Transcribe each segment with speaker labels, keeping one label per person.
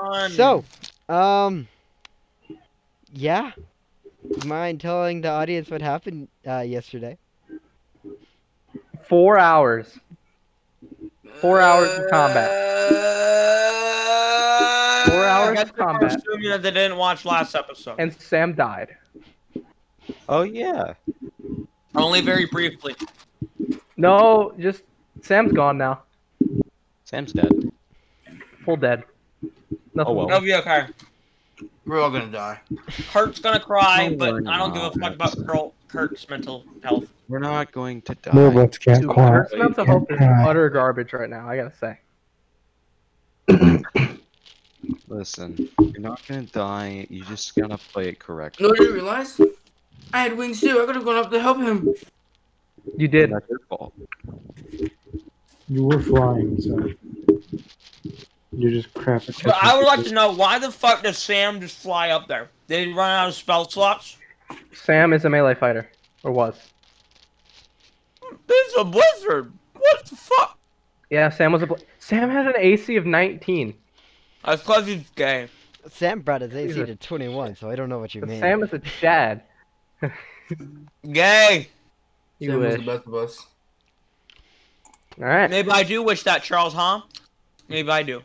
Speaker 1: on.
Speaker 2: So, um, yeah. Mind telling the audience what happened uh, yesterday?
Speaker 3: Four hours. four hours of combat.
Speaker 4: Uh.
Speaker 1: Uh,
Speaker 3: Four hours
Speaker 1: That's
Speaker 3: of
Speaker 1: the
Speaker 3: combat.
Speaker 1: costume that they didn't watch last episode.
Speaker 3: And Sam died.
Speaker 5: Oh yeah.
Speaker 1: Only very briefly.
Speaker 3: No, just Sam's gone now.
Speaker 5: Sam's dead.
Speaker 3: Full dead. Nothing
Speaker 5: Oh, well.
Speaker 1: It'll be okay.
Speaker 4: We're all gonna die.
Speaker 1: Kurt's gonna cry,
Speaker 5: Don't
Speaker 1: but
Speaker 5: worry
Speaker 1: I don't give a
Speaker 5: about
Speaker 1: fuck
Speaker 5: it.
Speaker 1: about Kurt, Kurt's mental health.
Speaker 5: We're not going to die.
Speaker 6: None of us can't
Speaker 5: Too
Speaker 6: cry.
Speaker 3: First amount of
Speaker 5: early.
Speaker 3: hope is utter garbage right now, I gotta say.
Speaker 5: Listen, you're not gonna die. You just gotta play it correctly.
Speaker 4: No, do you realize? I had wings too. I could have gone up to help him.
Speaker 3: You did.
Speaker 5: That's your fault.
Speaker 6: You were flying, so you just crap.
Speaker 1: But I would like to know why the fuck does Sam just fly up there? Did he run out of spell slots?
Speaker 3: Sam is a melee fighter. Or was.
Speaker 1: This is a blizzard. What the fuck?
Speaker 3: Yeah, Sam was a. Bl- Sam had an AC of 19.
Speaker 1: That's because he's gay.
Speaker 2: Sam brought his AC
Speaker 3: Jesus.
Speaker 2: to 21, so I don't know what you
Speaker 3: But
Speaker 2: mean.
Speaker 3: Sam is a Chad.
Speaker 1: Gay.
Speaker 3: You
Speaker 4: Sam was the
Speaker 3: wish.
Speaker 4: best of us.
Speaker 3: Alright.
Speaker 1: Maybe I do wish that, Charles, huh? Maybe I do.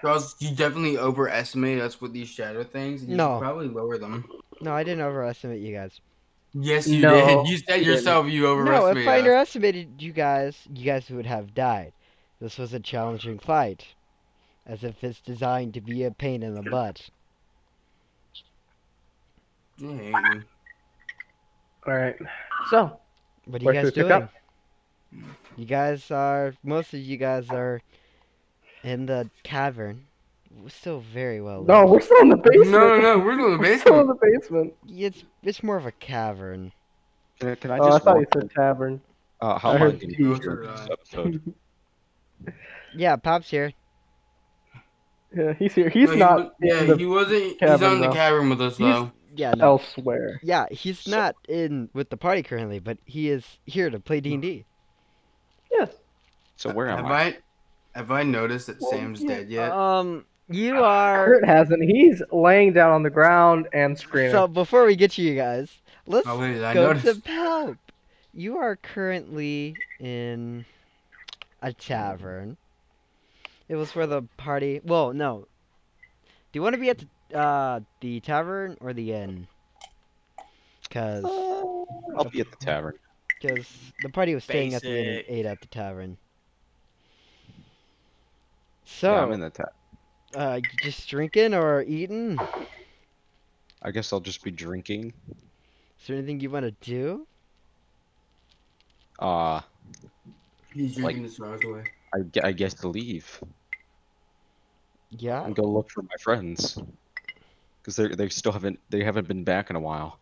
Speaker 4: Charles, you definitely overestimate us with these shadow things. And you
Speaker 2: No.
Speaker 4: should probably lower them.
Speaker 2: No, I didn't overestimate you guys.
Speaker 4: Yes, you
Speaker 3: No,
Speaker 4: did. You said
Speaker 3: you didn't.
Speaker 4: yourself you
Speaker 2: No,
Speaker 4: overestimated
Speaker 2: if I
Speaker 4: us.
Speaker 2: underestimated you guys, you guys would have died. This was a challenging fight, as if it's designed to be a pain in the butt.
Speaker 4: Yeah, ain't we?
Speaker 3: Alright. So,
Speaker 2: What are you
Speaker 3: Where
Speaker 2: guys
Speaker 3: should we
Speaker 2: doing?
Speaker 3: pick up?
Speaker 2: You guys are most of you guys are in the cavern, w- still very well.
Speaker 3: no,
Speaker 2: lit.
Speaker 3: we're still in the basement.
Speaker 4: no, no, no, we're going to the
Speaker 3: We're still in
Speaker 4: basement.
Speaker 3: the basement.
Speaker 2: it's it's more of a cavern.
Speaker 5: Can, I- can I
Speaker 3: I
Speaker 5: just?
Speaker 3: oh, I thought you
Speaker 5: walk in?
Speaker 3: said tavern.
Speaker 5: uh, how
Speaker 3: I
Speaker 5: am I
Speaker 3: heard
Speaker 5: gonna
Speaker 4: you.
Speaker 5: hear this episode?
Speaker 2: Yeah, pops here.
Speaker 3: Yeah, he's here. He's
Speaker 4: No, he
Speaker 3: not.
Speaker 4: wa- yeah,
Speaker 3: in the-
Speaker 4: he wasn't. he's
Speaker 3: cabin,
Speaker 4: on the
Speaker 3: though.
Speaker 4: cavern with us
Speaker 3: He's-
Speaker 4: though.
Speaker 2: Yeah, no,
Speaker 3: Oh. elsewhere.
Speaker 2: yeah, he's not in with the party currently, but he is here to play D and D.
Speaker 3: Yes.
Speaker 5: So where
Speaker 4: Have
Speaker 5: am I?
Speaker 4: I? Have I noticed that Sam's dead yet?
Speaker 2: Um, you are.
Speaker 3: Kurt hasn't. He's laying down on the ground and screaming.
Speaker 2: So before we get to you guys, let's
Speaker 4: oh wait, did I
Speaker 2: go
Speaker 4: notice?
Speaker 2: to help. You are currently in a tavern. It was where the party. Well, no. Do you want to be at the uh, the tavern or the inn? Cause,
Speaker 5: Uh, I'll be at the tavern.
Speaker 2: 'cause the party was staying at the inn and
Speaker 1: Basic.
Speaker 2: ate at the tavern. So,
Speaker 5: Yeah, I'm in the tavern.
Speaker 2: uh, you just drinking or eating? Is
Speaker 5: I guess I'll just be drinking.
Speaker 2: there anything you want to do?
Speaker 5: Uh,
Speaker 4: He's
Speaker 5: like-
Speaker 4: drinking the stars away.
Speaker 5: I, gue- I guess to leave
Speaker 2: Yeah.
Speaker 5: and go look for my friends, because they they still haven't they haven't been back in a while.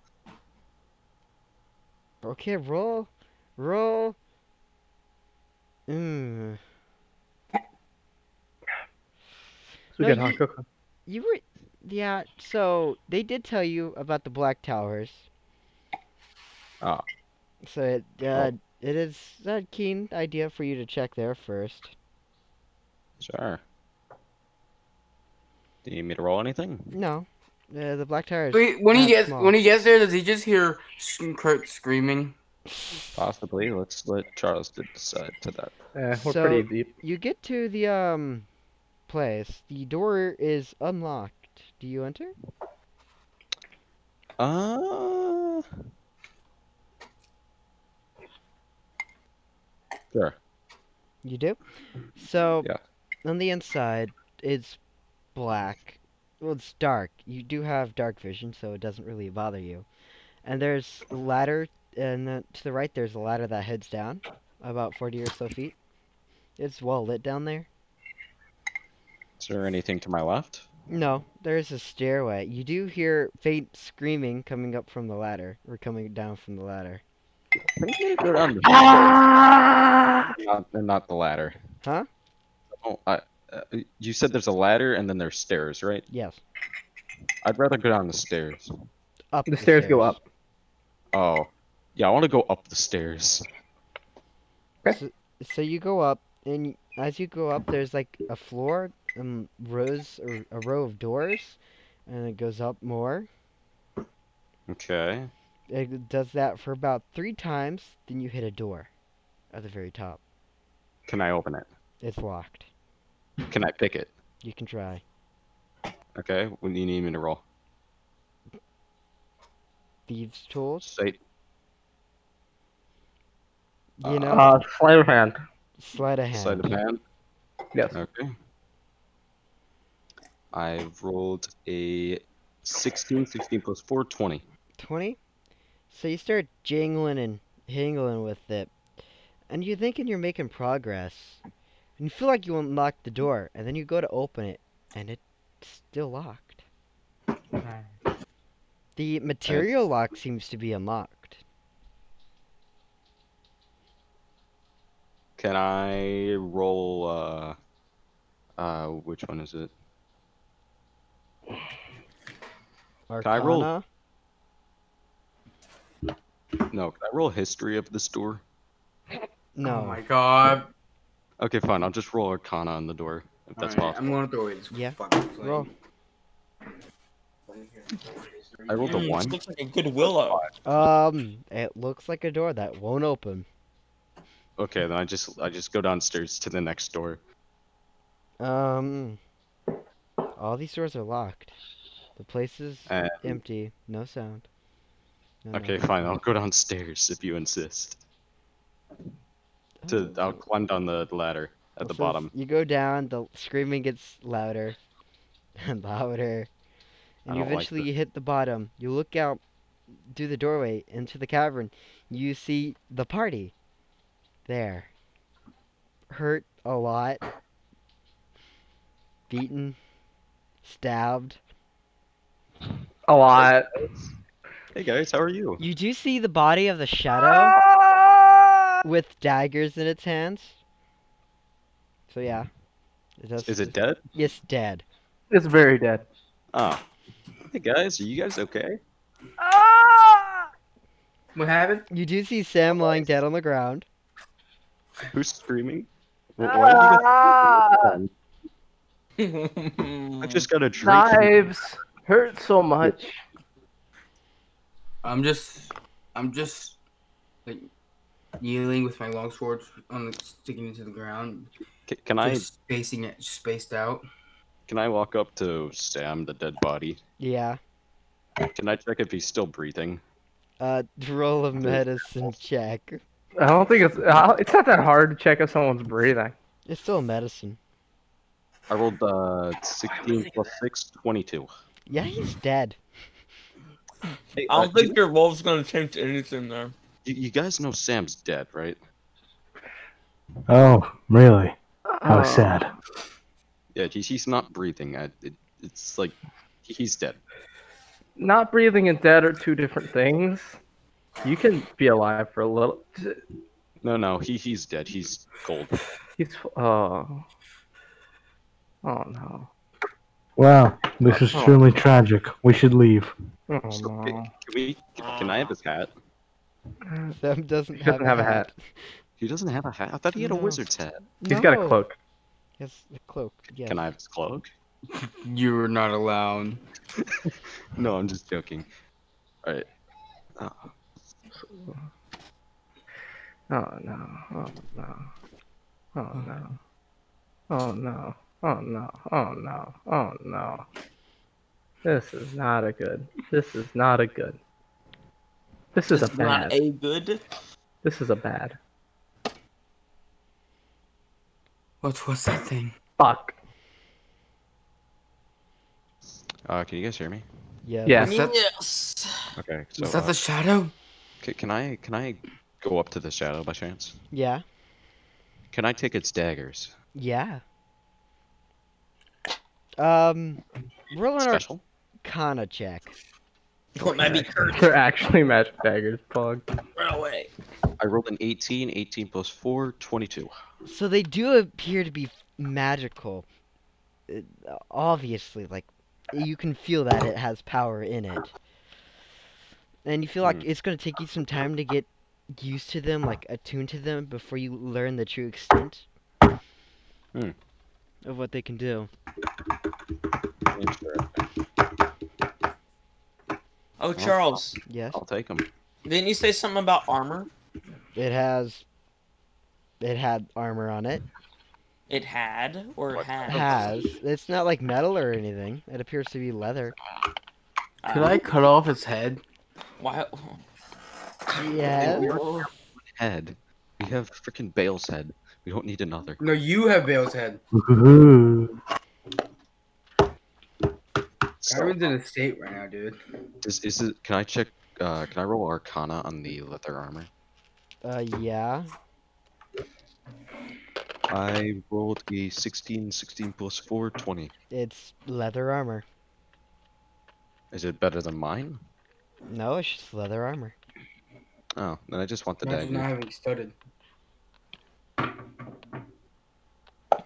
Speaker 2: Okay, roll, roll. Mm.
Speaker 3: So
Speaker 2: No,
Speaker 3: good,
Speaker 2: you-
Speaker 3: huh? Go, go.
Speaker 2: You were, yeah. So they did tell you about the Black Towers.
Speaker 5: Ah.
Speaker 2: So it uh, it is a keen idea for you to check there first.
Speaker 5: Sure. Do you need me to roll anything?
Speaker 2: No, uh, the Black Towers.
Speaker 4: Wait, when he
Speaker 2: not
Speaker 4: gets
Speaker 2: small.
Speaker 4: when he gets there, does he just hear s- Kurt screaming?
Speaker 5: Possibly. Let's let Charles de- decide to that.
Speaker 3: Eh, we're
Speaker 2: So-
Speaker 3: pretty deep.
Speaker 2: You get to the um place. The door is unlocked. Do you enter?
Speaker 5: Uh. Sure.
Speaker 2: You do? So,
Speaker 5: Yeah.
Speaker 2: on the inside, it's black. Well, it's dark. You do have dark vision, so it doesn't really bother you. And there's a ladder, and then to the right, there's a ladder that heads down about 40 or so feet. It's well lit down there.
Speaker 5: Is there anything to my left?
Speaker 2: No, there's a stairway. You do hear faint screaming coming up from the ladder, or coming down from the ladder.
Speaker 5: Go down the stairs. Not, and not the ladder.
Speaker 2: Huh?
Speaker 5: Oh, I, uh, you said there's a ladder and then there's stairs, right?
Speaker 2: Yes.
Speaker 5: I'd rather go down the stairs.
Speaker 2: Up
Speaker 3: The stairs go up.
Speaker 5: Oh, yeah, I want to go up the stairs.
Speaker 2: So you go up, and as you go up, there's like a floor, um, rows or a row of doors, and it goes up more.
Speaker 5: Okay.
Speaker 2: It does that for about three times, then you hit a door, at the very top.
Speaker 5: Can I open it?
Speaker 2: It's locked.
Speaker 5: Can I pick it?
Speaker 2: You can try.
Speaker 5: Okay. When you need me to roll.
Speaker 2: Thieves' tools.
Speaker 5: Say
Speaker 2: You know,
Speaker 3: Uh, sleight of hand.
Speaker 2: sleight of
Speaker 5: side
Speaker 2: hand.
Speaker 5: of hand.
Speaker 3: Yes.
Speaker 5: Okay. I've rolled a 16, 16 plus 4, 20.
Speaker 2: 20. So you start jingling and hingling with it. And you're thinking you're making progress. And you feel like you unlock the door. And then you go to open it. And it's still locked. The material lock seems to be unlocked.
Speaker 5: Can I roll, uh, uh, which one is it? I
Speaker 2: Arcana.
Speaker 5: roll- No, can I roll history of this door?
Speaker 4: Oh
Speaker 2: No.
Speaker 4: my god.
Speaker 5: Okay, fine. I'll just roll Arcana on the door, if that's
Speaker 4: Alright,
Speaker 5: possible.
Speaker 4: I'm gonna throw away this
Speaker 2: Yeah.
Speaker 4: fucking flame.
Speaker 2: Roll.
Speaker 5: I rolled a
Speaker 1: Mm,
Speaker 5: 1.
Speaker 1: This looks like a good willow.
Speaker 2: Um, it looks like a door that won't open.
Speaker 5: Okay, then I just I just go downstairs to the next door.
Speaker 2: Um, all these doors are locked. The place is
Speaker 5: Uh,
Speaker 2: empty. No sound. No
Speaker 5: Okay,
Speaker 2: nothing.
Speaker 5: fine. I'll go downstairs if you insist. To
Speaker 2: Oh.
Speaker 5: I'll climb down the ladder at the
Speaker 2: So it's-
Speaker 5: bottom.
Speaker 2: You go down, the screaming gets louder and louder.
Speaker 5: I
Speaker 2: And you
Speaker 5: don't like
Speaker 2: eventually
Speaker 5: this.
Speaker 2: you hit the bottom. You look out through the doorway into the cavern. You see the party there. Hurt a lot. Beaten. Stabbed.
Speaker 3: A lot.
Speaker 5: Hey guys, how are you?
Speaker 2: You do see the body of the shadow with daggers in its hands. So yeah. It does
Speaker 5: Is it dead?
Speaker 2: Yes, dead.
Speaker 6: It's very dead.
Speaker 5: Ah. Hey guys, are you guys okay?
Speaker 4: What happened?
Speaker 2: You do see Sam lying dead on the ground.
Speaker 5: Who's screaming? Wh- Why are you
Speaker 2: Ah!
Speaker 5: guys-
Speaker 1: Ah,
Speaker 5: I just got a drink.
Speaker 3: Knives hurt so much.
Speaker 4: I'm just, I'm just, like, kneeling with my long sword on the, sticking into the ground,
Speaker 5: C- Can I
Speaker 4: just spacing it, spaced out.
Speaker 5: can I walk up to Sam, the dead body?
Speaker 2: Yeah.
Speaker 5: Can I check if he's still breathing?
Speaker 2: Uh, roll a medicine check.
Speaker 3: I don't think it's uh, it's not that hard to check if someone's breathing.
Speaker 2: It's still medicine.
Speaker 5: I rolled uh, 16 plus 6, 22.
Speaker 2: Yeah, he's dead.
Speaker 5: Hey,
Speaker 1: I
Speaker 5: uh,
Speaker 1: don't think your wolf's gonna change anything there.
Speaker 5: you, you guys know Sam's dead, right?
Speaker 6: Oh, really? How
Speaker 3: Uh,
Speaker 6: sad.
Speaker 5: Yeah, he's, he's not breathing. I, it, it's like he- he's dead.
Speaker 3: Not breathing and dead are two different things. You can be alive for a little.
Speaker 5: No, no, he he's dead. He's cold.
Speaker 3: He's oh, oh no,
Speaker 6: Wow, this is truly tragic. We should leave.
Speaker 3: oh
Speaker 5: So, ca-
Speaker 3: no.
Speaker 5: Can we? Can I have his hat?
Speaker 2: Sam doesn't,
Speaker 3: He doesn't have a hat.
Speaker 5: He doesn't have a hat. I thought he had a
Speaker 2: No.
Speaker 5: wizard's hat.
Speaker 3: He's got a
Speaker 2: No.
Speaker 3: cloak.
Speaker 2: He has the cloak. Yes.
Speaker 5: Can I have his cloak?
Speaker 4: You're not allowed.
Speaker 5: No, I'm just joking. All right.
Speaker 3: Oh no, oh no, oh no, oh no, oh no, oh no, oh no. This is not a good. This is not a good. This is a
Speaker 1: It's not
Speaker 3: bad.
Speaker 1: a good.
Speaker 3: This is a bad.
Speaker 4: What was that thing?
Speaker 3: Fuck.
Speaker 5: Uh, can you guys hear me?
Speaker 2: Yeah.
Speaker 3: Yeah.
Speaker 4: Was that,
Speaker 1: Yes.
Speaker 5: Okay. So,
Speaker 4: was that
Speaker 5: uh,
Speaker 4: the shadow?
Speaker 5: ca- can I can I go up to the shadow by chance?
Speaker 2: Yeah.
Speaker 5: Can I take its daggers?
Speaker 2: Yeah. Um, roll an
Speaker 5: Special.
Speaker 2: arcana check.
Speaker 1: It might be cursed
Speaker 3: They're actually magic daggers, Pog.
Speaker 1: right away.
Speaker 5: I rolled an 18, 18 plus 4, 22.
Speaker 2: So they do appear to be magical. Uh, obviously, like you can feel that it has power in it, and you feel like
Speaker 5: Mm.
Speaker 2: it's gonna take you some time to get used to them, like attuned to them, before you learn the true extent.
Speaker 5: Hmm.
Speaker 2: of what they can do.
Speaker 5: Interesting.
Speaker 1: Oh, Charles,
Speaker 2: Yes,
Speaker 5: I'll take them.
Speaker 1: didn't you say something about armor?
Speaker 2: it has. It had armor on it.
Speaker 1: It had or it
Speaker 5: What?
Speaker 1: had?
Speaker 2: Has. It's not like metal or anything. It appears to be leather.
Speaker 1: Uh,
Speaker 4: Could I cut off his head?
Speaker 1: Why?
Speaker 2: Yes.
Speaker 5: Head. We have freaking Bale's head. We don't need another.
Speaker 4: No, you have Bale's head.
Speaker 6: Ooh.
Speaker 5: So,
Speaker 4: Everyone's in a state right now, dude.
Speaker 5: is, is it? Can I check? Uh, can I roll Arcana on the leather armor?
Speaker 2: Uh, yeah.
Speaker 5: I rolled a 16, 16 plus 4, 20.
Speaker 2: It's leather armor.
Speaker 5: Is it better than mine?
Speaker 2: No, it's just leather armor.
Speaker 5: Oh, then I just want the
Speaker 4: Imagine not
Speaker 5: dagger.
Speaker 4: having studded.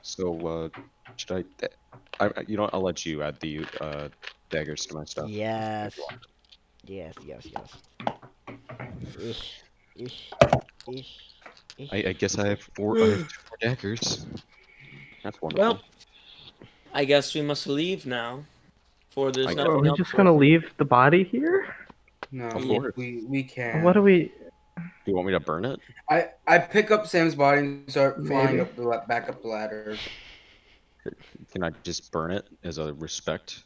Speaker 5: So, uh, should I, I? I- You know, what, I'll let you add the uh daggers to my stuff.
Speaker 2: Yes. Yes, yes, yes. Ish, ish, ish, ish.
Speaker 5: I, I guess I have four, I have two more daggers. That's wonderful.
Speaker 1: Well, I guess we must leave now. For there's
Speaker 5: I-
Speaker 1: nothing
Speaker 3: Are we
Speaker 1: else
Speaker 3: just
Speaker 1: for
Speaker 3: gonna
Speaker 1: it.
Speaker 3: leave the body here?
Speaker 4: No,
Speaker 5: Of
Speaker 4: we,
Speaker 5: course.
Speaker 4: we, we can't.
Speaker 3: What do we?
Speaker 5: Do you want me to burn it?
Speaker 4: I, I pick up Sam's body and start flying
Speaker 3: Maybe.
Speaker 4: up the la- back up the ladder.
Speaker 5: Can I just burn it as a respect?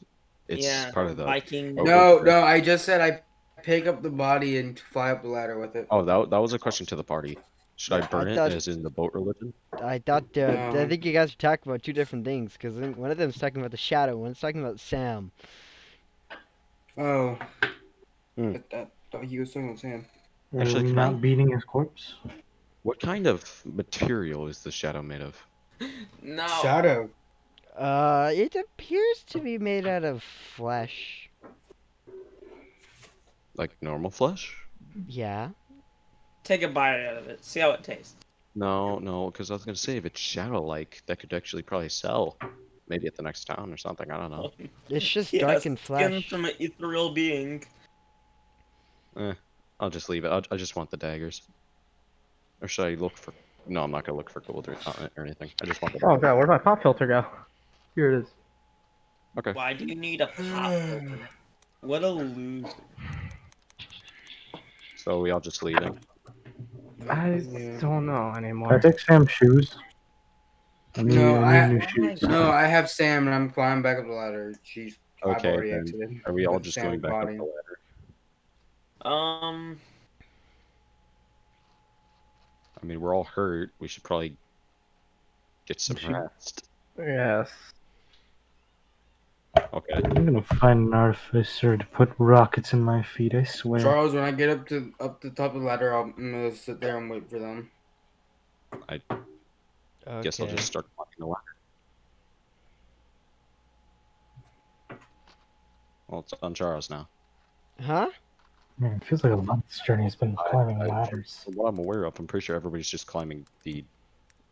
Speaker 5: It's
Speaker 1: Yeah,
Speaker 5: part of the.
Speaker 1: Viking.
Speaker 5: Oh,
Speaker 4: no,
Speaker 5: okay.
Speaker 4: no, I just said I pick up the body and fly up the ladder with it.
Speaker 5: Oh, that, that was a question to the party. Should I
Speaker 2: Yeah, I
Speaker 5: burn it
Speaker 2: thought-
Speaker 5: as in the boat religion?
Speaker 2: I thought uh, I
Speaker 4: Um,
Speaker 2: think you guys were talking about two different things because one of them's talking about the shadow, one's talking about Sam.
Speaker 4: Oh.
Speaker 5: Hmm.
Speaker 4: That- that- thought he was talking about Sam.
Speaker 5: Actually,
Speaker 6: Actually,
Speaker 5: can
Speaker 6: not
Speaker 5: I-
Speaker 6: beating his corpse.
Speaker 5: What kind of material is the shadow made of?
Speaker 1: No.
Speaker 4: Shadow.
Speaker 2: Uh, it appears to be made out of flesh.
Speaker 5: Like normal flesh?
Speaker 2: Yeah.
Speaker 1: Take a bite out of it. See how it tastes.
Speaker 5: No, no, because I was gonna say if it's shadow like, that could actually probably sell, maybe at the next town or something. I don't know.
Speaker 2: It's just
Speaker 1: Yes,
Speaker 2: dark and
Speaker 1: Skin
Speaker 2: flesh.
Speaker 1: from an ethereal being.
Speaker 5: I'll just leave it. i I just want the daggers. Or should I look for? No, I'm not gonna look for gold or, uh, or anything. I just want the.
Speaker 3: Oh
Speaker 5: daggers.
Speaker 3: god, where'd my pop filter go? Here it is.
Speaker 5: Okay.
Speaker 1: Why do you need a pop filter? What a loser.
Speaker 5: So we all just leave it.
Speaker 3: I
Speaker 4: Yeah.
Speaker 3: don't know
Speaker 6: Can I
Speaker 3: anymore.
Speaker 6: take Sam's shoes? I need,
Speaker 4: No,
Speaker 6: I need
Speaker 4: I-
Speaker 6: new shoes.
Speaker 4: No, I have Sam and I'm climbing back up the ladder. She's I've
Speaker 5: Okay,
Speaker 4: already
Speaker 5: then.
Speaker 4: exited.
Speaker 5: Are we all
Speaker 4: With
Speaker 5: just
Speaker 4: Sam
Speaker 5: going back up the
Speaker 4: Bonnie.
Speaker 5: ladder?
Speaker 1: Um.
Speaker 5: I mean, we're all hurt. We should probably get some
Speaker 6: should-
Speaker 5: rest.
Speaker 3: Yes.
Speaker 5: Okay.
Speaker 6: I'm gonna find an artificer to put rockets in my feet. I swear.
Speaker 4: Charles, when I get up to up the top of the ladder, I'll, I'm gonna sit there and wait for them.
Speaker 2: Okay.
Speaker 5: Guess I'll just start climbing the ladder. Well, it's on Charles now.
Speaker 2: Huh?
Speaker 6: Man, it feels like a month's journey has been
Speaker 5: I-
Speaker 6: climbing
Speaker 5: I-
Speaker 6: ladders.
Speaker 5: From what I'm aware of, I'm pretty sure everybody's just climbing the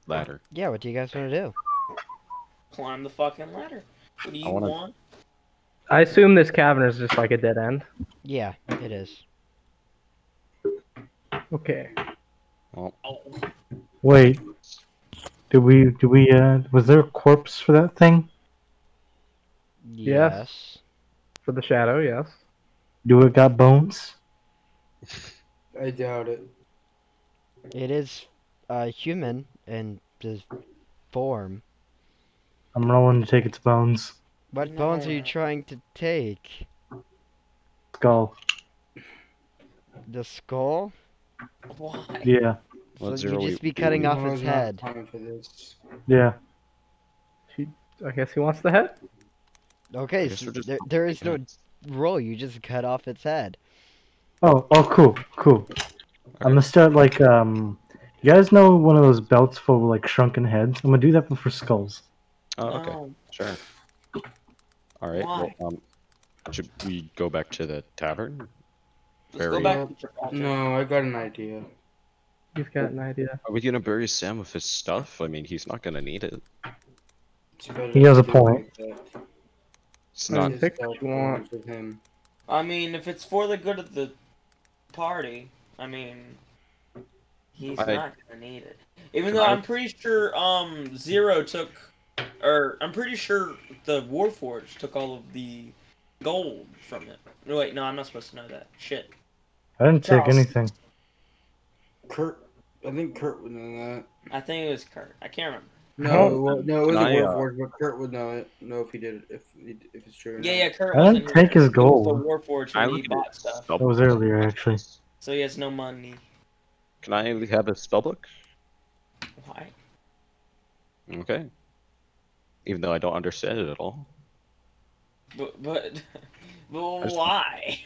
Speaker 5: ladder.
Speaker 2: Yeah. What do you guys want to do?
Speaker 1: Climb the fucking ladder. What do you
Speaker 5: I wanna-
Speaker 1: want?
Speaker 3: I assume this cavern is just like a dead end.
Speaker 2: Yeah, it is.
Speaker 3: Okay.
Speaker 5: Well,
Speaker 1: Oh,
Speaker 6: Wait, did we? Did we? Uh, was there a corpse for that thing?
Speaker 2: Yes.
Speaker 3: For the shadow, yes.
Speaker 6: Do it got bones?
Speaker 4: I doubt it.
Speaker 2: It is uh, human in the form.
Speaker 6: I'm rolling to take its bones.
Speaker 2: What bones are you
Speaker 1: No.
Speaker 2: trying to take?
Speaker 6: Skull.
Speaker 2: The skull?
Speaker 1: why?
Speaker 6: Yeah.
Speaker 5: Well,
Speaker 2: so
Speaker 5: zero
Speaker 2: you'd
Speaker 5: we-
Speaker 2: just be cutting off his
Speaker 4: Tomorrow's not
Speaker 2: head.
Speaker 4: time for this.
Speaker 6: Yeah.
Speaker 3: I guess he wants the head.
Speaker 2: Okay,
Speaker 5: guess
Speaker 2: so
Speaker 5: we're just
Speaker 2: there, there is no
Speaker 5: yeah.
Speaker 2: roll. You just cut off its head.
Speaker 6: Oh. Oh. Cool. Cool. I'm gonna start like um. You guys know one of those belts for like shrunken heads? I'm gonna do that but for skulls.
Speaker 5: Oh, okay.
Speaker 1: No.
Speaker 5: Sure. All right.
Speaker 1: Why?
Speaker 5: Well, um, should we go back to the tavern?
Speaker 1: Let's go
Speaker 5: Very-
Speaker 1: back. to Gibraltar.
Speaker 4: No, I got an idea.
Speaker 3: He's got an idea.
Speaker 5: Are we gonna bury Sam with his stuff? I mean, he's not gonna need it.
Speaker 4: It's better
Speaker 6: He has
Speaker 4: to
Speaker 6: a
Speaker 4: do it
Speaker 6: point.
Speaker 4: like that.
Speaker 5: It's
Speaker 4: I
Speaker 5: not.
Speaker 4: just
Speaker 3: Pick
Speaker 4: felt
Speaker 3: what you want.
Speaker 4: with him.
Speaker 1: I mean, if it's for the good of the party, I mean, He's
Speaker 5: I-
Speaker 1: not gonna need it. Even though I'm pretty sure um Zero took or I'm pretty sure the Warforged took all of the gold from it. No wait, no, I'm not supposed to know that. Shit.
Speaker 6: I didn't take
Speaker 4: Charles.
Speaker 6: anything.
Speaker 4: Kurt, I think Kurt would know that.
Speaker 1: I think it was Kurt. I can't remember.
Speaker 4: No,
Speaker 6: No.
Speaker 4: it wa- no, it wasn't
Speaker 5: Nah, yeah.
Speaker 4: Warforged, but Kurt would know it. Know if he did it, if he, d- if it's true. or
Speaker 1: Yeah,
Speaker 4: not.
Speaker 1: yeah, Kurt
Speaker 6: I
Speaker 1: wasn't
Speaker 6: didn't
Speaker 1: here.
Speaker 6: take his
Speaker 1: It was
Speaker 6: gold.
Speaker 1: The Warforged
Speaker 5: I
Speaker 1: when he
Speaker 5: look
Speaker 1: bought
Speaker 5: at
Speaker 1: stuff.
Speaker 6: That was earlier, actually.
Speaker 1: So he has no money.
Speaker 5: Can I have a spellbook?
Speaker 1: Why?
Speaker 5: Okay. Even though I don't understand it at all.
Speaker 1: But but but
Speaker 5: just-
Speaker 1: why?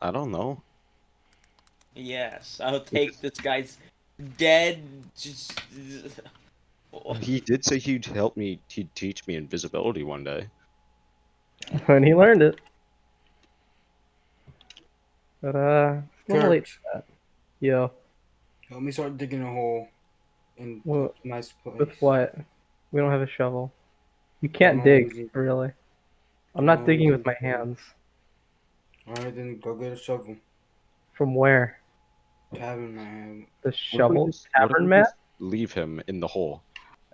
Speaker 5: I don't know.
Speaker 1: Yes, I'll take this guy's dead just
Speaker 5: He did say he'd help me. He'd teach me invisibility one day.
Speaker 3: when he learned it. But uh, it's a little
Speaker 4: Kurt,
Speaker 3: late for that. Yo,
Speaker 4: Help me start digging a hole in
Speaker 3: Well,
Speaker 4: a nice place.
Speaker 3: with what? We don't have a shovel. You can't
Speaker 4: I'm
Speaker 3: dig,
Speaker 4: using-
Speaker 3: really. I'm not
Speaker 4: I'm
Speaker 3: digging with
Speaker 4: using-
Speaker 3: my hands.
Speaker 4: All right, then go get a shovel.
Speaker 3: From where?
Speaker 4: Tavern, I have.
Speaker 3: The
Speaker 5: What if we
Speaker 3: shovel?
Speaker 5: just- what if
Speaker 3: Tavern
Speaker 5: we
Speaker 3: mat?
Speaker 5: just Leave him in the hole,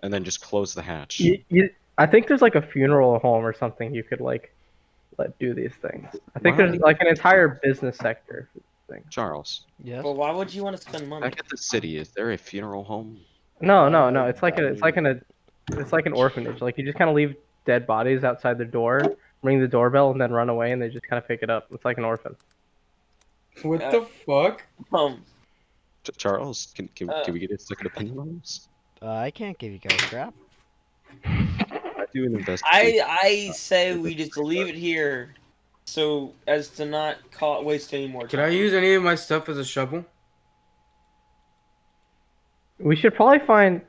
Speaker 5: and then just close the hatch.
Speaker 3: You, you, I think there's like a funeral home or something you could like let do these things. I think
Speaker 5: Why?
Speaker 3: there's like an entire business sector.
Speaker 5: Charles,
Speaker 2: Yes.
Speaker 1: But why would you want to spend money?
Speaker 5: back at the city, is there a funeral home?
Speaker 3: No, no, no. It's like a, it's like an, it's like an orphanage. Like you just kind of leave dead bodies outside the door, ring the doorbell, and then run away, and they just kind of pick it up. It's like an orphan.
Speaker 4: What
Speaker 1: Uh,
Speaker 4: the fuck?
Speaker 1: Um,
Speaker 5: Ch- Charles, can can,
Speaker 1: Uh.
Speaker 5: can we get a second opinion on this?
Speaker 2: Uh, I can't give you guys crap.
Speaker 5: I do an investigation.
Speaker 1: I I say we just leave it here, so as to not call waste any more
Speaker 4: Can
Speaker 1: time.
Speaker 4: I use any of my stuff as a shovel?
Speaker 3: We should probably find.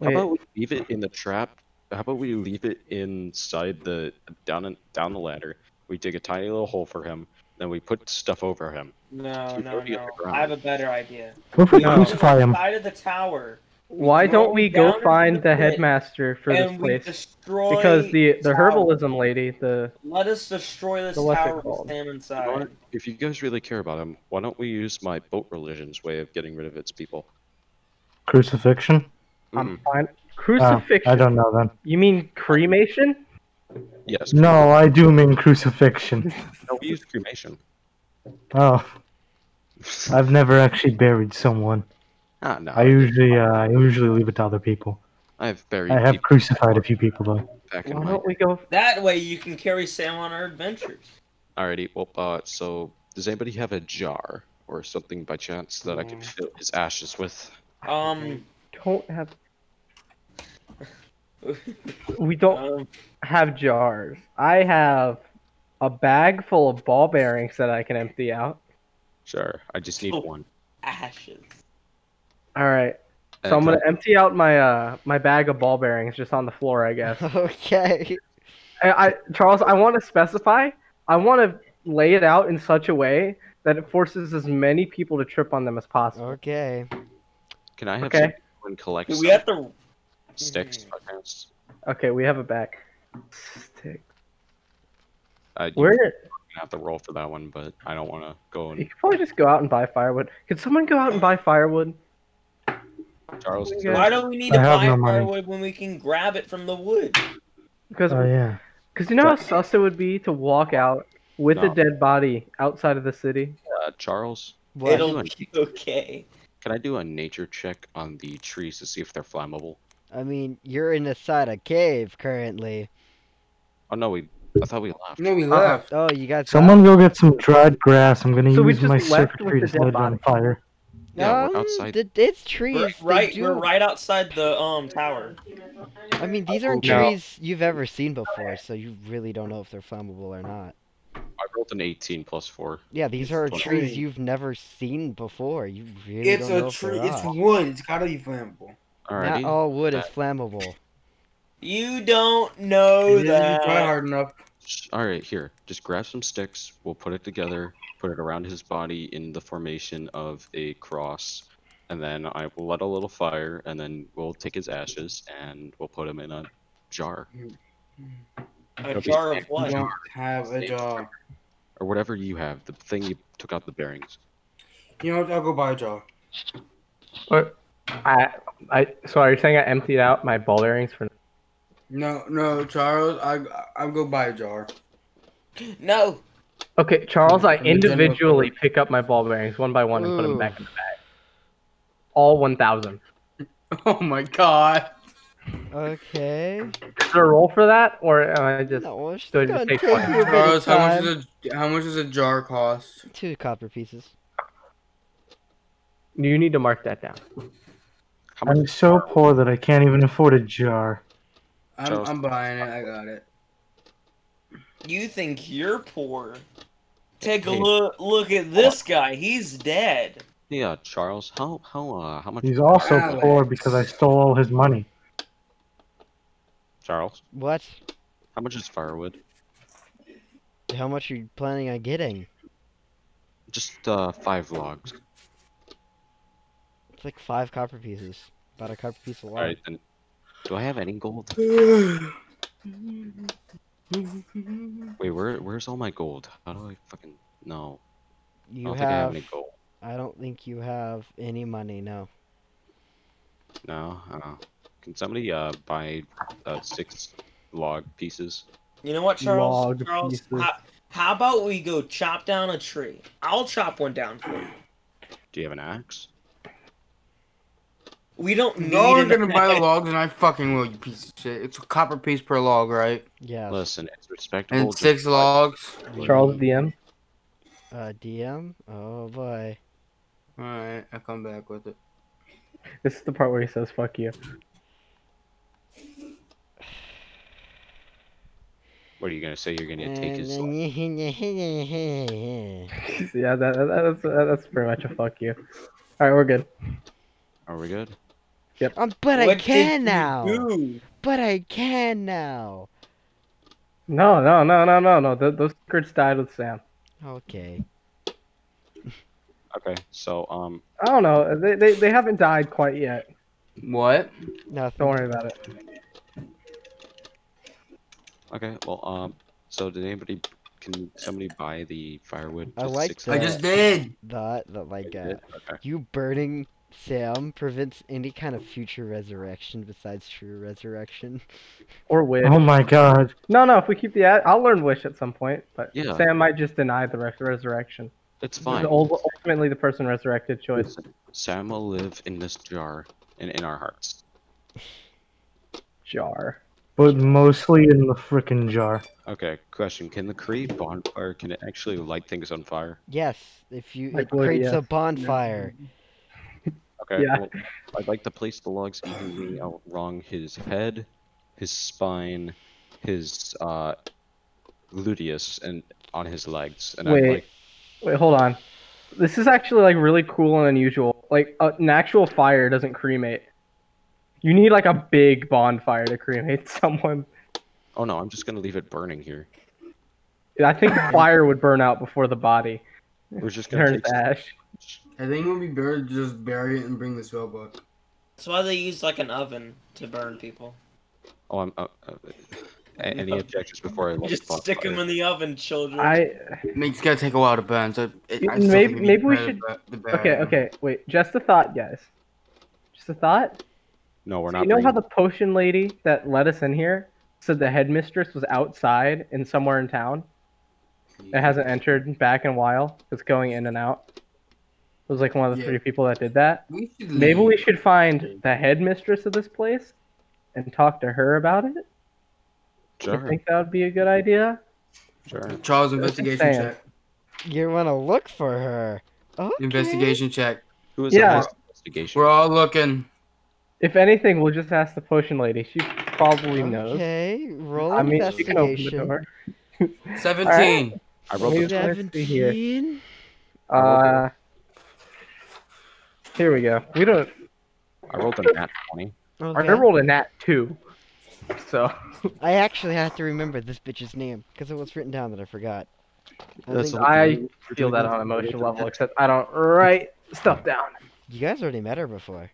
Speaker 5: How
Speaker 3: Wait,
Speaker 5: about we leave it in the trap? How about we leave it inside the down and down the ladder? We dig a tiny little hole for him, then we put stuff over him.
Speaker 1: No, no,
Speaker 5: Already
Speaker 1: no.
Speaker 5: underground.
Speaker 1: I have a better idea.
Speaker 6: What if we
Speaker 3: No.
Speaker 6: crucify him?
Speaker 1: Side of the tower,
Speaker 3: why don't we
Speaker 1: down
Speaker 3: go
Speaker 1: into
Speaker 3: find
Speaker 1: the
Speaker 3: the
Speaker 1: pit
Speaker 3: headmaster for this
Speaker 1: and we
Speaker 3: place?
Speaker 1: destroy
Speaker 3: Because the the
Speaker 1: tower.
Speaker 3: herbalism lady, the um,
Speaker 1: Let us destroy this
Speaker 3: The what's it
Speaker 1: tower
Speaker 3: called?
Speaker 1: with Sam
Speaker 5: You know
Speaker 1: inside.
Speaker 5: what? If you guys really care about him, why don't we use my boat religion's way of getting rid of its people?
Speaker 6: Crucifixion?
Speaker 3: I'm
Speaker 5: Mm,
Speaker 3: fine.
Speaker 6: Uh,
Speaker 3: Crucifixion.
Speaker 6: I don't know then.
Speaker 3: You mean cremation?
Speaker 5: yes.
Speaker 6: No, I do mean crucifixion.
Speaker 5: no, we use cremation.
Speaker 6: Oh, I've never actually buried someone.
Speaker 5: ah, no.
Speaker 6: I usually uh, I usually leave it to other people.
Speaker 5: I've buried.
Speaker 6: I have
Speaker 5: people
Speaker 6: crucified a few people
Speaker 3: Oh,
Speaker 6: though.
Speaker 5: Back in
Speaker 3: Why
Speaker 5: my
Speaker 3: don't we go?
Speaker 1: That way you can carry Sam on our adventures.
Speaker 5: Alrighty, well, uh, so does anybody have a jar or something by chance that I can
Speaker 4: Mm.
Speaker 5: fill his ashes with?
Speaker 1: Um,
Speaker 3: Don't have. We don't
Speaker 1: um,
Speaker 3: have jars. I have a bag full of ball bearings that I can empty out.
Speaker 5: Sure, I just need
Speaker 1: Oh.
Speaker 5: one.
Speaker 1: ashes.
Speaker 3: All right. So
Speaker 5: And,
Speaker 3: I'm
Speaker 5: uh,
Speaker 3: gonna empty out my uh my bag of ball bearings just on the floor, I guess.
Speaker 2: okay.
Speaker 3: I, I Charles, I want to specify. I want to lay it out in such a way that it forces as many people to trip on them as possible.
Speaker 2: Okay.
Speaker 5: Can I have
Speaker 3: okay.
Speaker 5: someone collect
Speaker 1: Do
Speaker 5: some
Speaker 1: we have to?
Speaker 5: sticks? by chance?
Speaker 3: Okay, we have a bag. Stick.
Speaker 5: Uh, you
Speaker 3: Where?
Speaker 5: can have to roll for that one, but I don't want to go
Speaker 3: You
Speaker 5: and
Speaker 3: could probably just go out and buy firewood. Could someone go out and buy firewood?
Speaker 5: Charles.
Speaker 3: my
Speaker 5: is
Speaker 3: God.
Speaker 1: Why
Speaker 5: like,
Speaker 1: do we need
Speaker 6: I
Speaker 1: to
Speaker 6: have
Speaker 1: buy
Speaker 6: no money.
Speaker 1: firewood when we can grab it from the wood?
Speaker 3: Because
Speaker 6: Oh yeah.
Speaker 3: Because you know how sus it would be to walk out with a
Speaker 5: No.
Speaker 3: dead body outside of the city?
Speaker 5: Uh, Charles,
Speaker 2: What?
Speaker 5: do
Speaker 1: It'll
Speaker 5: I-
Speaker 1: be okay.
Speaker 5: can I do a nature check on the trees to see if they're flammable?
Speaker 2: I mean, you're inside a cave currently.
Speaker 5: Oh no, we. I thought we left.
Speaker 4: No, we
Speaker 3: Uh-uh.
Speaker 4: left.
Speaker 2: Oh, you got
Speaker 6: Someone go get some dried grass. I'm gonna
Speaker 3: So we
Speaker 6: use my
Speaker 3: just left with
Speaker 6: circuitry
Speaker 3: the
Speaker 6: to set
Speaker 3: dead
Speaker 6: it on
Speaker 3: body.
Speaker 6: fire.
Speaker 5: Yeah, we're
Speaker 2: Um,
Speaker 5: outside.
Speaker 2: th- it's
Speaker 1: We're
Speaker 2: trees. they
Speaker 1: right,
Speaker 2: do-
Speaker 1: we're right outside the um tower.
Speaker 2: I mean, these aren't
Speaker 3: No.
Speaker 2: trees you've ever seen before, so you really don't know if they're flammable or not.
Speaker 5: I rolled an 18 plus four.
Speaker 2: Yeah, these are
Speaker 5: It's a
Speaker 2: trees
Speaker 4: tree.
Speaker 2: you've never seen before. You really
Speaker 4: It's
Speaker 2: don't
Speaker 4: a
Speaker 2: know
Speaker 4: tree.
Speaker 2: if they
Speaker 4: It's
Speaker 2: are.
Speaker 4: wood. It's gotta be flammable.
Speaker 5: Alrighty.
Speaker 2: Not all wood is
Speaker 5: Uh,
Speaker 2: flammable.
Speaker 1: You don't know
Speaker 4: It didn't try
Speaker 1: that.
Speaker 4: hard enough.
Speaker 5: Sh- All right, here. Just grab some sticks. We'll put it together, put it around his body in the formation of a cross, and then I will let a little fire, and then we'll take his ashes and we'll put him in a jar
Speaker 1: A jar of
Speaker 4: You
Speaker 1: what?
Speaker 4: don't have a jar.
Speaker 5: or whatever you have, the thing you took out the bearings.
Speaker 4: You know what? I'll go buy a jar.
Speaker 3: I, I. So are you saying I emptied out my ball bearings for?
Speaker 4: No, no, Charles. I I'll go buy a jar.
Speaker 1: No.
Speaker 3: Okay, Charles. I
Speaker 4: I'm done with
Speaker 3: individually pick up my ball bearings one by one and put them
Speaker 2: Ooh.
Speaker 3: back in the bag. All one thousand.
Speaker 4: Oh my god.
Speaker 2: Okay.
Speaker 3: Is there a roll for that, or am I just?
Speaker 2: No, it's
Speaker 3: so it
Speaker 2: gonna
Speaker 3: just
Speaker 2: take
Speaker 3: takes
Speaker 2: you
Speaker 3: one.
Speaker 2: a bit of
Speaker 4: Charles, how much
Speaker 2: time.
Speaker 4: is a how much does a jar cost?
Speaker 2: Two copper pieces.
Speaker 3: You need to mark that down.
Speaker 5: How much
Speaker 6: I'm so poor that I can't even afford a jar.
Speaker 4: I'm
Speaker 5: Charles.
Speaker 4: I'm buying it. I got it.
Speaker 1: You think you're poor? Take a
Speaker 5: Hey.
Speaker 1: look. Look at this guy. He's dead.
Speaker 5: Yeah, Charles. How how uh how much
Speaker 6: He's also
Speaker 4: Alex.
Speaker 6: poor because I stole all his money.
Speaker 5: Charles?
Speaker 2: What?
Speaker 5: How much is firewood?
Speaker 2: How much are you planning on getting?
Speaker 5: Just uh five logs.
Speaker 2: It's like five copper pieces. About a copper piece a lot.
Speaker 5: All right then. Do I have any gold? Wait, where where's all my gold? How do I fucking no? I
Speaker 2: You
Speaker 5: don't
Speaker 2: have.
Speaker 5: think I have any gold.
Speaker 2: I don't think you have any money. No.
Speaker 5: No. Uh, can somebody uh buy uh six log pieces?
Speaker 1: You know what, Charles?
Speaker 3: Log
Speaker 1: Charles,
Speaker 3: pieces.
Speaker 1: how, how about we go chop down a tree? I'll chop one down for you.
Speaker 5: Do you have an axe?
Speaker 1: We don't need.
Speaker 4: No, you're
Speaker 1: an
Speaker 4: gonna buy the
Speaker 1: axe.
Speaker 4: logs, and I fucking will. You piece of shit. It's a copper piece per log, right?
Speaker 2: Yes.
Speaker 5: Listen, it's respectable.
Speaker 4: And
Speaker 5: just
Speaker 4: six
Speaker 5: buy-
Speaker 4: logs.
Speaker 3: Charles DM.
Speaker 2: Uh, DM. Oh boy.
Speaker 4: All right, I come back with it.
Speaker 3: This is the part where he says "fuck you."
Speaker 5: What are you gonna say? You're gonna take his. log?
Speaker 3: yeah, that, that, that's that's pretty much a "fuck you." All right, we're good.
Speaker 5: Are we good?
Speaker 2: Um, but I
Speaker 1: What did
Speaker 2: can
Speaker 1: you
Speaker 2: now.
Speaker 1: do?
Speaker 2: But I can now.
Speaker 3: No, no, no, no, no, no. Th- those secrets died with Sam.
Speaker 2: Okay.
Speaker 5: Okay. So um,
Speaker 3: I don't know. They, they, they haven't died quite yet.
Speaker 4: What?
Speaker 2: Nothing.
Speaker 3: Don't worry about it.
Speaker 5: Okay, well, um, so did anybody, can somebody buy the firewood?
Speaker 2: I
Speaker 5: Just
Speaker 2: like
Speaker 5: six
Speaker 4: I
Speaker 2: that.
Speaker 5: logs?
Speaker 4: just did.
Speaker 2: That, that like, uh,
Speaker 5: Yeah, okay.
Speaker 2: you burning Sam prevents any kind of future resurrection besides true resurrection.
Speaker 3: Or wish.
Speaker 6: Oh my god.
Speaker 3: No, no. If we keep the ad, I'll learn wish at some point. But
Speaker 5: Yeah.
Speaker 3: Sam might just deny the res- resurrection.
Speaker 5: It's
Speaker 3: This is
Speaker 5: fine.
Speaker 3: ul- ultimately, the person resurrected choice.
Speaker 5: Sam will live in this jar and in our hearts.
Speaker 3: Jar.
Speaker 6: But mostly in the frickin' jar.
Speaker 5: Okay, question. Can the Cree bonfire, can it actually light things on fire?
Speaker 2: Yes, if you
Speaker 3: Like
Speaker 2: it
Speaker 3: wood,
Speaker 2: creates
Speaker 3: yeah.
Speaker 2: a bonfire.
Speaker 5: Okay,
Speaker 3: Yeah.
Speaker 5: well, I'd like to place the logs evenly out along his head, his spine, his, uh, gluteus, and on his legs. And I'd
Speaker 3: Wait.
Speaker 5: like,
Speaker 3: Wait, hold on. This is actually like really cool and unusual. Like a, an actual fire doesn't cremate. You need like a big bonfire to cremate someone.
Speaker 5: oh no, I'm just gonna leave it burning here.
Speaker 3: I think the fire would burn out before the body
Speaker 5: We're just gonna
Speaker 3: turns
Speaker 5: take some-
Speaker 3: ash.
Speaker 4: I think it would be better to just bury it and bring the spell book.
Speaker 1: That's why they use like an oven to burn people.
Speaker 5: Oh, I'm. Uh, uh, a- any objections before I light
Speaker 1: Just
Speaker 5: the
Speaker 1: stick them
Speaker 5: bonfire?
Speaker 1: in the oven, children.
Speaker 3: I
Speaker 4: It's gonna take a while to burn, so it,
Speaker 3: Maybe-
Speaker 4: I still think it'd be
Speaker 3: maybe we
Speaker 4: better
Speaker 3: should-
Speaker 4: to bu- to bury
Speaker 3: Okay,
Speaker 4: it.
Speaker 3: okay, wait. Just a thought, guys. Just a thought.
Speaker 5: No, we're
Speaker 3: So
Speaker 5: not.
Speaker 3: you know how
Speaker 5: bringing-
Speaker 3: the potion lady that let us in here said the headmistress was outside and somewhere in town? It hasn't entered back in a while. It's going in and out. It was like one of the
Speaker 4: Yeah.
Speaker 3: three people that did that.
Speaker 4: We should
Speaker 3: Maybe we
Speaker 4: leave.
Speaker 3: should find the headmistress of this place and talk to her about it. I
Speaker 5: Sure,
Speaker 3: think that would be a good idea.
Speaker 5: sure.
Speaker 4: Charles investigation
Speaker 3: Sam.
Speaker 4: check.
Speaker 2: You want to look for her. Okay.
Speaker 4: Investigation check.
Speaker 5: Who is
Speaker 3: Yeah.
Speaker 5: yeah. the investigation?
Speaker 4: We're all looking.
Speaker 3: If anything, we'll just ask the potion lady. She probably knows.
Speaker 2: Okay, roll
Speaker 3: I mean, she can open the
Speaker 2: investigation.
Speaker 3: door.
Speaker 4: Seventeen.
Speaker 5: I rolled
Speaker 3: Maybe
Speaker 5: a,
Speaker 3: that's- Let's see here.
Speaker 2: 17?
Speaker 3: Uh, here we go. We don't.
Speaker 5: I rolled a nat twenty.
Speaker 3: I
Speaker 2: Okay.
Speaker 3: rolled a nat two, so
Speaker 2: I actually have to remember this bitch's name because it was written down that I forgot. I
Speaker 5: That's
Speaker 2: think
Speaker 5: a-
Speaker 3: I
Speaker 5: You're
Speaker 3: feel
Speaker 5: doing
Speaker 3: that on an emotional level. Except I don't write stuff down.
Speaker 2: you guys already met her before.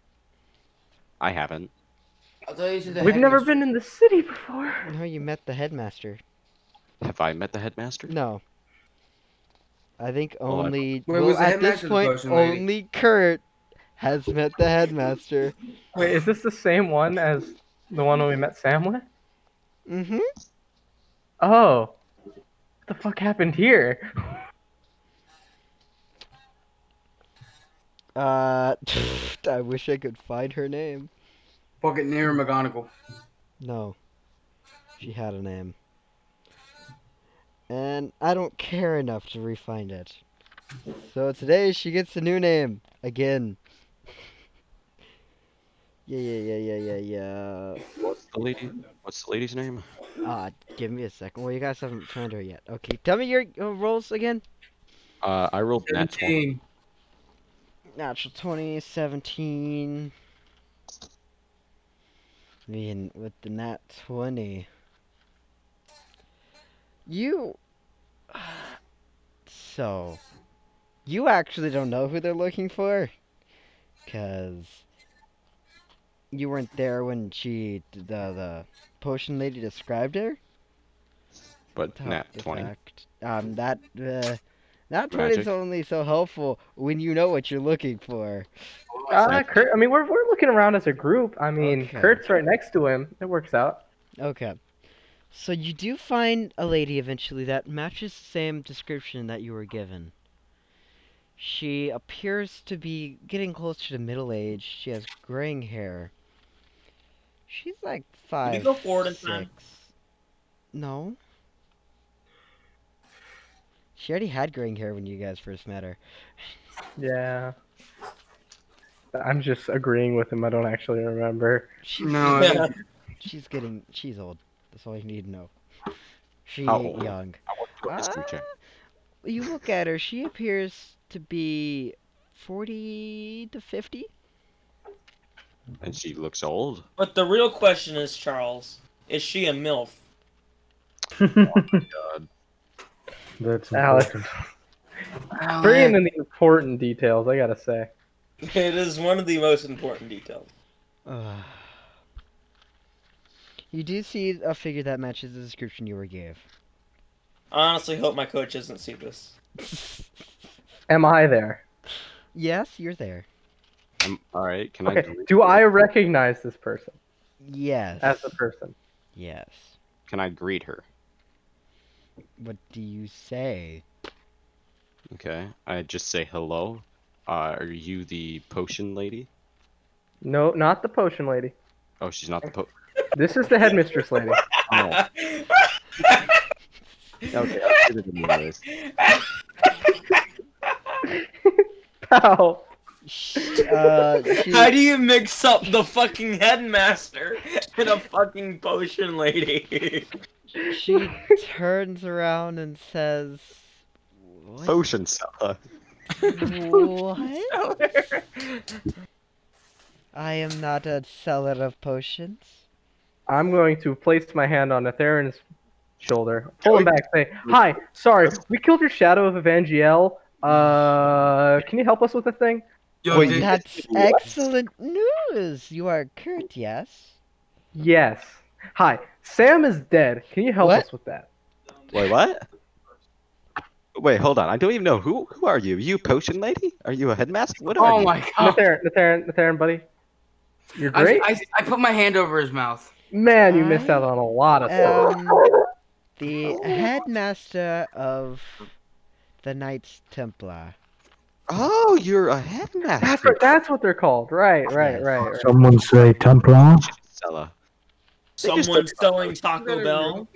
Speaker 5: I haven't.
Speaker 4: I'll tell you the
Speaker 3: We've never
Speaker 4: headmistress-
Speaker 3: been in the city before.
Speaker 2: No, you met the headmaster.
Speaker 5: Have I met the headmaster?
Speaker 2: No. I think
Speaker 5: Well, I-
Speaker 2: only
Speaker 4: Wait,
Speaker 2: well,
Speaker 4: was the
Speaker 2: at this
Speaker 4: headmaster the
Speaker 2: point
Speaker 4: potion lady?
Speaker 2: only Kurt has met the headmaster.
Speaker 3: Wait, is this the same one as the one we met Sam with?
Speaker 2: Mm-hmm.
Speaker 3: Oh. What the fuck happened here?
Speaker 2: Uh, I wish I could find her name.
Speaker 4: Fucking near McGonagall.
Speaker 2: No. She had a name. And I don't care enough to refind it. So today she gets a new name. Again. Yeah, yeah, yeah, yeah, yeah, yeah.
Speaker 5: What's the lady? What's the lady's name?
Speaker 2: Ah, give me a second. Well, you guys haven't found her yet. Okay, tell me your, your rolls again.
Speaker 5: Uh, I rolled nat 20.
Speaker 4: 17.
Speaker 2: Natural 20, 17. I mean, with the nat 20. You. So. You actually don't know who they're looking for? Because. You weren't there when she. The, the potion lady described her?
Speaker 5: but
Speaker 2: Top
Speaker 5: nat
Speaker 2: the
Speaker 5: 20.
Speaker 2: fact. Um, that uh, that twenty is
Speaker 5: Magic.
Speaker 2: only so helpful when you know what you're looking for.
Speaker 3: Uh, Kurt, I mean, we're, we're looking around as a group. I mean,
Speaker 2: Okay.
Speaker 3: Kurt's right next to him. It works out.
Speaker 2: Okay, so you do find a lady eventually that matches the same description that you were given. She appears to be getting closer to middle age. She has graying hair. She's like five.
Speaker 1: Can you go forward in time?
Speaker 2: six. No. She already had graying hair when you guys first met her.
Speaker 3: Yeah. I'm just agreeing with him. I don't actually remember.
Speaker 2: She's
Speaker 4: No, I
Speaker 1: Yeah.
Speaker 4: don't-
Speaker 2: She's getting. She's old. That's all you need to know. She
Speaker 5: How old?
Speaker 2: young.
Speaker 5: I want to do a history check.
Speaker 2: You look at her. She appears to be forty to fifty.
Speaker 5: And she looks old.
Speaker 1: But the real question is, Charles, is she a MILF?
Speaker 5: God.
Speaker 6: That's
Speaker 3: Alex.
Speaker 6: important.
Speaker 3: Bringing in the important details, I gotta say.
Speaker 1: It is one of the most important details.
Speaker 2: Ugh. you do see a figure that matches the description you were gave.
Speaker 1: I honestly hope my coach doesn't see this.
Speaker 3: Am I there?
Speaker 2: yes, you're there.
Speaker 5: Um, all right. Can I
Speaker 3: Okay.
Speaker 5: delete
Speaker 3: Do I recognize this person
Speaker 2: Yes.
Speaker 3: as the person?
Speaker 2: Yes.
Speaker 5: Can I greet her?
Speaker 2: What do you say?
Speaker 5: Okay. I just say hello. Uh, are you the potion lady?
Speaker 3: No, not the potion lady.
Speaker 5: Oh, she's not the po.
Speaker 3: This is the headmistress lady.
Speaker 5: Oh, okay. I should have been aware of this.
Speaker 3: Pow.
Speaker 2: Sh- Uh, she,
Speaker 1: How do you mix up the fucking headmaster and a fucking potion lady?
Speaker 2: she turns around and says, "What?
Speaker 5: Potion seller.
Speaker 2: what? I am not a seller of potions.
Speaker 3: I'm going to place my hand on Atheron's shoulder, pull him back, say, "Hi, sorry, we killed your shadow of Evangel. Uh, can you help us with the thing?"
Speaker 4: Yo,
Speaker 5: Wait,
Speaker 4: dude,
Speaker 5: that-
Speaker 2: That's
Speaker 5: What?
Speaker 2: excellent news. You are Kurt, yes?
Speaker 3: Yes. Hi, Sam is dead. Can you help
Speaker 2: What?
Speaker 3: us with that?
Speaker 5: Wait, what? Wait, hold on. I don't even know who. Who are you? You potion lady? Are you a headmaster? What are
Speaker 4: oh
Speaker 5: you?
Speaker 4: my god.
Speaker 3: Natharen, Natharen, Natharen, buddy. You're
Speaker 4: I,
Speaker 3: great.
Speaker 4: I, I put my hand over his mouth.
Speaker 3: Man, you missed
Speaker 2: I
Speaker 3: out on a lot of stuff.
Speaker 2: Um, the headmaster of the Knights Templar.
Speaker 5: Oh, you're a
Speaker 3: That's
Speaker 5: headmaster.
Speaker 3: what, that's what they're called. Right, right,
Speaker 2: Yes.
Speaker 3: right. right.
Speaker 6: Someone say Templar.
Speaker 5: Stella.
Speaker 1: Someone selling Taco Bell.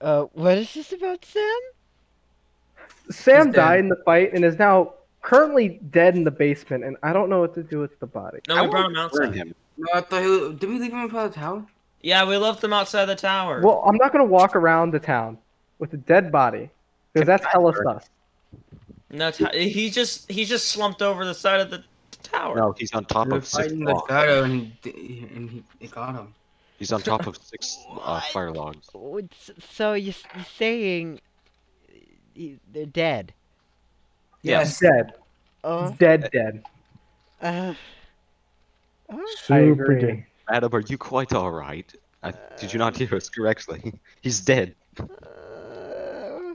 Speaker 2: Uh, what is this about, Sam?
Speaker 3: Sam
Speaker 4: He's dead.
Speaker 3: died in the fight and is now currently dead in the basement, and I don't know what to do with the body.
Speaker 1: No,
Speaker 5: I
Speaker 1: we brought
Speaker 5: want
Speaker 1: him
Speaker 5: to burn
Speaker 1: outside.
Speaker 5: him.
Speaker 4: No, I thought he was- did we leave him in front of the tower?
Speaker 1: Yeah, we left him outside the tower.
Speaker 3: Well, I'm not gonna walk around the town with a dead body because that's hella sus.
Speaker 1: No, ta- he just he just slumped over the side of the tower.
Speaker 5: No, he's on top
Speaker 4: We were
Speaker 5: of six.
Speaker 4: fighting the
Speaker 5: logs.
Speaker 4: shadow and he, and he it got him.
Speaker 5: He's on top of six uh, fire logs.
Speaker 2: Oh, it's- So you- you're saying y- they're dead?
Speaker 4: Yes.
Speaker 3: Dead,
Speaker 2: Oh,
Speaker 3: dead, dead.
Speaker 2: uh, oh.
Speaker 3: I
Speaker 6: Super
Speaker 3: agree.
Speaker 6: gay.
Speaker 5: Adam, are you quite all right? I, did you not hear us correctly? He's dead.
Speaker 2: Uh,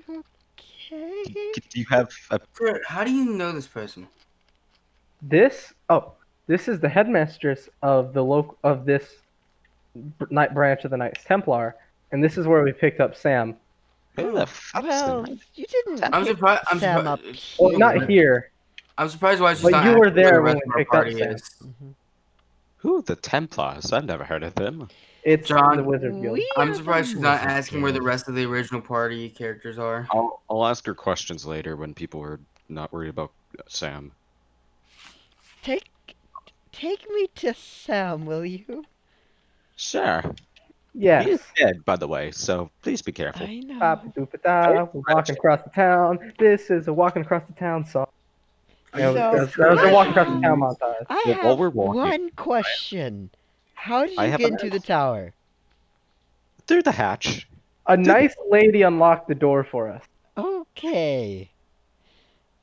Speaker 2: okay.
Speaker 5: Do you have a
Speaker 4: Kurt, How do you know this person?
Speaker 3: This oh, this is the headmistress of the local of this br- night branch of the Knights Templar, and this is where we picked up Sam.
Speaker 5: Who the fuck
Speaker 2: Well, you didn't
Speaker 4: I'm
Speaker 2: pick
Speaker 4: surprised. I'm
Speaker 2: Sam
Speaker 4: surprised.
Speaker 2: up.
Speaker 3: Well, not here.
Speaker 4: I'm surprised why she's
Speaker 3: But
Speaker 4: not.
Speaker 3: you were
Speaker 4: asking
Speaker 3: there
Speaker 4: where the
Speaker 3: when
Speaker 4: rest
Speaker 3: we
Speaker 4: of our
Speaker 3: picked up
Speaker 4: party
Speaker 3: Sam.
Speaker 4: is.
Speaker 2: Mhm.
Speaker 5: Who the Templars? I've never heard of them.
Speaker 3: It's
Speaker 4: John,
Speaker 3: the Wizard Guild.
Speaker 2: We are
Speaker 4: I'm
Speaker 2: the
Speaker 4: surprised she's not
Speaker 2: Wizard
Speaker 4: asking where the
Speaker 2: Guild.
Speaker 4: rest of the original party characters are.
Speaker 5: I'll, I'll ask her questions later when people are not worried about Sam.
Speaker 2: Take, take me to Sam, will you?
Speaker 5: Sure. He
Speaker 3: Yes.
Speaker 5: is dead, by the way, so please be careful.
Speaker 2: I know.
Speaker 3: Pop, doop, a da, we're walking across the town. This is a walking across the town song. Yeah,
Speaker 2: So-
Speaker 3: that was- that was a walking across the town montage.
Speaker 2: I
Speaker 5: Well, while
Speaker 2: have
Speaker 5: we're walking-
Speaker 2: one question. How did
Speaker 5: I
Speaker 2: you
Speaker 5: have
Speaker 2: get
Speaker 5: an
Speaker 2: into the tower?
Speaker 5: Through the hatch.
Speaker 3: A nice lady unlocked the door for us.
Speaker 2: Okay.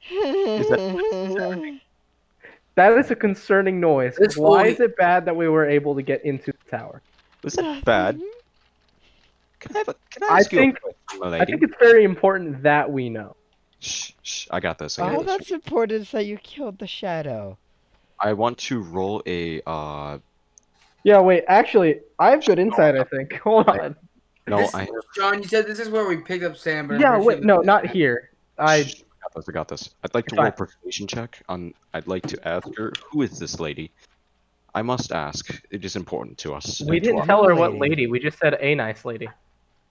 Speaker 3: That is a concerning noise.
Speaker 4: This
Speaker 3: Why
Speaker 4: boy-
Speaker 3: is it bad that we were able to get into the tower?
Speaker 5: Was that bad? Can I have a, can I
Speaker 3: I
Speaker 5: ask you
Speaker 3: think-
Speaker 5: a question, my
Speaker 3: I
Speaker 5: lady?
Speaker 3: think it's very important that we know.
Speaker 5: Shh, shh, I got this. I, got
Speaker 2: All
Speaker 3: Oh,
Speaker 5: this.
Speaker 2: that's important is that you killed the shadow.
Speaker 5: I want to roll a uh
Speaker 3: Yeah, wait, actually, I have good insight, I think. Hold on.
Speaker 5: no
Speaker 4: This-
Speaker 5: I
Speaker 4: John, you said this is where we picked up Sam. But I'm
Speaker 3: Yeah,
Speaker 4: pretty
Speaker 3: wait,
Speaker 4: sure
Speaker 3: no,
Speaker 4: that-
Speaker 3: not here. I
Speaker 5: Shh, I got this. I got this. I'd like to
Speaker 3: It's
Speaker 5: roll a
Speaker 3: fine.
Speaker 5: persuasion check on. I'd like to ask her who is this lady. I must ask. It is important to us.
Speaker 3: we
Speaker 5: and to
Speaker 3: didn't
Speaker 5: our-
Speaker 3: tell her what
Speaker 2: lady.
Speaker 3: lady. We just said a nice lady.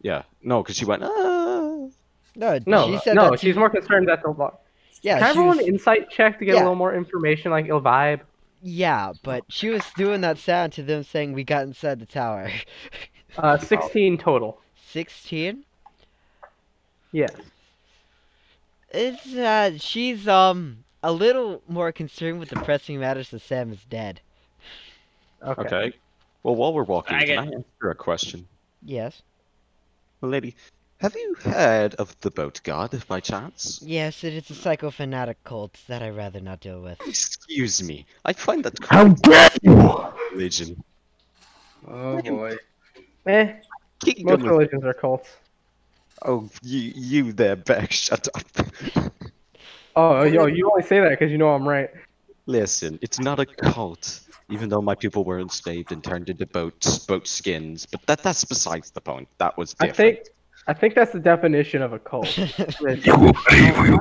Speaker 5: Yeah, no, because she went. Ah.
Speaker 2: No,
Speaker 3: No,
Speaker 2: she said
Speaker 3: no,
Speaker 2: that
Speaker 3: she's
Speaker 2: you-
Speaker 3: more concerned that the law.
Speaker 2: Yeah,
Speaker 3: Can I
Speaker 2: she
Speaker 3: roll
Speaker 2: was-
Speaker 3: an insight check to get
Speaker 2: Yeah.
Speaker 3: a little more information, like ill vibe?
Speaker 2: yeah, but she was doing that sound to them saying we got inside the tower.
Speaker 3: Uh,
Speaker 2: Oh.
Speaker 3: sixteen total.
Speaker 2: Sixteen.
Speaker 3: Yes.
Speaker 2: It's uh, she's um a little more concerned with the pressing matters that Sam is dead.
Speaker 3: Okay.
Speaker 5: Okay. Well, while we're walking,
Speaker 1: I
Speaker 5: can
Speaker 1: get-
Speaker 5: I ask her a question,
Speaker 2: Yes.
Speaker 5: lady? Have you heard of the boat god by chance?
Speaker 2: Yes, it is a psychofanatic cult that I'd rather not deal with.
Speaker 5: Excuse me. I find that
Speaker 6: How dare you!
Speaker 5: religion.
Speaker 4: Oh boy.
Speaker 3: Eh,
Speaker 5: Kingdom
Speaker 3: most
Speaker 5: of-
Speaker 3: religions are cults.
Speaker 5: Oh, you, you there, Beck? Shut up.
Speaker 3: Oh, yo, you only say that because you know I'm right.
Speaker 5: Listen, it's not a cult, even though my people were enslaved and turned into boats, boat skins, but that that's besides the point. That was
Speaker 3: I
Speaker 5: different.
Speaker 3: think, I think that's the definition of a cult.
Speaker 4: Oh,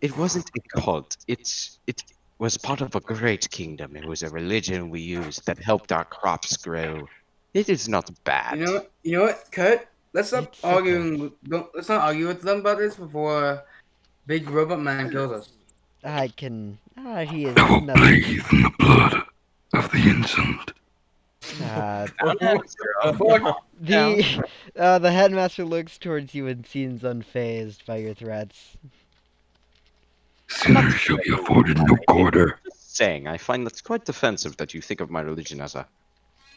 Speaker 5: It wasn't a cult. It's it was part of a great kingdom. It was a religion we used that helped our crops grow. It is not bad.
Speaker 4: You know, what- you know what? Cut. Let's not
Speaker 2: It's okay.
Speaker 4: arguing. with- Don't let's not argue with them about this before Big Robot Man kills us.
Speaker 2: I can. Ah, he is
Speaker 7: I will
Speaker 2: nothing.
Speaker 7: bathe Oh, in the blood of the innocent.
Speaker 2: Uh,
Speaker 1: Yeah.
Speaker 2: the uh, the headmaster looks towards you and seems unfazed by your threats.
Speaker 7: Sinners shall be afforded no quarter.
Speaker 5: Just saying, I find that's quite offensive that you think of my religion as a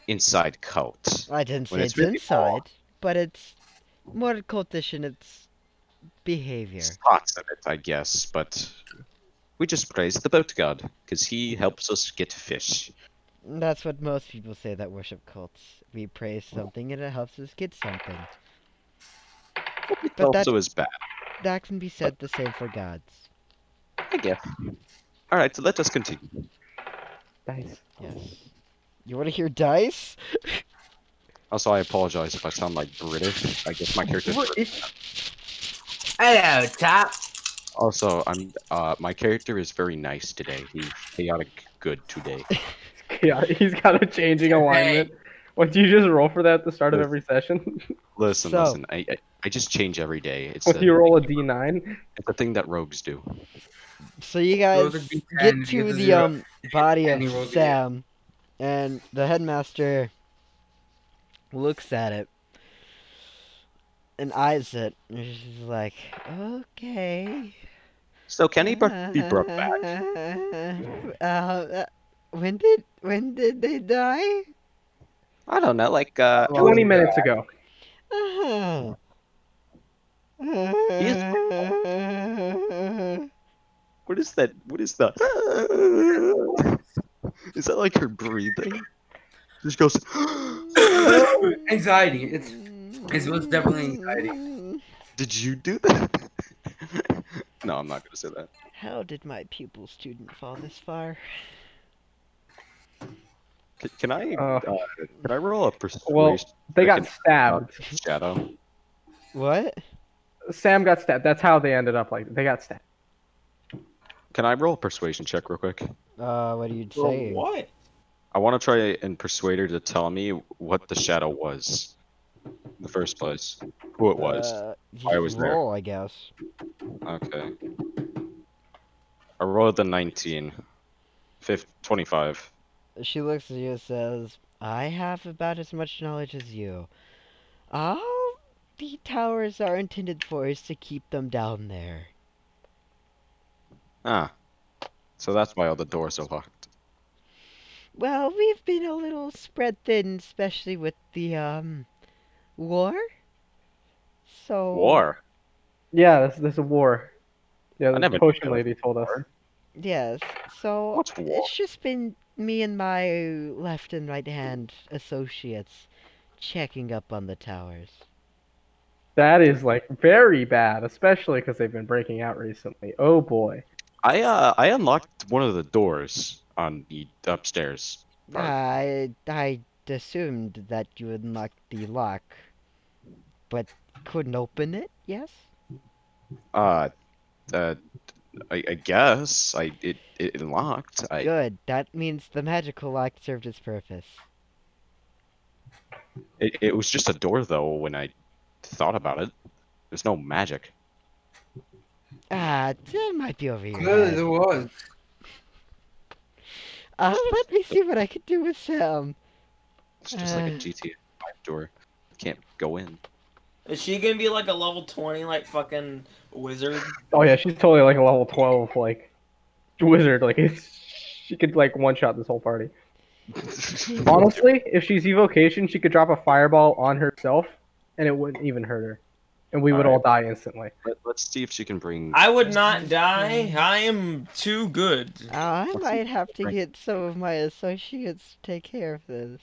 Speaker 5: inside cult.
Speaker 2: I didn't say
Speaker 5: Well,
Speaker 2: it's,
Speaker 5: it's really
Speaker 2: inside,
Speaker 5: cool.
Speaker 2: but it's more cultish in its behavior.
Speaker 5: Parts of it, I guess, but we just praise the boat god because he helps us get fish.
Speaker 2: That's what most people say that worship cults. We praise something and it helps us get something.
Speaker 5: It
Speaker 2: But that-
Speaker 5: also is bad,
Speaker 2: That can be said the same for gods.
Speaker 5: I guess. All right, so let us continue.
Speaker 3: Nice.
Speaker 2: Yes. You want to hear dice?
Speaker 5: Also, I apologize if I sound like British. I guess my character.
Speaker 3: What is-
Speaker 4: Hello, Top.
Speaker 5: Also, I'm uh, my character is very nice today. He's chaotic good today.
Speaker 3: Yeah, he's got a changing alignment. What do you just roll for that at the start of
Speaker 5: Yes.
Speaker 3: every session?
Speaker 5: Listen,
Speaker 2: So-
Speaker 5: listen. I, I I just change every day. It's
Speaker 3: What
Speaker 5: a,
Speaker 3: do you roll a D nine?
Speaker 5: it's a thing that rogues do.
Speaker 2: So you guys
Speaker 4: Those are D10, you
Speaker 2: get
Speaker 4: get
Speaker 2: to
Speaker 4: the
Speaker 2: the
Speaker 4: zero.
Speaker 2: um body
Speaker 4: And he
Speaker 2: of
Speaker 4: rolls a
Speaker 2: Sam, and the headmaster looks at it and eyes it, and she's like, "Okay."
Speaker 5: So can he br- be brought back?
Speaker 2: Uh, uh, when did when did they die?
Speaker 5: I don't know, like uh,
Speaker 3: Twenty minutes ago.
Speaker 2: Uh-huh.
Speaker 5: What is that? What is that? Is that like her breathing? Just goes.
Speaker 4: Anxiety. It's it's most definitely anxiety.
Speaker 5: Did you do that? no, I'm not gonna say that.
Speaker 2: How did my pupil student fall this far?
Speaker 5: C- Can I?
Speaker 3: Uh.
Speaker 5: Uh, can I roll a persuasion?
Speaker 3: They
Speaker 5: I
Speaker 3: got
Speaker 5: can-
Speaker 3: stabbed.
Speaker 5: shadow.
Speaker 2: What?
Speaker 3: Sam got stabbed. That's how they ended up like they got stabbed.
Speaker 5: Can I roll a persuasion check real quick?
Speaker 2: Uh, what are you
Speaker 1: Bro,
Speaker 2: saying?
Speaker 1: what?
Speaker 5: I want to try and persuade her to tell me what the shadow was in the first place. Who it was.
Speaker 2: Uh,
Speaker 5: I
Speaker 2: just
Speaker 5: was there.
Speaker 2: roll, I guess.
Speaker 5: okay. I rolled the 19. Fif- 25.
Speaker 2: She looks at you and says, I have about as much knowledge as you. All the towers are intended for is to keep them down there.
Speaker 5: Ah. So that's why all the doors are locked.
Speaker 2: Well, we've been a little spread thin, especially with the, um, war? So.
Speaker 5: War.
Speaker 3: Yeah, this this is a war. Yeah,
Speaker 5: I
Speaker 3: the
Speaker 5: never
Speaker 3: potion
Speaker 5: knew it
Speaker 3: lady told us.
Speaker 2: Yes. So
Speaker 5: What's war?
Speaker 2: it's just been me and my left and right hand associates checking up on the towers.
Speaker 3: That is like very bad, especially because they've been breaking out recently. Oh boy.
Speaker 5: I uh, I unlocked one of the doors on the upstairs. Right.
Speaker 2: I I assumed that you unlocked the lock, but couldn't open it. Yes.
Speaker 5: Uh, uh I, I guess I it it locked. I
Speaker 2: Good. That means the magical lock served its purpose.
Speaker 5: It, it was just a door, though, when I thought about it. There's no magic.
Speaker 2: Ah, that might be over your
Speaker 4: Clearly
Speaker 2: head.
Speaker 4: there was.
Speaker 2: Uh, let me see what I can do with Sam.
Speaker 5: It's just like a
Speaker 2: Uh.
Speaker 5: GTA 5 door. Can't go in.
Speaker 1: Is she gonna be like a level twenty, like fucking wizard?
Speaker 3: Oh yeah, she's totally like a level twelve like wizard. Like it's, she could like one shot this whole party. Honestly, if she's evocation, she could drop a fireball on herself, and it wouldn't even hurt her, and we would all die instantly.
Speaker 5: Let, let's see if she can bring.
Speaker 1: I would not die. I am too good.
Speaker 2: Uh, I
Speaker 5: What's
Speaker 2: might have to
Speaker 5: right.
Speaker 2: get some of my associates to take care of this.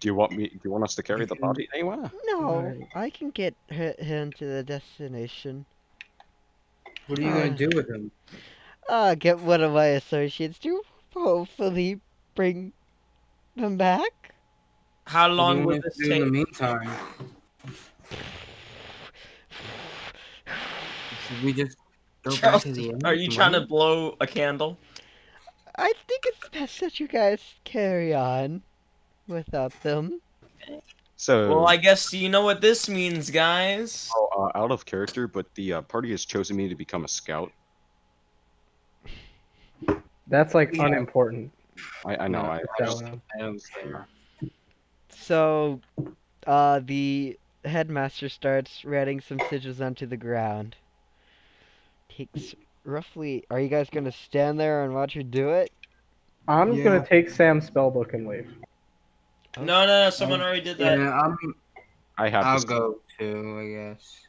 Speaker 5: Do you want me? Do you want us to carry the body anywhere?
Speaker 2: No,
Speaker 3: Right.
Speaker 2: I can get her, him to the destination.
Speaker 4: What are you gonna do with him?
Speaker 2: Uh, get one of my associates to hopefully bring them back.
Speaker 1: How
Speaker 4: What do
Speaker 1: long
Speaker 4: you
Speaker 1: would
Speaker 4: want
Speaker 1: this
Speaker 4: to do In the
Speaker 1: take?
Speaker 4: meantime, should we just go back to the inn
Speaker 1: Are you
Speaker 4: and
Speaker 1: trying to
Speaker 4: wait?
Speaker 1: blow a candle?
Speaker 2: I think it's best that you guys carry on without them.
Speaker 5: So,
Speaker 1: Well, I guess you know what this means, guys.
Speaker 5: oh, uh, out of character, but the uh, party has chosen me to become a scout.
Speaker 3: That's like
Speaker 4: Yeah.
Speaker 3: unimportant.
Speaker 5: I, I know.
Speaker 3: No,
Speaker 5: I,
Speaker 3: it's
Speaker 5: I just,
Speaker 3: valid.
Speaker 4: I understand.
Speaker 2: So, uh, the headmaster starts writing some sigils onto the ground. Takes roughly. Are you guys gonna stand there and watch her do it?
Speaker 3: I'm
Speaker 4: Yeah.
Speaker 3: gonna take Sam's spellbook and leave.
Speaker 1: No, no, no. Someone already did that.
Speaker 4: Oh, Yeah, I'm,
Speaker 5: I have.
Speaker 4: I'll
Speaker 5: this-
Speaker 4: go too, I guess.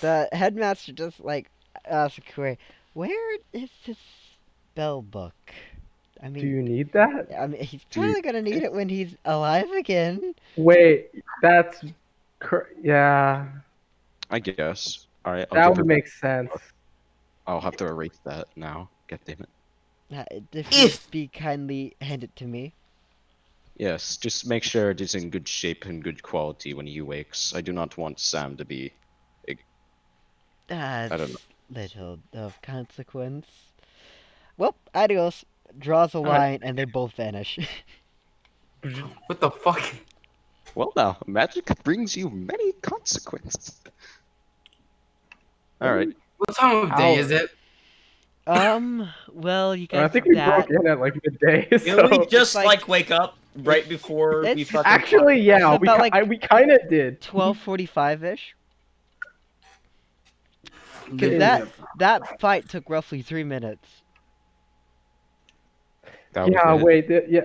Speaker 2: The headmaster just like asks Corey, "Where is this spell book?" I
Speaker 3: Do
Speaker 2: mean,
Speaker 3: you need that?
Speaker 2: I mean, he's
Speaker 5: Do you-
Speaker 2: probably gonna need it when he's alive again.
Speaker 3: Wait, that's cr- yeah.
Speaker 5: I guess. All right. I'll
Speaker 3: That
Speaker 5: give her-
Speaker 3: would make sense.
Speaker 5: I'll have to erase that now. God damn it.
Speaker 2: Uh, If you
Speaker 1: If-
Speaker 2: be kindly hand it to me.
Speaker 5: Yes, just make sure it is in good shape and good quality when he wakes. I do not want Sam to be.
Speaker 2: That's
Speaker 5: don't know.
Speaker 2: little of consequence. Well, adios. Draws a line, and they both vanish.
Speaker 4: What the fuck?
Speaker 5: Well, now, magic brings you many consequences. Alright,
Speaker 4: What time of day
Speaker 3: Ow.
Speaker 4: is it?
Speaker 2: um, well, you guys
Speaker 3: I think
Speaker 2: did
Speaker 3: we
Speaker 2: that.
Speaker 3: broke in at like midday.
Speaker 1: Can
Speaker 3: So
Speaker 1: we just
Speaker 2: like-
Speaker 1: like, wake up right before we
Speaker 2: It's-
Speaker 1: fucking
Speaker 3: actually, yeah,
Speaker 2: It's
Speaker 3: we
Speaker 2: about,
Speaker 3: ki-
Speaker 2: like-
Speaker 3: I, we kind of did.
Speaker 2: 1245 ish.
Speaker 4: Yeah.
Speaker 2: that- That fight took roughly three minutes.
Speaker 5: that
Speaker 3: yeah,
Speaker 5: was it.
Speaker 3: wait, th- yeah,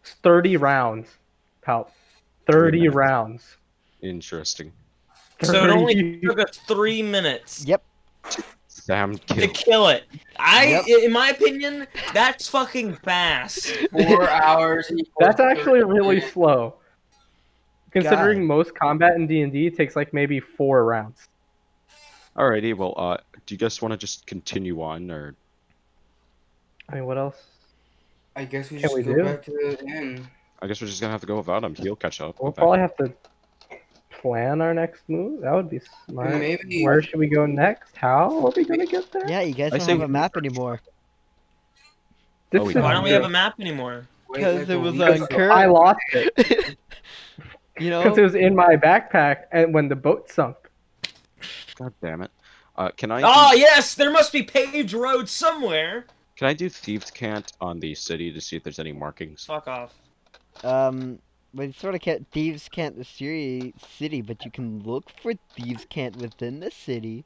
Speaker 3: it's thirty rounds, pal. Thirty
Speaker 5: minutes.
Speaker 3: rounds.
Speaker 5: Interesting.
Speaker 1: So it only
Speaker 3: 30
Speaker 1: took us three minutes
Speaker 2: Yep.
Speaker 5: Sam
Speaker 1: to
Speaker 5: killed.
Speaker 1: kill it. I,
Speaker 2: Yep.
Speaker 1: in my opinion, that's fucking fast.
Speaker 4: Four hours. equals
Speaker 3: That's actually
Speaker 4: 30
Speaker 3: really
Speaker 4: minutes.
Speaker 3: slow. Considering most combat in D and D takes like maybe four rounds.
Speaker 5: Alrighty, well, uh, do you guys want to just continue on, or
Speaker 3: I mean, what else?
Speaker 4: I guess we
Speaker 3: Can
Speaker 4: just
Speaker 3: we
Speaker 4: go
Speaker 3: do?
Speaker 4: back to the end.
Speaker 5: I guess we're just gonna have to go without him. He'll catch up.
Speaker 3: We'll
Speaker 5: Go
Speaker 3: probably
Speaker 5: back.
Speaker 3: have to plan our next move. That would be smart.
Speaker 4: Maybe-
Speaker 3: Where should we go next? How are we gonna get there?
Speaker 2: Yeah, you guys
Speaker 5: I
Speaker 2: don't
Speaker 5: say
Speaker 2: have
Speaker 5: we
Speaker 2: a
Speaker 5: do
Speaker 2: map anymore.
Speaker 3: This
Speaker 5: Oh, we
Speaker 3: is
Speaker 5: got
Speaker 1: Why don't we have a
Speaker 3: true.
Speaker 1: map anymore?
Speaker 4: Wait,
Speaker 2: 'Cause
Speaker 4: like
Speaker 2: it
Speaker 4: a
Speaker 2: was,
Speaker 4: week
Speaker 2: uh,
Speaker 4: or so.
Speaker 2: current-
Speaker 3: I lost it
Speaker 2: you
Speaker 3: because it
Speaker 2: know,
Speaker 3: was in my backpack, and when the boat sunk.
Speaker 5: God damn it. Uh, can I?
Speaker 1: Oh
Speaker 3: Ah!
Speaker 5: do,
Speaker 1: yes, there must be paved roads somewhere.
Speaker 5: Can I do thieves' cant on the city to see if there's any markings?
Speaker 1: Fuck off.
Speaker 2: um, but you sort of can't. Thieves can't the city, city, but you can look for thieves can't within the city.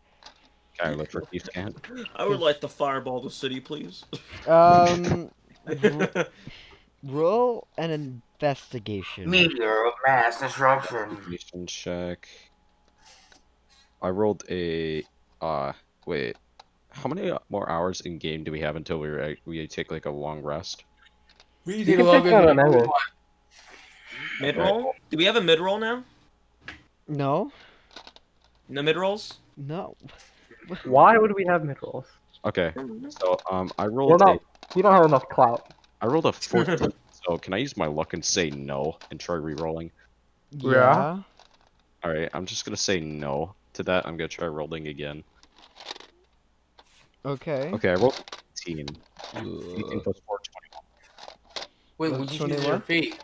Speaker 5: Can I look for thieves' cant?
Speaker 1: I would like to fireball the city, please.
Speaker 2: Um, roll an investigation.
Speaker 4: Meteor of mass destruction.
Speaker 5: Investigation check. I rolled a. Uh, wait. How many more hours in game do we have until we re- we take like a long rest?
Speaker 4: We
Speaker 3: You can take out an hour.
Speaker 1: Mid roll? Do we have a mid roll now?
Speaker 2: No,
Speaker 1: No mid rolls?
Speaker 2: no.
Speaker 3: Why would we have mid rolls?
Speaker 5: Okay. So um, I
Speaker 3: We're
Speaker 5: rolled a,
Speaker 3: not. We don't have enough clout.
Speaker 5: I rolled a fourteen. so can I use my luck and say no and try re-rolling?
Speaker 3: Yeah.
Speaker 2: yeah.
Speaker 5: All right. I'm just gonna say no to that. I'm gonna try rolling again.
Speaker 2: Okay.
Speaker 5: Okay. I rolled eighteen. 18
Speaker 2: Ugh.
Speaker 5: plus four, 21.
Speaker 4: Wait,
Speaker 2: That's
Speaker 4: would you use your
Speaker 2: 21?
Speaker 4: feet?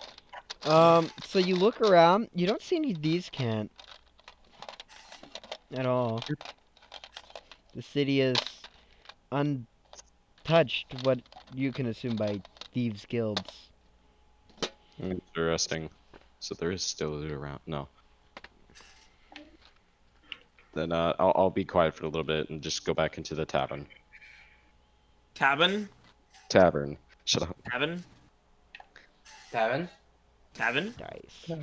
Speaker 2: Um, so you look around, you don't see any of these can't. At all. The city is untouched, what you can assume by thieves' guilds.
Speaker 5: Interesting. So there is still loot around. No. Then uh, I'll, I'll be quiet for a little bit and just go back into the tavern.
Speaker 1: Cabin?
Speaker 5: Tavern. Shut up.
Speaker 1: Cabin?
Speaker 4: Seven.
Speaker 1: Cabin?
Speaker 2: Dice.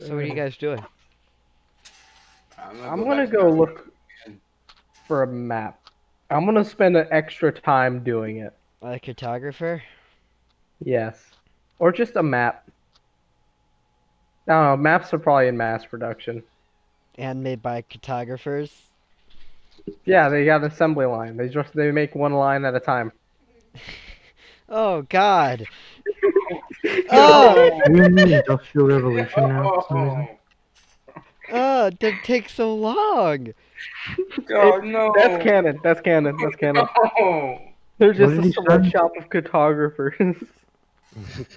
Speaker 2: So what are you guys doing?
Speaker 3: I'm gonna go look for a map. I'm gonna spend an extra time doing it.
Speaker 2: A cartographer?
Speaker 3: Yes, or just a map. I don't know. Maps are probably in mass production.
Speaker 2: And made by cartographers?
Speaker 3: Yeah, they got an assembly line. They just they make one line at a time.
Speaker 2: Oh god! Oh!
Speaker 6: Are we in the Industrial Revolution now? for some reason?
Speaker 2: Oh, it didn't take so long!
Speaker 4: God, no.
Speaker 3: That's canon. That's canon. That's canon.
Speaker 4: No.
Speaker 3: They're just
Speaker 6: What did he
Speaker 3: a
Speaker 6: say?
Speaker 3: workshop of cartographers.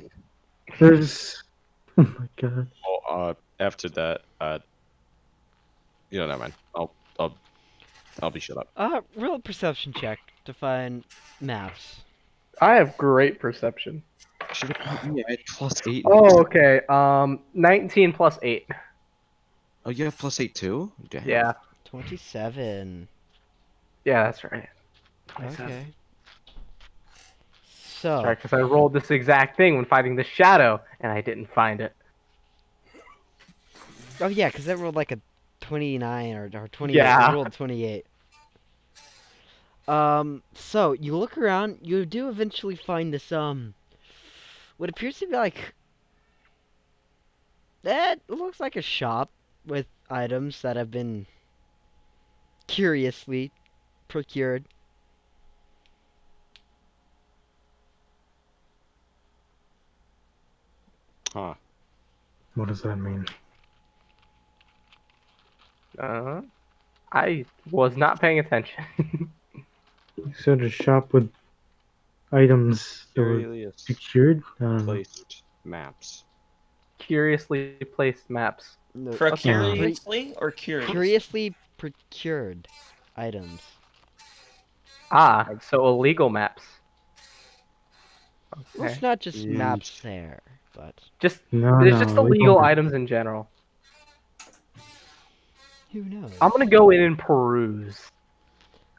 Speaker 6: There's. Oh my god.
Speaker 5: Well, uh, after that, uh, you know, never mind. I'll, I'll, I'll be shut up.
Speaker 2: Uh, roll a perception check to find maps.
Speaker 3: I have great perception.
Speaker 5: Should have put me at plus eight.
Speaker 3: Oh, okay. Um, 19 plus eight.
Speaker 5: Oh, you have plus eight too? Damn.
Speaker 3: Yeah.
Speaker 2: 27.
Speaker 3: Yeah, that's
Speaker 2: Okay.
Speaker 3: right. That's right,
Speaker 2: So,
Speaker 3: because
Speaker 6: Oh.
Speaker 3: I rolled this exact thing when fighting the shadow, and I didn't find it.
Speaker 2: oh yeah, because that rolled like a 29 or, or 28.
Speaker 3: Yeah.
Speaker 2: I rolled 28. Um, so you look around, you do eventually find this, um, what appears to be like, that looks like a shop with items that have been curiously procured.
Speaker 5: Huh.
Speaker 6: What does that mean?
Speaker 3: Uh, I was not paying attention.
Speaker 6: You said a shop with items that were
Speaker 5: Curious
Speaker 6: secured? Uh,
Speaker 5: placed maps.
Speaker 3: Curiously placed maps.
Speaker 2: No, Uh, okay, curi-
Speaker 1: Precariously or curious?
Speaker 2: curiously procured items.
Speaker 3: Ah, so illegal maps.
Speaker 2: Well,
Speaker 3: Okay.
Speaker 2: it's not just
Speaker 5: Mm.
Speaker 2: maps there, but
Speaker 3: Just
Speaker 6: no,
Speaker 3: there's
Speaker 6: no,
Speaker 3: just
Speaker 6: we
Speaker 3: illegal
Speaker 6: don't-
Speaker 3: items in general.
Speaker 2: who knows?
Speaker 3: I'm gonna go in and peruse.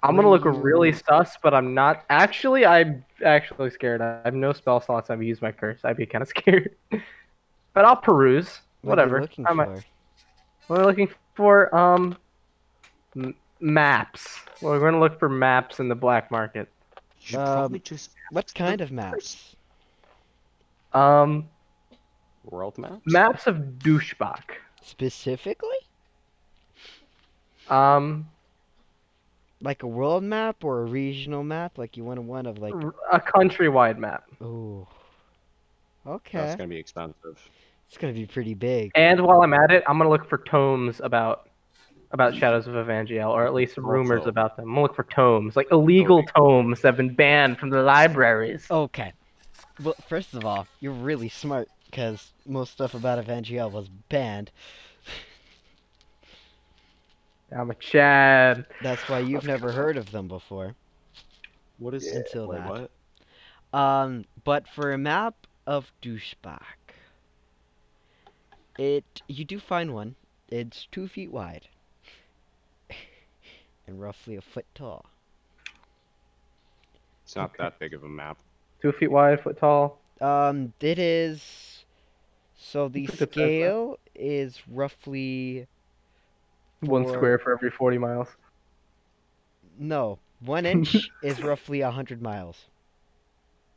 Speaker 3: I'm gonna look really
Speaker 2: Ooh.
Speaker 3: sus, but I'm not. Actually, I'm actually scared. I have no spell slots. I've used my curse. I'd be kind of scared. but I'll peruse.
Speaker 2: What are you
Speaker 3: Whatever.
Speaker 2: looking
Speaker 3: I'm
Speaker 2: for?
Speaker 3: We're looking for um m- maps. We're gonna look for maps in the black market.
Speaker 5: You should
Speaker 2: Um,
Speaker 5: probably just
Speaker 2: What kind of maps?
Speaker 3: Um,
Speaker 5: world maps.
Speaker 3: maps of douchebag.
Speaker 2: Specifically?
Speaker 3: Um,
Speaker 2: like a world map or a regional map? Like you want one of like
Speaker 3: A countrywide map.
Speaker 2: oh.
Speaker 5: That's
Speaker 2: Okay.
Speaker 5: gonna be expensive.
Speaker 2: It's gonna be pretty big.
Speaker 3: And while I'm at it, I'm gonna look for tomes about about Shadows of Evangel, or at least rumors
Speaker 5: Also-
Speaker 3: about them. I'm gonna look for tomes, like illegal
Speaker 5: Okay.
Speaker 3: tomes that have been banned from the libraries.
Speaker 2: Okay. Well, first of all, you're really smart because most stuff about Evangel was banned.
Speaker 3: I'm a Chad.
Speaker 2: That's why you've never heard of them before.
Speaker 5: What is
Speaker 2: Until
Speaker 5: wait,
Speaker 2: that.
Speaker 5: what?
Speaker 2: Um, but for a map of douchebag, it you do find one. It's two feet wide and roughly a foot tall.
Speaker 5: It's not that big of a map.
Speaker 3: Two feet wide, foot tall.
Speaker 2: Um, it is. So the
Speaker 3: Look at that, huh?
Speaker 2: scale is roughly
Speaker 3: One
Speaker 2: Four.
Speaker 3: square for every 40 miles.
Speaker 2: no one inch is roughly a hundred miles.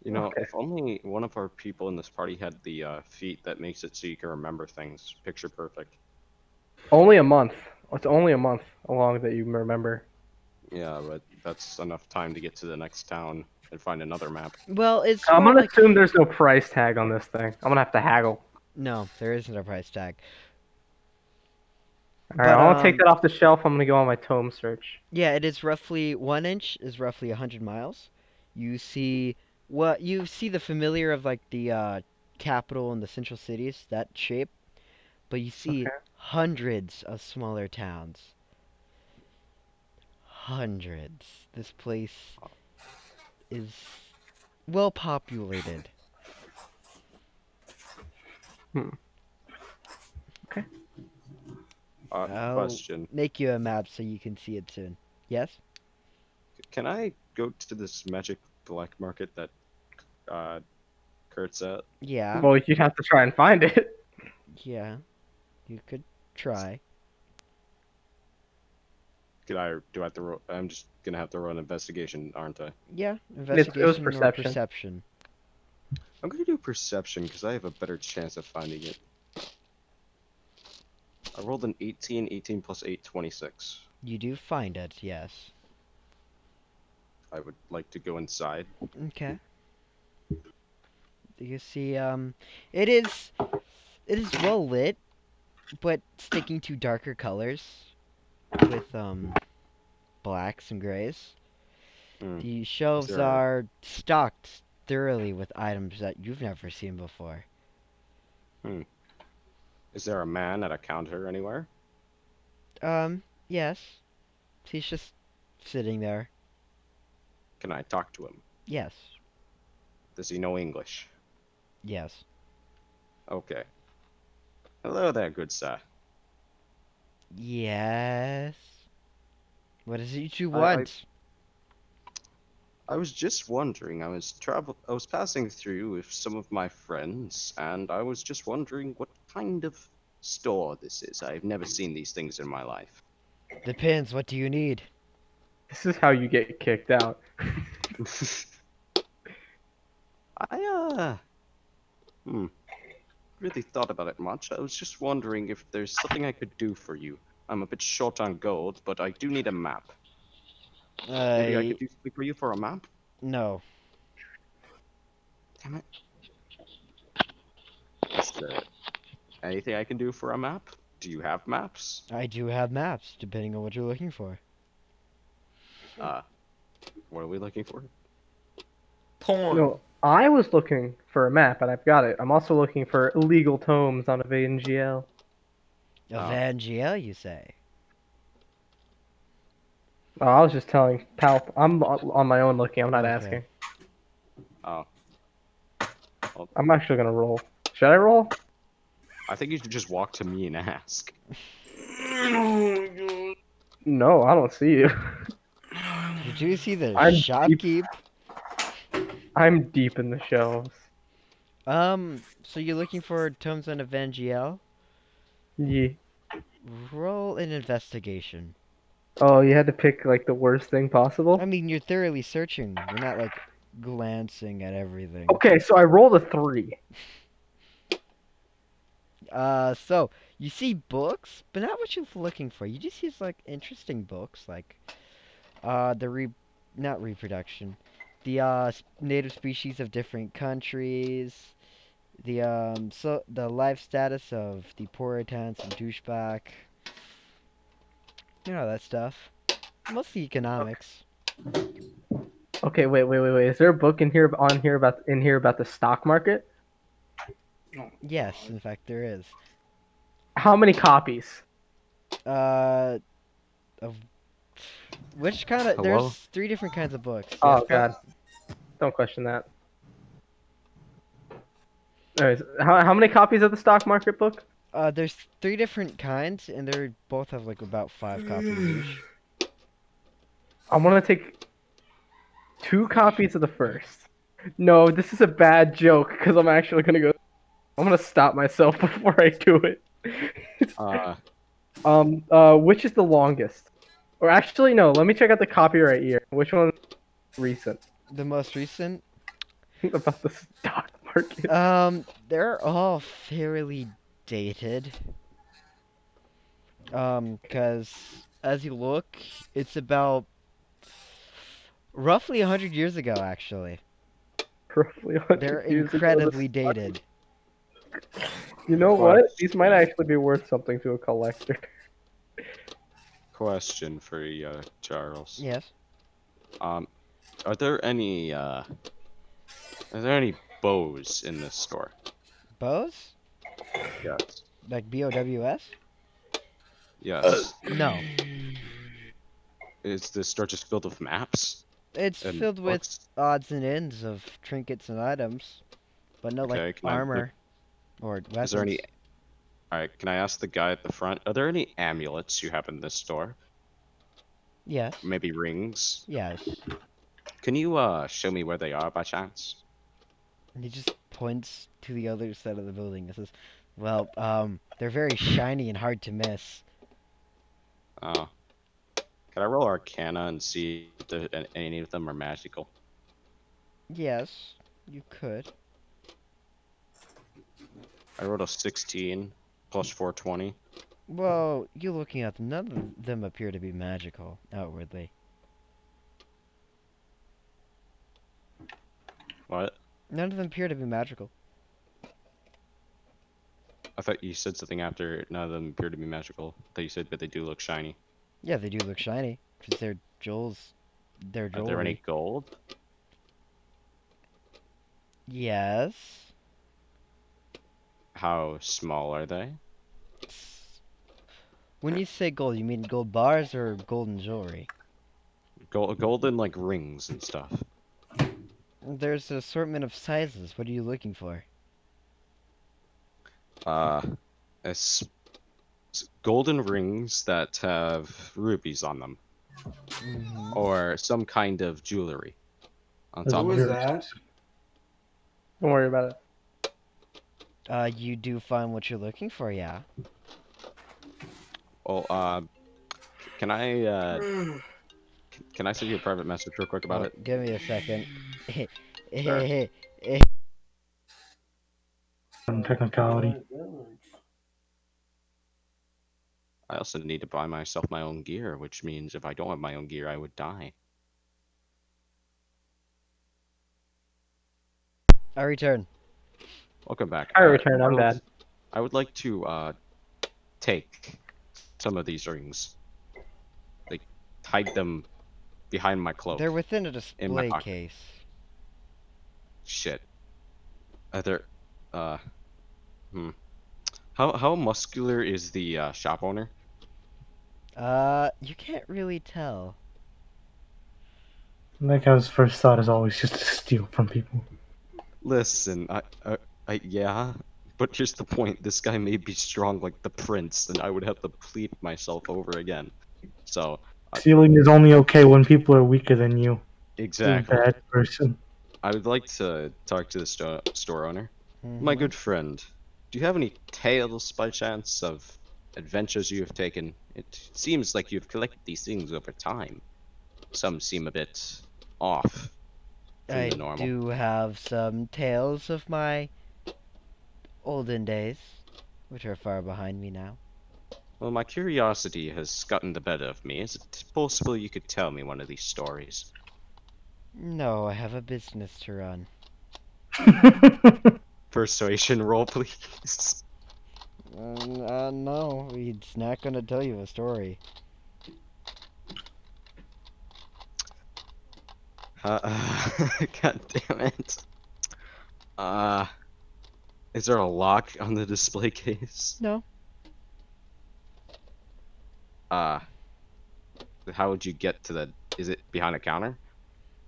Speaker 5: You know,
Speaker 3: Okay.
Speaker 5: if only one of our people in this party had the uh, feet that makes it so you can remember things picture perfect.
Speaker 3: Only a month. It's only a month along that you remember.
Speaker 5: Yeah, but that's enough time to get to the next town and find another map.
Speaker 2: Well, it's
Speaker 3: I'm
Speaker 2: more
Speaker 3: gonna
Speaker 2: like
Speaker 3: assume there's no price tag on this thing. I'm gonna have to haggle.
Speaker 2: no, there isn't a price tag.
Speaker 3: All right,
Speaker 2: But,
Speaker 3: I'm gonna take
Speaker 2: um,
Speaker 3: that off the shelf. I'm gonna go on my tome search.
Speaker 2: Yeah, it is roughly one inch is roughly a hundred miles. You see what you see the familiar of like the uh, capital and the central cities that shape, but you see hundreds of smaller towns. Hundreds. This place is well populated.
Speaker 5: Uh,
Speaker 2: Oh.
Speaker 5: Question:
Speaker 2: Make you a map so you can see it soon. Yes?
Speaker 5: Can I go to this magic black market that uh, Kurt's at?
Speaker 2: Yeah.
Speaker 3: Well, you'd have to try and find it.
Speaker 2: Yeah. You could try.
Speaker 5: Could I? Do I have to? Roll, I'm just gonna have to roll an investigation, aren't I?
Speaker 2: Yeah,
Speaker 3: It's- it was
Speaker 2: investigation or
Speaker 3: perception.
Speaker 2: perception.
Speaker 5: I'm gonna do perception because I have a better chance of finding it. I rolled an 18, 18 plus 8, 26.
Speaker 2: You do find it, yes.
Speaker 5: I would like to go inside.
Speaker 2: Okay. You see, um, it is, it is well lit, but sticking to darker colors, with um, blacks and grays.
Speaker 5: Mm.
Speaker 2: The shelves
Speaker 5: there a-
Speaker 2: are stocked thoroughly with items that you've never seen before.
Speaker 5: Is there a man at a counter anywhere?
Speaker 2: Um, yes, he's just sitting there.
Speaker 5: Can I talk to him?
Speaker 2: Yes,
Speaker 5: Does he know English?
Speaker 2: yes.
Speaker 5: Okay. Hello there, good sir.
Speaker 2: Yes. What is it you
Speaker 5: I- I-
Speaker 2: want?
Speaker 5: I was just wondering. I was travel. I was passing through with some of my friends, and I was just wondering what kind of store this is. I've never seen these things in my life.
Speaker 2: Depends. What do you need?
Speaker 3: This is how you get kicked out.
Speaker 5: I uh, hmm, really thought about it much. I was just wondering if there's something I could do for you. I'm a bit short on gold, but I do need a map. Maybe I
Speaker 2: I-
Speaker 5: could do something for you for a map.
Speaker 2: No.
Speaker 5: Damn it. Is there anything I can do for a map? Do you have maps?
Speaker 2: I do have maps, depending on what you're looking for.
Speaker 5: Uh, what are we looking for?
Speaker 1: Porn.
Speaker 3: No, I was looking for a map, and I've got it. I'm also looking for illegal tomes on Evangel.
Speaker 5: Oh.
Speaker 2: Evangel, you say?
Speaker 3: Oh, I was just telling Pal. I'm on on my own looking. I'm not
Speaker 2: Okay.
Speaker 3: asking.
Speaker 5: Oh,
Speaker 3: I'm actually gonna roll. Should I roll?
Speaker 5: I think you should just walk to me and ask.
Speaker 3: No, I don't see you.
Speaker 2: Did you see the
Speaker 3: I'm deep-
Speaker 2: shopkeep?
Speaker 3: I'm deep in the shelves.
Speaker 2: Um, so you're looking for tomes on Evangel?
Speaker 3: Yeah.
Speaker 2: Roll an investigation.
Speaker 3: Oh, you had to pick like the worst thing possible.
Speaker 2: I mean, you're thoroughly searching. You're not like glancing at everything.
Speaker 3: Okay, so I rolled a three.
Speaker 2: Uh, so you see books, but not what you're looking for. You just see like interesting books, like uh, the re, not reproduction, the uh, s- native species of different countries, the um, so the life status of the Puritans and douchebag, you know that stuff, mostly economics.
Speaker 3: Okay, wait, wait, wait, wait. Is there a book in here on here about in here about the stock market?
Speaker 2: Yes, in fact there is.
Speaker 3: How many copies?
Speaker 2: Uh, of which kind of?
Speaker 5: Hello?
Speaker 2: There's three different kinds of books.
Speaker 3: Oh
Speaker 2: Yes,
Speaker 3: god. Don't question that. Anyways, how, how many copies of the stock market book?
Speaker 2: Uh, there's three different kinds, and they are both have like about five copies
Speaker 3: Mm.
Speaker 2: each.
Speaker 3: I want to take two copies of the first. No, this is a bad joke because I'm actually gonna go. I'm gonna stop myself before I do it.
Speaker 5: Uh,
Speaker 3: Um, uh, which is the longest? Or actually, no. Let me check out the copyright year. Which one's recent?
Speaker 2: The most recent,
Speaker 3: about the stock market.
Speaker 2: um, they're all fairly dated. Um, cause as you look, it's about roughly hundred years ago, actually.
Speaker 3: Roughly 100
Speaker 2: They're
Speaker 3: years ago, the
Speaker 2: incredibly
Speaker 3: stock-
Speaker 2: dated.
Speaker 3: You know
Speaker 5: Fuck.
Speaker 3: what? These might actually be worth something to a collector.
Speaker 5: question for you, uh, Charles.
Speaker 2: Yes.
Speaker 5: Um, are there any uh, are there any bows in this store?
Speaker 2: Bows?
Speaker 5: Yes.
Speaker 2: Like B O W S?
Speaker 5: Yes.
Speaker 2: No.
Speaker 5: Is this store just filled with maps?
Speaker 2: It's
Speaker 5: and
Speaker 2: filled with
Speaker 5: books?
Speaker 2: odds and ends of trinkets and items, but no
Speaker 5: Okay,
Speaker 2: like
Speaker 5: can I look-
Speaker 2: armor or weapons.
Speaker 5: Is there any? All right. Can I ask the guy at the front? Are there any amulets you have in this store?
Speaker 2: Yes.
Speaker 5: Maybe rings.
Speaker 2: Yes.
Speaker 5: Can you uh show me where they are by chance?
Speaker 2: And he just points to the other side of the building and says, "Well, um, they're very shiny and hard to miss."
Speaker 5: Oh. Can I roll Arcana and see if there, an- any of them are magical?
Speaker 2: Yes, you could.
Speaker 5: I rolled a 16 plus 420.
Speaker 2: Well, you looking at them, none of them appear to be magical outwardly.
Speaker 5: What?
Speaker 2: None of them appear to be magical.
Speaker 5: I thought you said something after none of them appear to be magical. That you said, but they do look shiny.
Speaker 2: Yeah, they do look shiny because they're jewels. They're
Speaker 5: Are
Speaker 2: jewelry.
Speaker 5: there any gold?
Speaker 2: Yes.
Speaker 5: How small are they?
Speaker 2: S- When you say gold, you mean gold bars or golden jewelry?
Speaker 5: Gold, golden like rings and stuff.
Speaker 2: There's an assortment of sizes. What are you looking for?
Speaker 5: Uh, it's, it's golden rings that have rubies on them,
Speaker 2: Mhm.
Speaker 5: or some kind of jewelry. On
Speaker 6: That's
Speaker 5: top
Speaker 4: Who
Speaker 5: of
Speaker 4: is
Speaker 6: weird.
Speaker 4: that?
Speaker 3: Don't worry about it.
Speaker 2: Uh, you do find what you're looking for, yeah.
Speaker 5: Oh, uh, can I uh, c- can I send you a private message real quick about
Speaker 2: Oh,
Speaker 5: it?
Speaker 2: Give me a second.
Speaker 6: Some technicality.
Speaker 5: I also need to buy myself my own gear, which means if I don't have my own gear, I would die.
Speaker 2: I return.
Speaker 5: Welcome back.
Speaker 3: I
Speaker 5: Uh,
Speaker 3: return, I'm
Speaker 5: would-
Speaker 3: bad.
Speaker 5: I would like to uh, take some of these rings, like hide them behind my cloak.
Speaker 2: They're within a display
Speaker 5: pocket.
Speaker 2: case.
Speaker 5: Shit. Are there, uh, hmm. How how muscular is the uh, shop owner?
Speaker 2: Uh, you can't really tell.
Speaker 6: That guy's first thought is always just to steal from people.
Speaker 5: Listen, I, I, I yeah. But here's the point: this guy may be strong like the prince, and I would have to plead myself over again. So
Speaker 6: Stealing is only okay when people are weaker than you. You're a
Speaker 5: exactly,
Speaker 6: bad person.
Speaker 5: I would like to talk to the sto- store owner. My
Speaker 2: Mhm.
Speaker 5: good friend, do you have any tales by chance of adventures you have taken? It seems like you've collected these things over time. Some seem a bit off from
Speaker 2: I
Speaker 5: the normal.
Speaker 2: do have some tales of my olden days, which are far behind me now.
Speaker 5: Well, my curiosity has gotten the better of me. Is it possible you could tell me one of these stories?
Speaker 2: No, I have a business to run.
Speaker 5: Persuasion roll, please.
Speaker 2: Um, uh, no, he's not gonna tell you a story.
Speaker 5: Uh, uh, God damn it. Uh, is there a lock on the display case?
Speaker 2: No.
Speaker 5: Uh, how would you get to the? Is it behind a counter?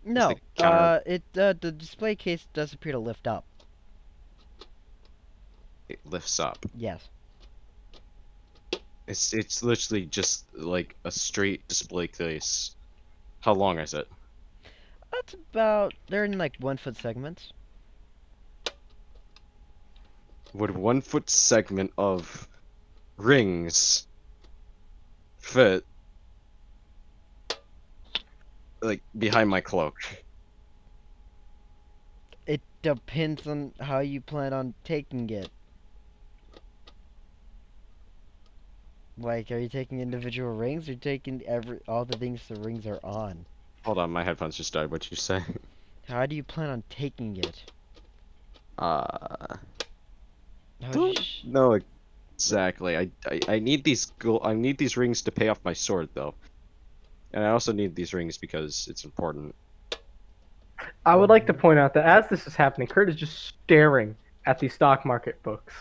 Speaker 2: No,
Speaker 5: the counter-
Speaker 2: uh, it uh, the display case does appear to lift up.
Speaker 5: It lifts up.
Speaker 2: Yes.
Speaker 5: It's it's literally just like a straight display case. How long is it?
Speaker 2: That's about. They're in like one foot segments.
Speaker 5: Would one foot segment of rings fit like behind my cloak?
Speaker 2: It depends on how you plan on taking it. Like, are you taking individual rings or taking every all the things the rings are on?
Speaker 5: Hold on, my headphones just died. What you say?
Speaker 2: How do you plan on taking it?
Speaker 5: Uh,
Speaker 2: How
Speaker 5: Don't-
Speaker 2: sh-
Speaker 5: no, exactly. I, I I need these gl- I need these rings to pay off my sword though, and I also need these rings because it's important.
Speaker 3: I would like to point out that as this is happening, Kurt is just staring at these stock market books,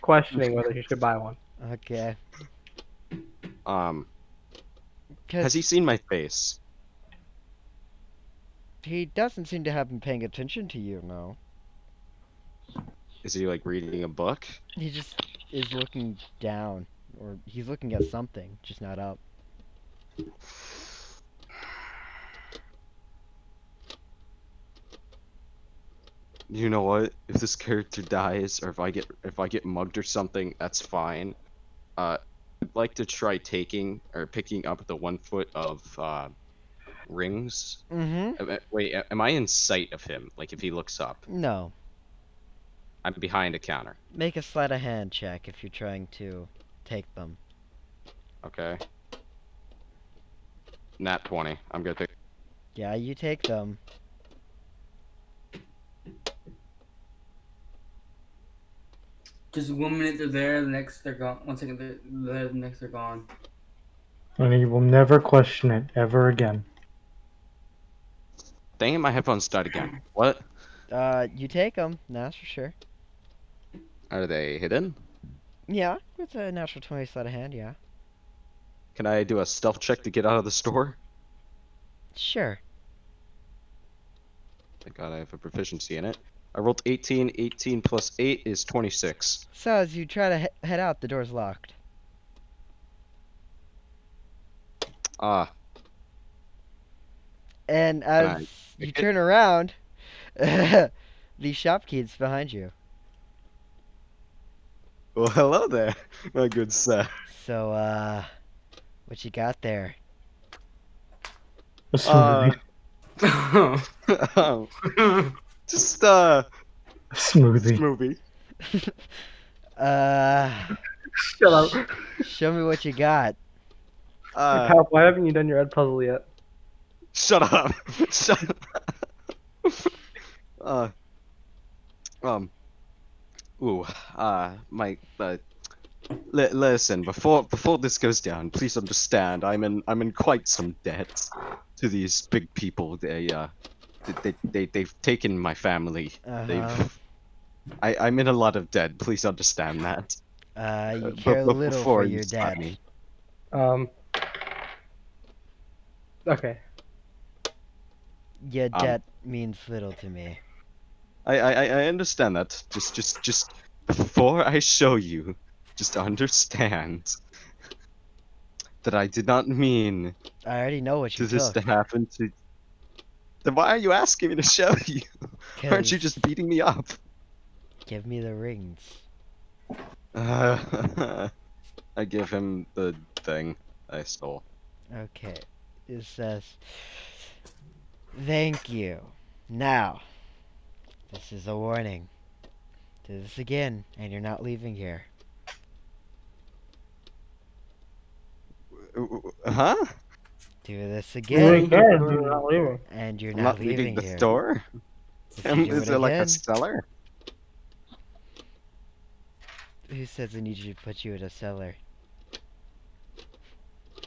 Speaker 3: questioning whether he should buy one.
Speaker 2: Okay.
Speaker 5: Um,
Speaker 2: 'Cause
Speaker 5: has he seen my face?
Speaker 2: he doesn't seem to have been paying attention to you, no.
Speaker 5: Is he like reading a book?
Speaker 2: He just is looking down, or he's looking at something, just not up.
Speaker 5: You know what? If this character dies, or if I get if I get mugged or something, that's fine. Uh, I'd like to try taking or picking up the one foot of uh, rings.
Speaker 2: Mm-hmm.
Speaker 5: Am I- Wait, a- am I in sight of him? Like if he looks up,
Speaker 2: No.
Speaker 5: I'm behind a counter.
Speaker 2: Make a sleight of hand check if you're trying to take them.
Speaker 5: Okay. Nat twenty. I'm gonna take.
Speaker 2: Yeah, you take them.
Speaker 4: Just one minute they're there, the next they're gone. One second they're there, the next they're gone.
Speaker 6: And he will never question it ever again.
Speaker 5: Dang it, my headphones died again. What?
Speaker 2: Uh, you take them, that's for sure.
Speaker 5: Are they hidden?
Speaker 2: Yeah, with a natural 20 sleight of hand, yeah.
Speaker 5: Can I do a stealth check to get out of the store?
Speaker 2: Sure.
Speaker 5: Thank God I have a proficiency in it. I rolled 18. 18 plus 8 is 26.
Speaker 2: So as you try to he- head out, the door's locked.
Speaker 5: Ah,
Speaker 2: And as you
Speaker 5: pick it?
Speaker 2: turn around, the shopkeep's behind you.
Speaker 5: well, hello there, my good sir.
Speaker 2: So, uh, what you got there?
Speaker 6: A smoothie.
Speaker 5: Um, just uh,
Speaker 6: a smoothie.
Speaker 5: movie.
Speaker 2: Uh,
Speaker 3: Shut up.
Speaker 2: show me what you got.
Speaker 5: Uh,
Speaker 3: Kyle, why haven't you done your ed puzzle yet?
Speaker 5: shut up. shut up. uh, um. Ooh. Uh, my. Uh, li- listen, before before this goes down, please understand. I'm in I'm in quite some debt to these big people. They uh, they they, they they've taken my family.
Speaker 2: Uh-huh.
Speaker 5: They've. I, I'm in a lot of debt. Please understand that.
Speaker 2: Uh, you
Speaker 5: but-
Speaker 2: care
Speaker 5: but
Speaker 2: little
Speaker 5: before
Speaker 2: for
Speaker 5: you
Speaker 2: your
Speaker 5: slap
Speaker 2: dad.
Speaker 5: me.
Speaker 3: Um. Okay.
Speaker 2: Your
Speaker 5: Um,
Speaker 2: debt means little to me.
Speaker 5: I, I I- I understand that. Just just just before I show you, just understand that I did not mean
Speaker 2: I already know what
Speaker 5: to
Speaker 2: you
Speaker 5: this
Speaker 2: took.
Speaker 5: to happen to. Then why are you asking me to show you? Aren't you
Speaker 2: 'cause
Speaker 5: just beating me up?
Speaker 2: Give me the rings.
Speaker 5: Uh, I give him the thing I stole.
Speaker 2: Okay. It says, Thank you. Now, this is a warning. Do this again, and you're not leaving here.
Speaker 5: Uh, Huh?
Speaker 2: Do this
Speaker 3: Do it
Speaker 2: again,
Speaker 3: again. You're not leaving.
Speaker 2: and you're
Speaker 5: I'm
Speaker 2: not
Speaker 5: not
Speaker 2: leaving
Speaker 5: leaving the
Speaker 2: here.
Speaker 5: store.
Speaker 2: If you
Speaker 5: Um,
Speaker 2: do
Speaker 5: Is
Speaker 2: it
Speaker 5: there like
Speaker 2: again-
Speaker 5: a cellar?
Speaker 2: Who says I need you to put you in a cellar?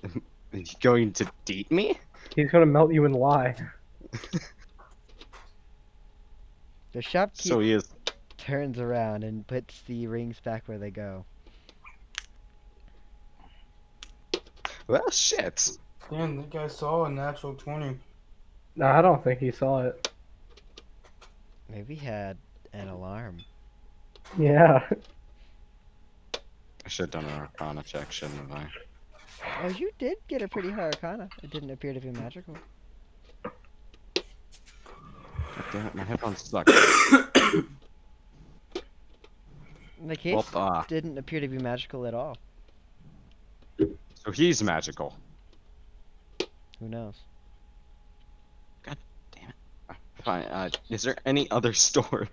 Speaker 5: Are you going to date me?
Speaker 3: He's gonna melt you and lie.
Speaker 2: The shopkeeper
Speaker 5: So he is.
Speaker 2: turns around and puts the rings back where they go.
Speaker 5: Well, shit.
Speaker 4: Damn, that guy saw a natural 20.
Speaker 3: No, I don't think he saw it.
Speaker 2: Maybe he had an alarm.
Speaker 3: Yeah.
Speaker 5: I should have done an arcana check, shouldn't I?
Speaker 2: Oh, you did get a pretty high arcana. It didn't appear to be magical.
Speaker 5: God damn it, my headphones suck.
Speaker 2: The case
Speaker 5: well, uh,
Speaker 2: didn't appear to be magical at all.
Speaker 5: so he's magical.
Speaker 2: Who knows?
Speaker 5: Fine. Uh, is there any other stores?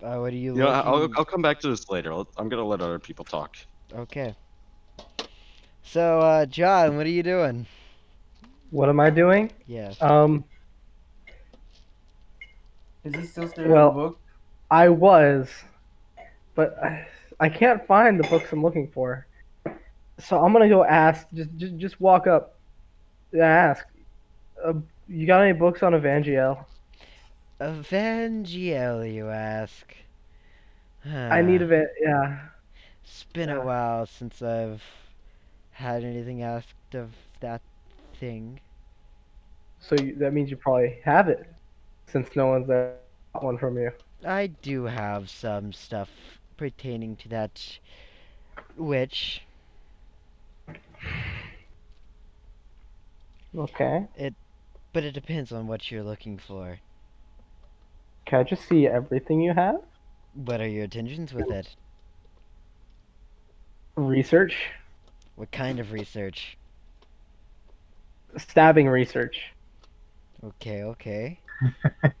Speaker 2: Uh, what are you
Speaker 5: You know, I'll,
Speaker 2: looking-
Speaker 5: I'll come back to this later. I'll- I'm gonna let other people talk.
Speaker 2: Okay. So, uh, John, what are you doing?
Speaker 3: What am I doing?
Speaker 2: Yes.
Speaker 3: Um,
Speaker 4: Is he still staring
Speaker 3: Well-
Speaker 4: at the book?
Speaker 3: I was, but I, I can't find the books I'm looking for. So I'm gonna go ask. Just just, just walk up, and ask. Uh, you got any books on Evangel?
Speaker 2: Evangel, you ask.
Speaker 3: I need
Speaker 2: Huh.
Speaker 3: a bit. Yeah.
Speaker 2: It's been a while since I've had anything asked of that thing.
Speaker 3: So you, that means you probably have it, since no one's uh, got one from you.
Speaker 2: I do have some stuff pertaining to that witch.
Speaker 3: Okay.
Speaker 2: But it depends on what you're looking for.
Speaker 3: Can I just see everything you have?
Speaker 2: What are your intentions with it?
Speaker 3: Research.
Speaker 2: What kind of research?
Speaker 3: Stabbing research.
Speaker 2: Okay, okay.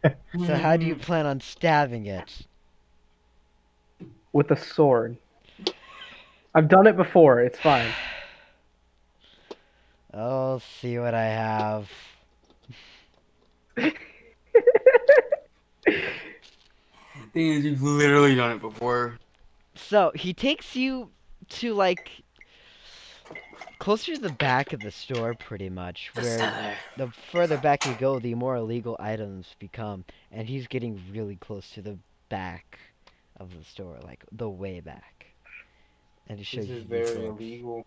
Speaker 2: So
Speaker 4: Hmm.
Speaker 2: how do you plan on stabbing it?
Speaker 3: with a sword. I've done it before. It's fine.
Speaker 2: I'll see what I have.
Speaker 4: The thing is, you've literally done it before.
Speaker 2: So he takes you to like closer to the back of the store pretty much where the further back you go, the more illegal items become, and he's getting really close to the back of the store, like the way back. And he shows
Speaker 4: This
Speaker 2: you
Speaker 4: is
Speaker 2: these
Speaker 4: very
Speaker 2: little-
Speaker 4: illegal.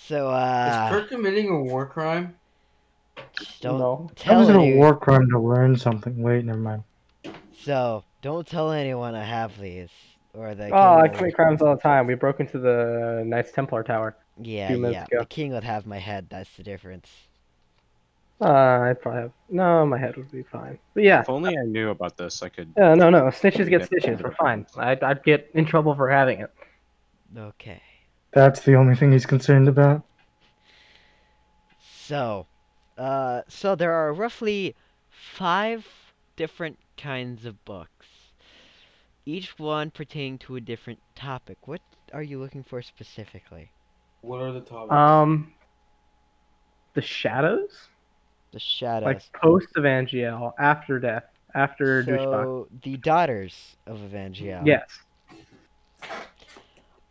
Speaker 2: So
Speaker 4: is
Speaker 2: uh,
Speaker 4: Kirk committing a war crime?
Speaker 2: don't
Speaker 3: No.
Speaker 6: I was
Speaker 2: tell
Speaker 6: in
Speaker 2: anyone.
Speaker 6: a war crime to learn something. Wait, never mind.
Speaker 2: So don't tell anyone I have these, or the.
Speaker 3: Oh, I
Speaker 2: king will-
Speaker 3: commit crimes all the time. We broke into the Knights Templar Tower.
Speaker 2: Yeah,
Speaker 3: few minutes
Speaker 2: yeah.
Speaker 3: ago.
Speaker 2: The king would have my head. That's the difference.
Speaker 3: Uh, I'd probably have. No, my head would be fine. But yeah.
Speaker 5: If only I knew about this, I could.
Speaker 3: Yeah, no, no. Snitches get stitches. We're fine. I'd, I'd get in trouble for having it.
Speaker 2: Okay.
Speaker 6: That's the only thing he's concerned about.
Speaker 2: So, uh, so there are roughly five different kinds of books, each one pertaining to a different topic. What are you looking for specifically?
Speaker 4: What are the topics?
Speaker 3: Um, the shadows,
Speaker 2: The shadows.
Speaker 3: like post Evangel, after death, after douchebag.
Speaker 2: so the daughters of Evangel.
Speaker 3: Yes.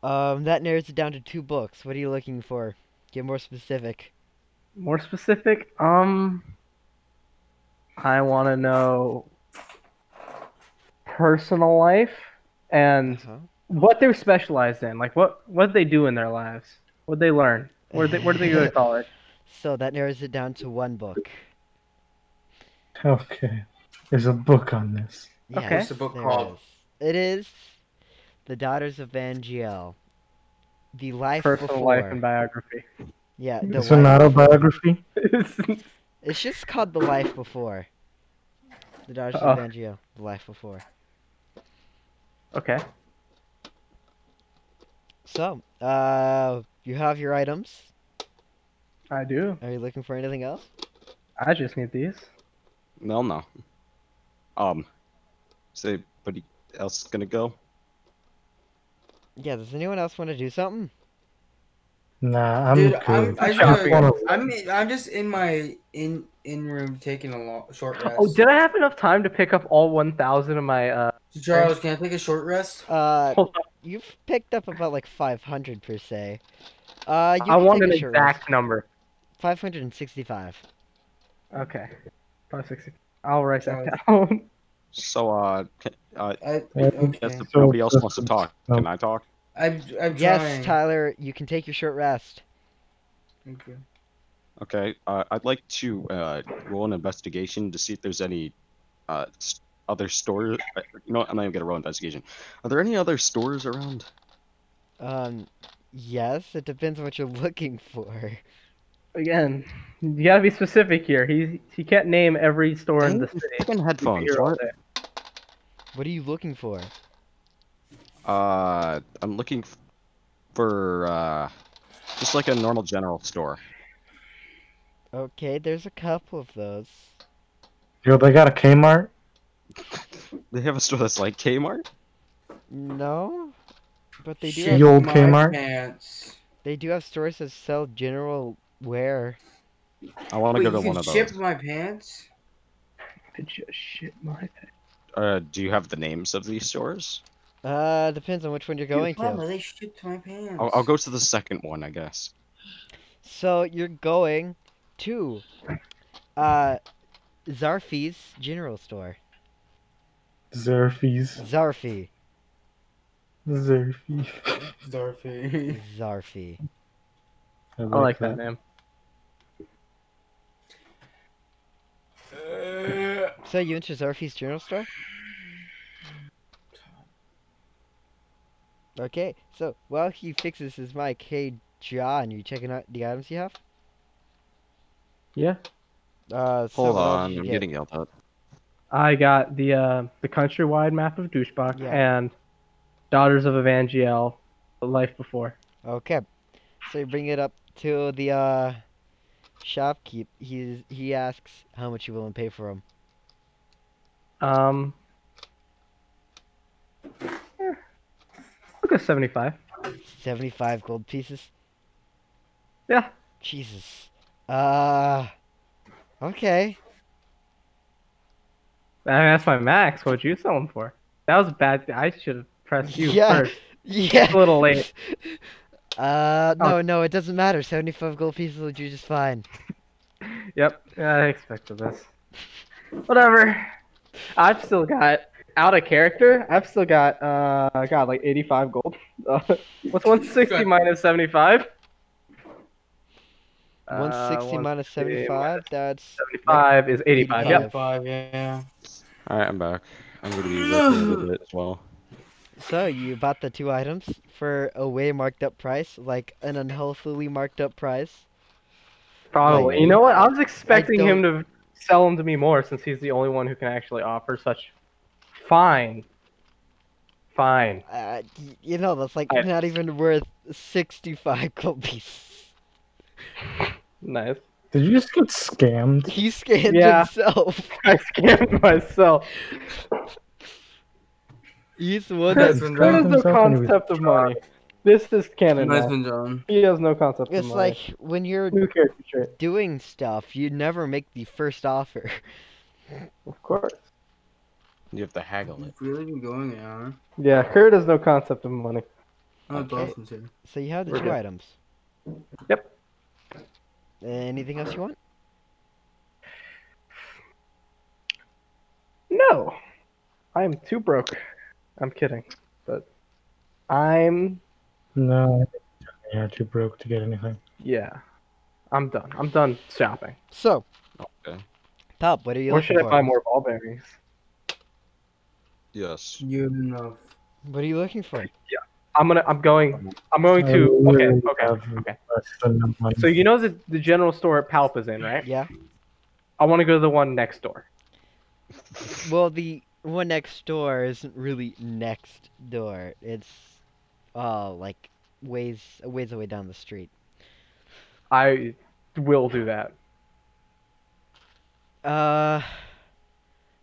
Speaker 2: Um, that narrows it down to two books. What are you looking for? Get more specific.
Speaker 3: More specific. Um, I want to know personal life and
Speaker 2: Uh-huh.
Speaker 3: what they're specialized in. Like what what they do in their lives. What they learn. Where they where do they go to college?
Speaker 2: So that narrows it down to one book.
Speaker 6: Okay. There's a book on this.
Speaker 3: Okay. What's
Speaker 4: the book
Speaker 2: there
Speaker 4: called?
Speaker 2: It is. It is The Daughters of Vangiel. The Life
Speaker 3: Personal
Speaker 2: Before.
Speaker 3: life and biography.
Speaker 2: Yeah, the
Speaker 6: It's an
Speaker 2: life-
Speaker 6: autobiography.
Speaker 2: It's just called The Life Before. The Daughters
Speaker 3: Oh.
Speaker 2: of Vangiel. The Life Before.
Speaker 3: okay.
Speaker 2: So, uh, you have your items.
Speaker 3: I do.
Speaker 2: Are you looking for anything else?
Speaker 3: I just need these.
Speaker 5: Well, no. Um. Is anybody else gonna go?
Speaker 2: Yeah, does anyone else want to do something?
Speaker 6: Nah, I'm
Speaker 4: Dude,
Speaker 6: good.
Speaker 4: I'm, I
Speaker 6: Shut up,
Speaker 4: just,
Speaker 6: one of-
Speaker 4: I'm, I'm just in my in in room taking a long, short rest.
Speaker 3: Oh, did I have enough time to pick up all 1,000 of my? uh
Speaker 4: Charles, can I take a short rest?
Speaker 2: Uh,
Speaker 3: Hold
Speaker 2: you've picked up about like 500 per se. Uh, you
Speaker 3: I
Speaker 2: can
Speaker 3: want
Speaker 2: take
Speaker 3: an
Speaker 2: a short rest.
Speaker 3: exact number.
Speaker 2: 565.
Speaker 3: Okay. 560. I'll write that
Speaker 4: Charles.
Speaker 3: down.
Speaker 5: So, uh, can, uh
Speaker 4: I,
Speaker 6: Yeah.
Speaker 5: if
Speaker 4: okay.
Speaker 6: So-
Speaker 5: nobody else wants to talk,
Speaker 6: No.
Speaker 5: can I talk?
Speaker 4: I'm, I'm trying.
Speaker 2: Yes, Tyler, you can take your short rest.
Speaker 4: Thank you.
Speaker 5: Okay, uh, I'd like to uh, roll an investigation to see if there's any uh, s- other stores. uh, You know, what, I'm not even gonna roll investigation. Are there any other stores around?
Speaker 2: Um, yes, it depends on what you're looking for.
Speaker 3: Again, you gotta be specific here. He he can't name every store in the
Speaker 5: Dang,
Speaker 3: city.
Speaker 5: Fucking
Speaker 3: We'd be
Speaker 5: headphones.
Speaker 3: here all
Speaker 5: What?
Speaker 3: day.
Speaker 2: What are you looking for?
Speaker 5: Uh, I'm looking f- for uh, just like a normal general store.
Speaker 2: Okay, there's a couple of those.
Speaker 6: Yo, they got a Kmart.
Speaker 5: They have a store that's like Kmart.
Speaker 2: No, but they do.
Speaker 4: Shit
Speaker 2: Have,
Speaker 6: Yo. old
Speaker 4: my
Speaker 6: Kmart?
Speaker 4: Pants.
Speaker 2: they do have stores that sell general wear.
Speaker 5: I want to go
Speaker 4: Wait,
Speaker 5: to
Speaker 4: you can
Speaker 5: one of those.
Speaker 4: ship my pants?
Speaker 3: Could you shit my
Speaker 5: Uh, do you have the names of these stores?
Speaker 2: Uh, depends on which one you're going
Speaker 4: Dude, Mama,
Speaker 2: to.
Speaker 4: they shipped my pants.
Speaker 5: I'll, I'll go to the second one, I guess.
Speaker 2: So you're going to, uh, Zarfi's general store.
Speaker 6: Zerfies.
Speaker 2: Zarfi,
Speaker 6: Zerfie.
Speaker 4: Dorothy.
Speaker 2: Zarfi.
Speaker 6: I like,
Speaker 3: I like that name.
Speaker 2: So you enter Zarfi's general store? Okay, so while he fixes his mic, hey John, you checking out the items you have?
Speaker 3: Yeah.
Speaker 2: Uh, so
Speaker 5: Hold
Speaker 2: what else
Speaker 5: on,
Speaker 2: you
Speaker 5: I'm
Speaker 2: get?
Speaker 5: getting yelled at.
Speaker 3: I got the uh, the countrywide map of Douchebach
Speaker 2: Yeah.
Speaker 3: and Daughters of Evangel, The Life Before.
Speaker 2: Okay, so you bring it up to the uh, shopkeep. He's he asks how much you willing to pay for him.
Speaker 3: Um, eh, I'll go seventy-five.
Speaker 2: Seventy-five gold pieces.
Speaker 3: Yeah.
Speaker 2: Jesus. Uh. Okay.
Speaker 3: I mean, that's my max. What'd you sell them for? That was bad. I should have pressed you
Speaker 2: Yeah.
Speaker 3: first.
Speaker 2: Yeah.
Speaker 3: A little late.
Speaker 2: Uh,
Speaker 3: Oh.
Speaker 2: no, no, it doesn't matter. 75 gold pieces will do just fine.
Speaker 3: Yep, I expected this. Whatever. I've still got out of character. I've still got uh, I got like eighty-five gold. Uh, what's one sixty minus seventy-five? Uh,
Speaker 2: 160 minus 75, that's.
Speaker 3: Seventy-five is eighty-five. Yep.
Speaker 4: Five, yeah.
Speaker 5: All right, I'm back. I'm gonna be looking into it as well.
Speaker 2: So, you bought the two items for a way marked up price, like an unhealthily marked up price.
Speaker 3: Probably.
Speaker 2: Like-
Speaker 3: you know what? I was expecting
Speaker 2: don't-
Speaker 3: him to sell them to me more since he's the only one who can actually offer such fine, fine.
Speaker 2: Uh, y- you know, that's like
Speaker 3: I-
Speaker 2: not even worth 65 gold pieces.
Speaker 3: Nice.
Speaker 6: Did you just get scammed?
Speaker 2: He scanned
Speaker 3: Yeah.
Speaker 2: himself.
Speaker 3: I scammed myself.
Speaker 2: He's the one that.
Speaker 3: That
Speaker 4: That's
Speaker 3: is
Speaker 4: when
Speaker 3: no
Speaker 6: John's up and he was
Speaker 3: concept of money. This is canon.
Speaker 4: Nice
Speaker 3: now.
Speaker 4: one, John.
Speaker 3: He has no concept
Speaker 2: It's
Speaker 3: of money.
Speaker 2: like when you're
Speaker 3: New character trait,
Speaker 2: doing stuff, you never make the first offer.
Speaker 3: of course.
Speaker 5: You have to haggle it.
Speaker 4: You've really been going it, huh?
Speaker 3: Yeah, Kurt has no concept of money.
Speaker 4: Oh,
Speaker 2: Okay.
Speaker 4: Dawson's here.
Speaker 2: So, you have the
Speaker 3: We're
Speaker 2: two
Speaker 3: good.
Speaker 2: items.
Speaker 3: Yep.
Speaker 2: Anything else you want?
Speaker 3: No, I am too broke. I'm kidding, but I'm
Speaker 6: No. Yeah, too broke to get anything.
Speaker 3: yeah. I'm done. I'm done shopping.
Speaker 2: So,
Speaker 5: Okay.
Speaker 2: Pop, what are you
Speaker 3: or
Speaker 2: looking
Speaker 3: should I
Speaker 2: for?
Speaker 3: buy more ball bearings?
Speaker 5: Yes.
Speaker 4: You enough.
Speaker 2: What are you looking for?
Speaker 3: I'm gonna. I'm going. I'm going
Speaker 6: I
Speaker 3: to. Okay.
Speaker 6: literally
Speaker 3: Okay.
Speaker 6: have
Speaker 3: Okay.
Speaker 6: less than a month.
Speaker 3: So you know the the general store at Palp is in, right?
Speaker 2: Yeah.
Speaker 3: I want to go to the one next door.
Speaker 2: Well, the one next door isn't really next door. It's uh like ways a ways away down the street.
Speaker 3: I will do that.
Speaker 2: Uh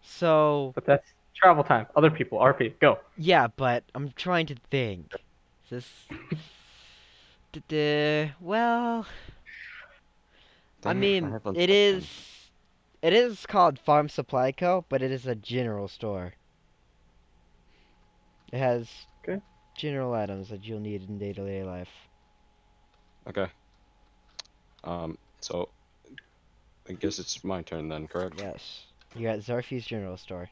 Speaker 2: so
Speaker 3: But that's travel time. Other people. RP. Go.
Speaker 2: yeah, but I'm trying to think. This Duh, Well, I
Speaker 5: Damn,
Speaker 2: mean,
Speaker 5: haven't
Speaker 2: it
Speaker 5: touched them.
Speaker 2: is. It is called Farm Supply Co., but it is a general store. It has
Speaker 6: Okay.
Speaker 2: general items that you'll need in day-to-day life.
Speaker 5: Okay. Um, so I guess it's my turn then, correct?
Speaker 2: Yes, you're at Zarfi's General Store.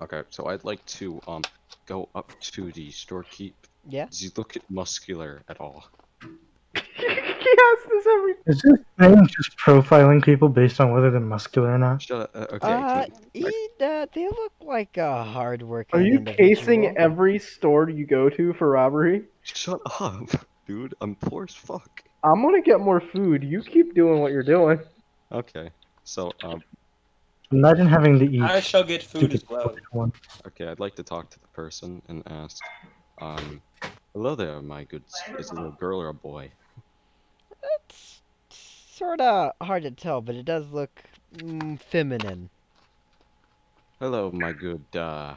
Speaker 5: Okay, so I'd like to um go up to the storekeep.
Speaker 2: Yeah.
Speaker 5: Does he look muscular at all?
Speaker 3: he asks this every.
Speaker 6: Is this thing just profiling people based on whether they're muscular or not?
Speaker 5: Shut up. Uh, okay.
Speaker 2: Uh,
Speaker 5: can-
Speaker 2: he, uh, they look like a hard-working.
Speaker 3: Are you casing
Speaker 2: individual.
Speaker 3: every store you go to for robbery?
Speaker 5: shut up, dude. I'm poor as fuck.
Speaker 3: I'm gonna get more food. You keep doing what you're doing.
Speaker 5: Okay. So um,
Speaker 6: Imagine having to eat.
Speaker 1: I shall get food
Speaker 6: stupid
Speaker 1: as well.
Speaker 6: fucking one.
Speaker 5: okay, I'd like to talk to the person and ask, um, hello there, my good. s- Is it a girl or a boy?
Speaker 2: It's sort of hard to tell, but it does look mm, feminine.
Speaker 5: Hello, my good. Uh,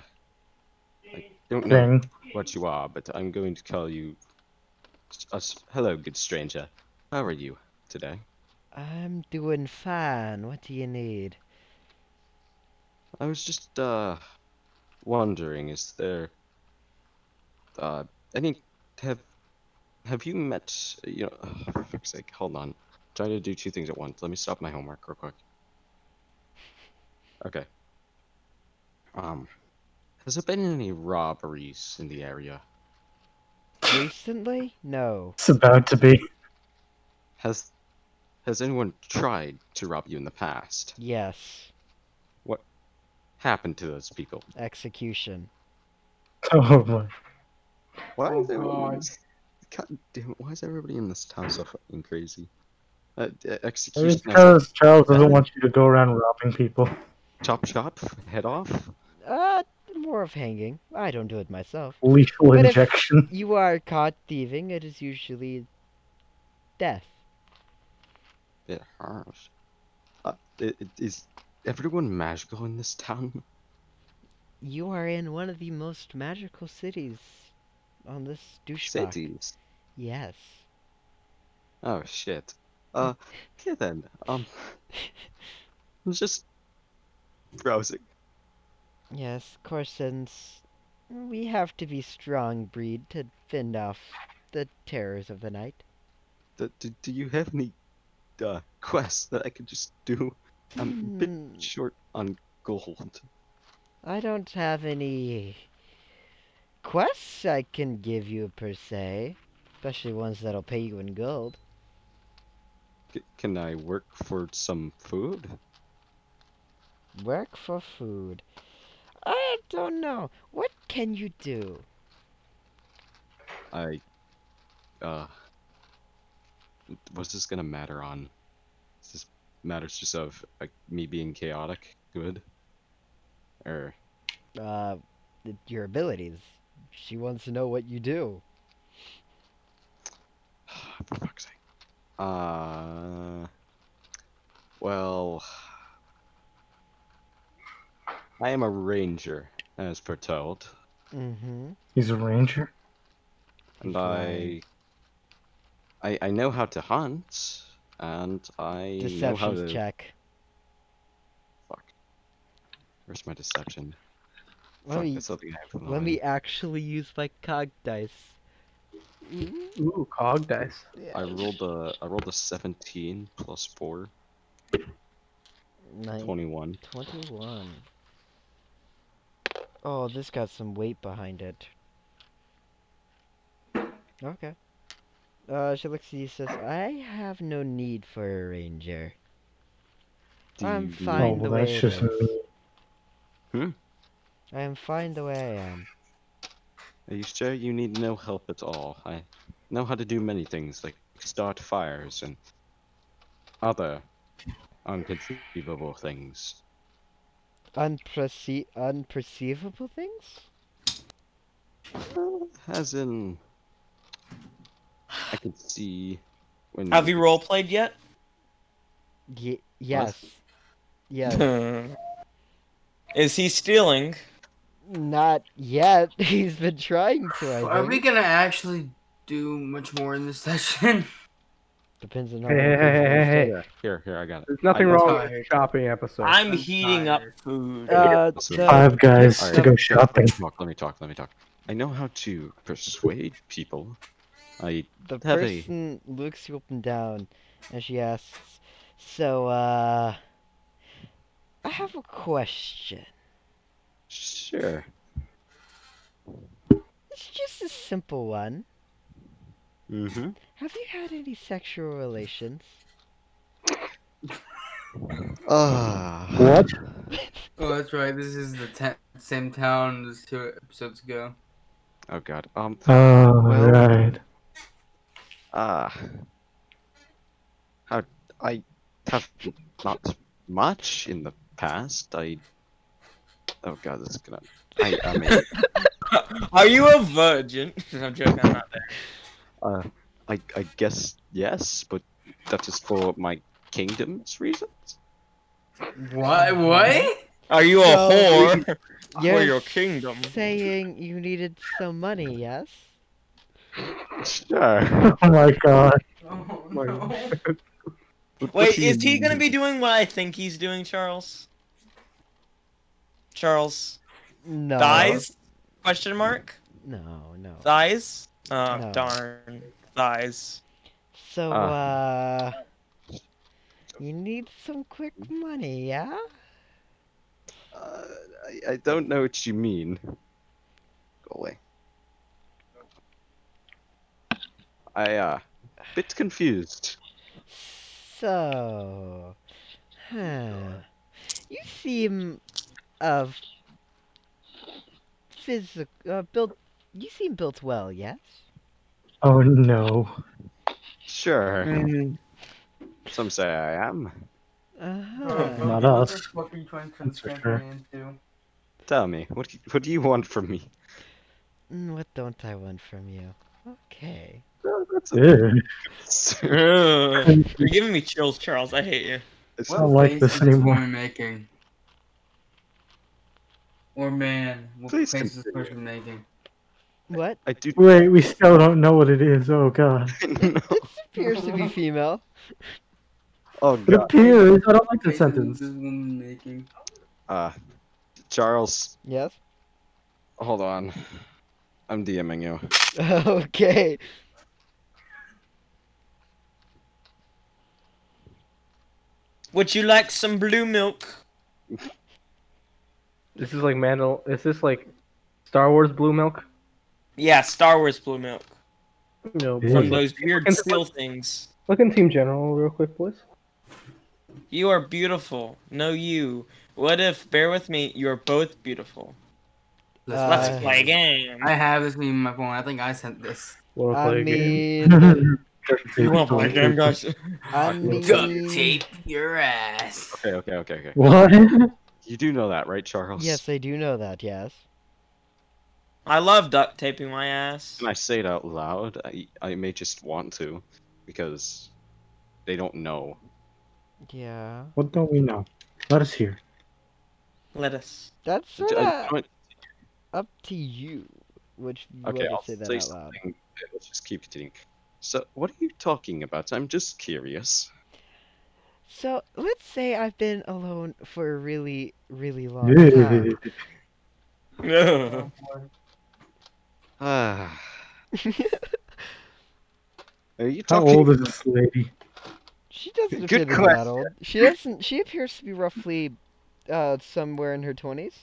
Speaker 5: I don't know
Speaker 6: Thing.
Speaker 5: what you are, but I'm going to call you. s- a s- hello, good stranger. How are you today?
Speaker 2: I'm doing fine. What do you need?
Speaker 5: I was just uh wondering, is there uh any have have you met you know uh, for fuck's sake, hold on. Try to do two things at once. Let me stop my homework real quick. Okay. Um has there been any robberies in the area?
Speaker 2: Recently? No.
Speaker 6: It's about to be.
Speaker 5: Has has anyone tried to rob you in the past?
Speaker 2: Yes.
Speaker 5: Happened to those people?
Speaker 2: Execution.
Speaker 6: Oh my.
Speaker 5: Why
Speaker 4: Oh
Speaker 5: is everyone
Speaker 4: God.
Speaker 5: in this... God damn it, why is everybody in this town so fucking crazy? Uh, d- execution,
Speaker 6: It's
Speaker 5: as
Speaker 6: because Charles doesn't
Speaker 5: Valid.
Speaker 6: want you to go around robbing people.
Speaker 5: in chop chop, head off.
Speaker 2: Uh, more of hanging. I don't do it myself.
Speaker 6: Lethal
Speaker 2: But if-
Speaker 6: injection.
Speaker 2: You are caught thieving, it is usually death.
Speaker 5: It hurts. Uh, i- i- is everyone magical in this town?
Speaker 2: You are in one of the most magical cities on this douchebag.
Speaker 5: Cities.
Speaker 2: Yes.
Speaker 5: Oh shit. Uh, okay then. Um, I'm just browsing.
Speaker 2: Yes, of course, since we have to be strong breed to fend off the terrors of the night.
Speaker 5: Do, do, do you have any uh, quests that I could just do? I'm a bit
Speaker 2: Hmm,
Speaker 5: short on gold.
Speaker 2: I don't have any quests I can give you per se, especially ones that'll pay you in gold.
Speaker 5: C- can I work for some food?
Speaker 2: Work for food. I don't know. What can you do?
Speaker 5: I, uh, what's this gonna matter on? Is this matters just of like me being chaotic, good, or
Speaker 2: Uh, th- your abilities. She wants to know what you do.
Speaker 5: for fuck's sake. Uh, well, I am a ranger, as foretold,
Speaker 2: Mm-hmm.
Speaker 6: He's a ranger.
Speaker 5: and I,
Speaker 2: Right.
Speaker 5: I, I know how to hunt, and I know how
Speaker 2: Deceptions
Speaker 5: to.
Speaker 2: check.
Speaker 5: Where's my deception?
Speaker 2: Let
Speaker 5: Fuck,
Speaker 2: me-
Speaker 5: that's something I have in
Speaker 2: Let
Speaker 5: mind.
Speaker 2: me actually use my cog dice.
Speaker 3: Ooh, cog dice.
Speaker 5: I rolled a I rolled a 17 plus 4,
Speaker 2: Nine-
Speaker 5: 21.
Speaker 2: 21. Oh, this got some weight behind it. Okay. Uh, she looks at you says, I have no need for a ranger.
Speaker 5: Do
Speaker 2: I'm
Speaker 5: you
Speaker 2: fine.
Speaker 6: oh,
Speaker 5: know-
Speaker 6: well,
Speaker 2: the way
Speaker 6: that's
Speaker 2: it
Speaker 6: just
Speaker 2: is.
Speaker 6: me.
Speaker 2: I am fine the way I am.
Speaker 5: Are you sure you need no help at all? I know how to do many things like start fires and other unconceivable things.
Speaker 2: Unperce- unperceivable things?
Speaker 5: As in, I can see when
Speaker 1: Have you role played yet?
Speaker 2: Ye yes. Yes.
Speaker 1: Is he stealing?
Speaker 2: Not yet. He's been trying to, I
Speaker 4: Are we
Speaker 2: think.
Speaker 4: gonna actually do much more in this session.
Speaker 2: Depends on how
Speaker 3: Hey,
Speaker 2: many
Speaker 3: hey,
Speaker 2: people
Speaker 3: hey,
Speaker 2: you
Speaker 3: hey, hey.
Speaker 2: say
Speaker 5: Here, here, I got it.
Speaker 3: There's nothing
Speaker 5: I-
Speaker 3: wrong
Speaker 4: tired.
Speaker 3: with shopping episodes.
Speaker 1: I'm
Speaker 4: I'm
Speaker 1: heating up
Speaker 4: tired.
Speaker 1: food.
Speaker 2: that. Uh,
Speaker 5: Listen,
Speaker 2: the-
Speaker 6: Five guys
Speaker 5: All
Speaker 6: to go
Speaker 5: right.
Speaker 6: shopping.
Speaker 5: Let me talk. Let me talk. Let me talk. I know how to persuade people. I
Speaker 2: The
Speaker 5: Heavy.
Speaker 2: person looks you up and down, and she asks, "So, uh, I have a question.
Speaker 5: sure.
Speaker 2: It's just a simple one.
Speaker 5: Mm-hmm.
Speaker 2: Have you had any sexual relations?"
Speaker 5: Uh,
Speaker 6: What?
Speaker 4: Oh, that's right. This is the te- same town as two episodes ago.
Speaker 5: oh God. Um.
Speaker 6: All
Speaker 5: Well-
Speaker 6: right.
Speaker 5: Uh, how I have not much in the past. I. Oh god, this is gonna. I, I mean,
Speaker 1: Are you a virgin? I'm joking. I'm not there.
Speaker 5: uh, I, I guess yes, but that is for my kingdom's reasons.
Speaker 4: What? What?
Speaker 1: Are you a
Speaker 2: No,
Speaker 1: whore for
Speaker 2: You're
Speaker 1: your kingdom?
Speaker 2: Saying you needed some money, yes?
Speaker 5: Sure.
Speaker 6: Oh my god.
Speaker 4: Oh,
Speaker 3: Wait.
Speaker 4: no.
Speaker 1: Wait, is he gonna be doing what I think he's doing, Charles? Charles
Speaker 2: No.
Speaker 1: thighs? Question mark.
Speaker 2: No, no.
Speaker 1: Thighs. Oh
Speaker 2: No.
Speaker 1: darn. Thighs.
Speaker 2: So, uh, you need some quick money, yeah?
Speaker 5: Uh, I, I don't know what you mean. Go away. I uh, bit confused.
Speaker 2: So, huh. You seem of physical uh, built. You seem built well, yes.
Speaker 6: Oh no.
Speaker 5: Sure. Some say I am.
Speaker 2: Uh
Speaker 4: Oh,
Speaker 2: huh.
Speaker 6: Not
Speaker 4: no.
Speaker 6: us.
Speaker 4: What are you trying to
Speaker 6: That's for
Speaker 4: transform
Speaker 6: sure.
Speaker 4: me into?
Speaker 5: Tell me, what do- what do you want from me?
Speaker 2: Mm, What don't I want from you? Okay.
Speaker 5: Oh, that's a
Speaker 6: Ew.
Speaker 5: concern.
Speaker 1: Ugh.
Speaker 6: I
Speaker 1: You're giving me chills, Charles. I hate you.
Speaker 5: It's
Speaker 6: Well- don't like
Speaker 4: face
Speaker 6: this
Speaker 4: is
Speaker 6: anymore.
Speaker 4: woman making? Or man, what
Speaker 5: Please
Speaker 4: face is this
Speaker 5: continue.
Speaker 4: person making?
Speaker 2: What?
Speaker 5: I do.
Speaker 6: Wait, we still don't know what it is. Oh god.
Speaker 5: know.
Speaker 2: This appears to be female.
Speaker 5: Oh
Speaker 6: It
Speaker 5: god.
Speaker 6: appears. I don't like the
Speaker 4: Face is
Speaker 6: sentence.
Speaker 4: This woman making.
Speaker 5: Uh, Charles,
Speaker 2: Yes.
Speaker 5: hold on. I'm DMing you.
Speaker 2: Okay.
Speaker 1: Would you like some blue milk?
Speaker 3: This is like Mandal. Is this like Star Wars blue milk?
Speaker 1: Yeah, Star Wars blue milk.
Speaker 3: No.
Speaker 6: Yeah.
Speaker 1: From
Speaker 3: Look
Speaker 6: Hey.
Speaker 1: those weird still things.
Speaker 3: in Team General real quick, boys.
Speaker 1: You are beautiful. No, you. What if? Bear with me. You are both beautiful.
Speaker 4: Let's,
Speaker 2: Uh,
Speaker 1: Let's
Speaker 4: play.
Speaker 1: play a game.
Speaker 4: I have this meme in my phone. I think I sent this.
Speaker 3: We'll
Speaker 2: I
Speaker 1: Um,
Speaker 3: play again.
Speaker 2: mean,
Speaker 1: You want to play a game, guys?
Speaker 2: I
Speaker 4: Duct
Speaker 2: mean.
Speaker 4: tape your ass.
Speaker 5: Okay, okay, okay, okay.
Speaker 6: What?
Speaker 5: You do know that, right, Charles?
Speaker 2: Yes, I do know that. Yes.
Speaker 1: I love duct taping my ass.
Speaker 5: Can I say it out loud? I I may just want to, because they don't know.
Speaker 2: Yeah.
Speaker 6: What don't we know? Let us hear.
Speaker 1: Let us.
Speaker 2: That's
Speaker 5: I-
Speaker 2: sort
Speaker 5: I
Speaker 2: of
Speaker 5: don't-
Speaker 2: up to you. Which you
Speaker 5: okay,
Speaker 2: want
Speaker 5: I'll
Speaker 2: to say that
Speaker 5: say
Speaker 2: out loud.
Speaker 5: something. Let's just keep continuing. So, what are you talking about? I'm just curious.
Speaker 2: So let's say I've been alone for a really, really long time.
Speaker 6: Ew.
Speaker 1: No.
Speaker 5: Ah. are you
Speaker 6: How
Speaker 5: talking?
Speaker 6: old is this lady?
Speaker 2: she doesn't
Speaker 5: Good
Speaker 2: appear to be that old. She doesn't. She appears to be roughly, uh, somewhere in her twenties,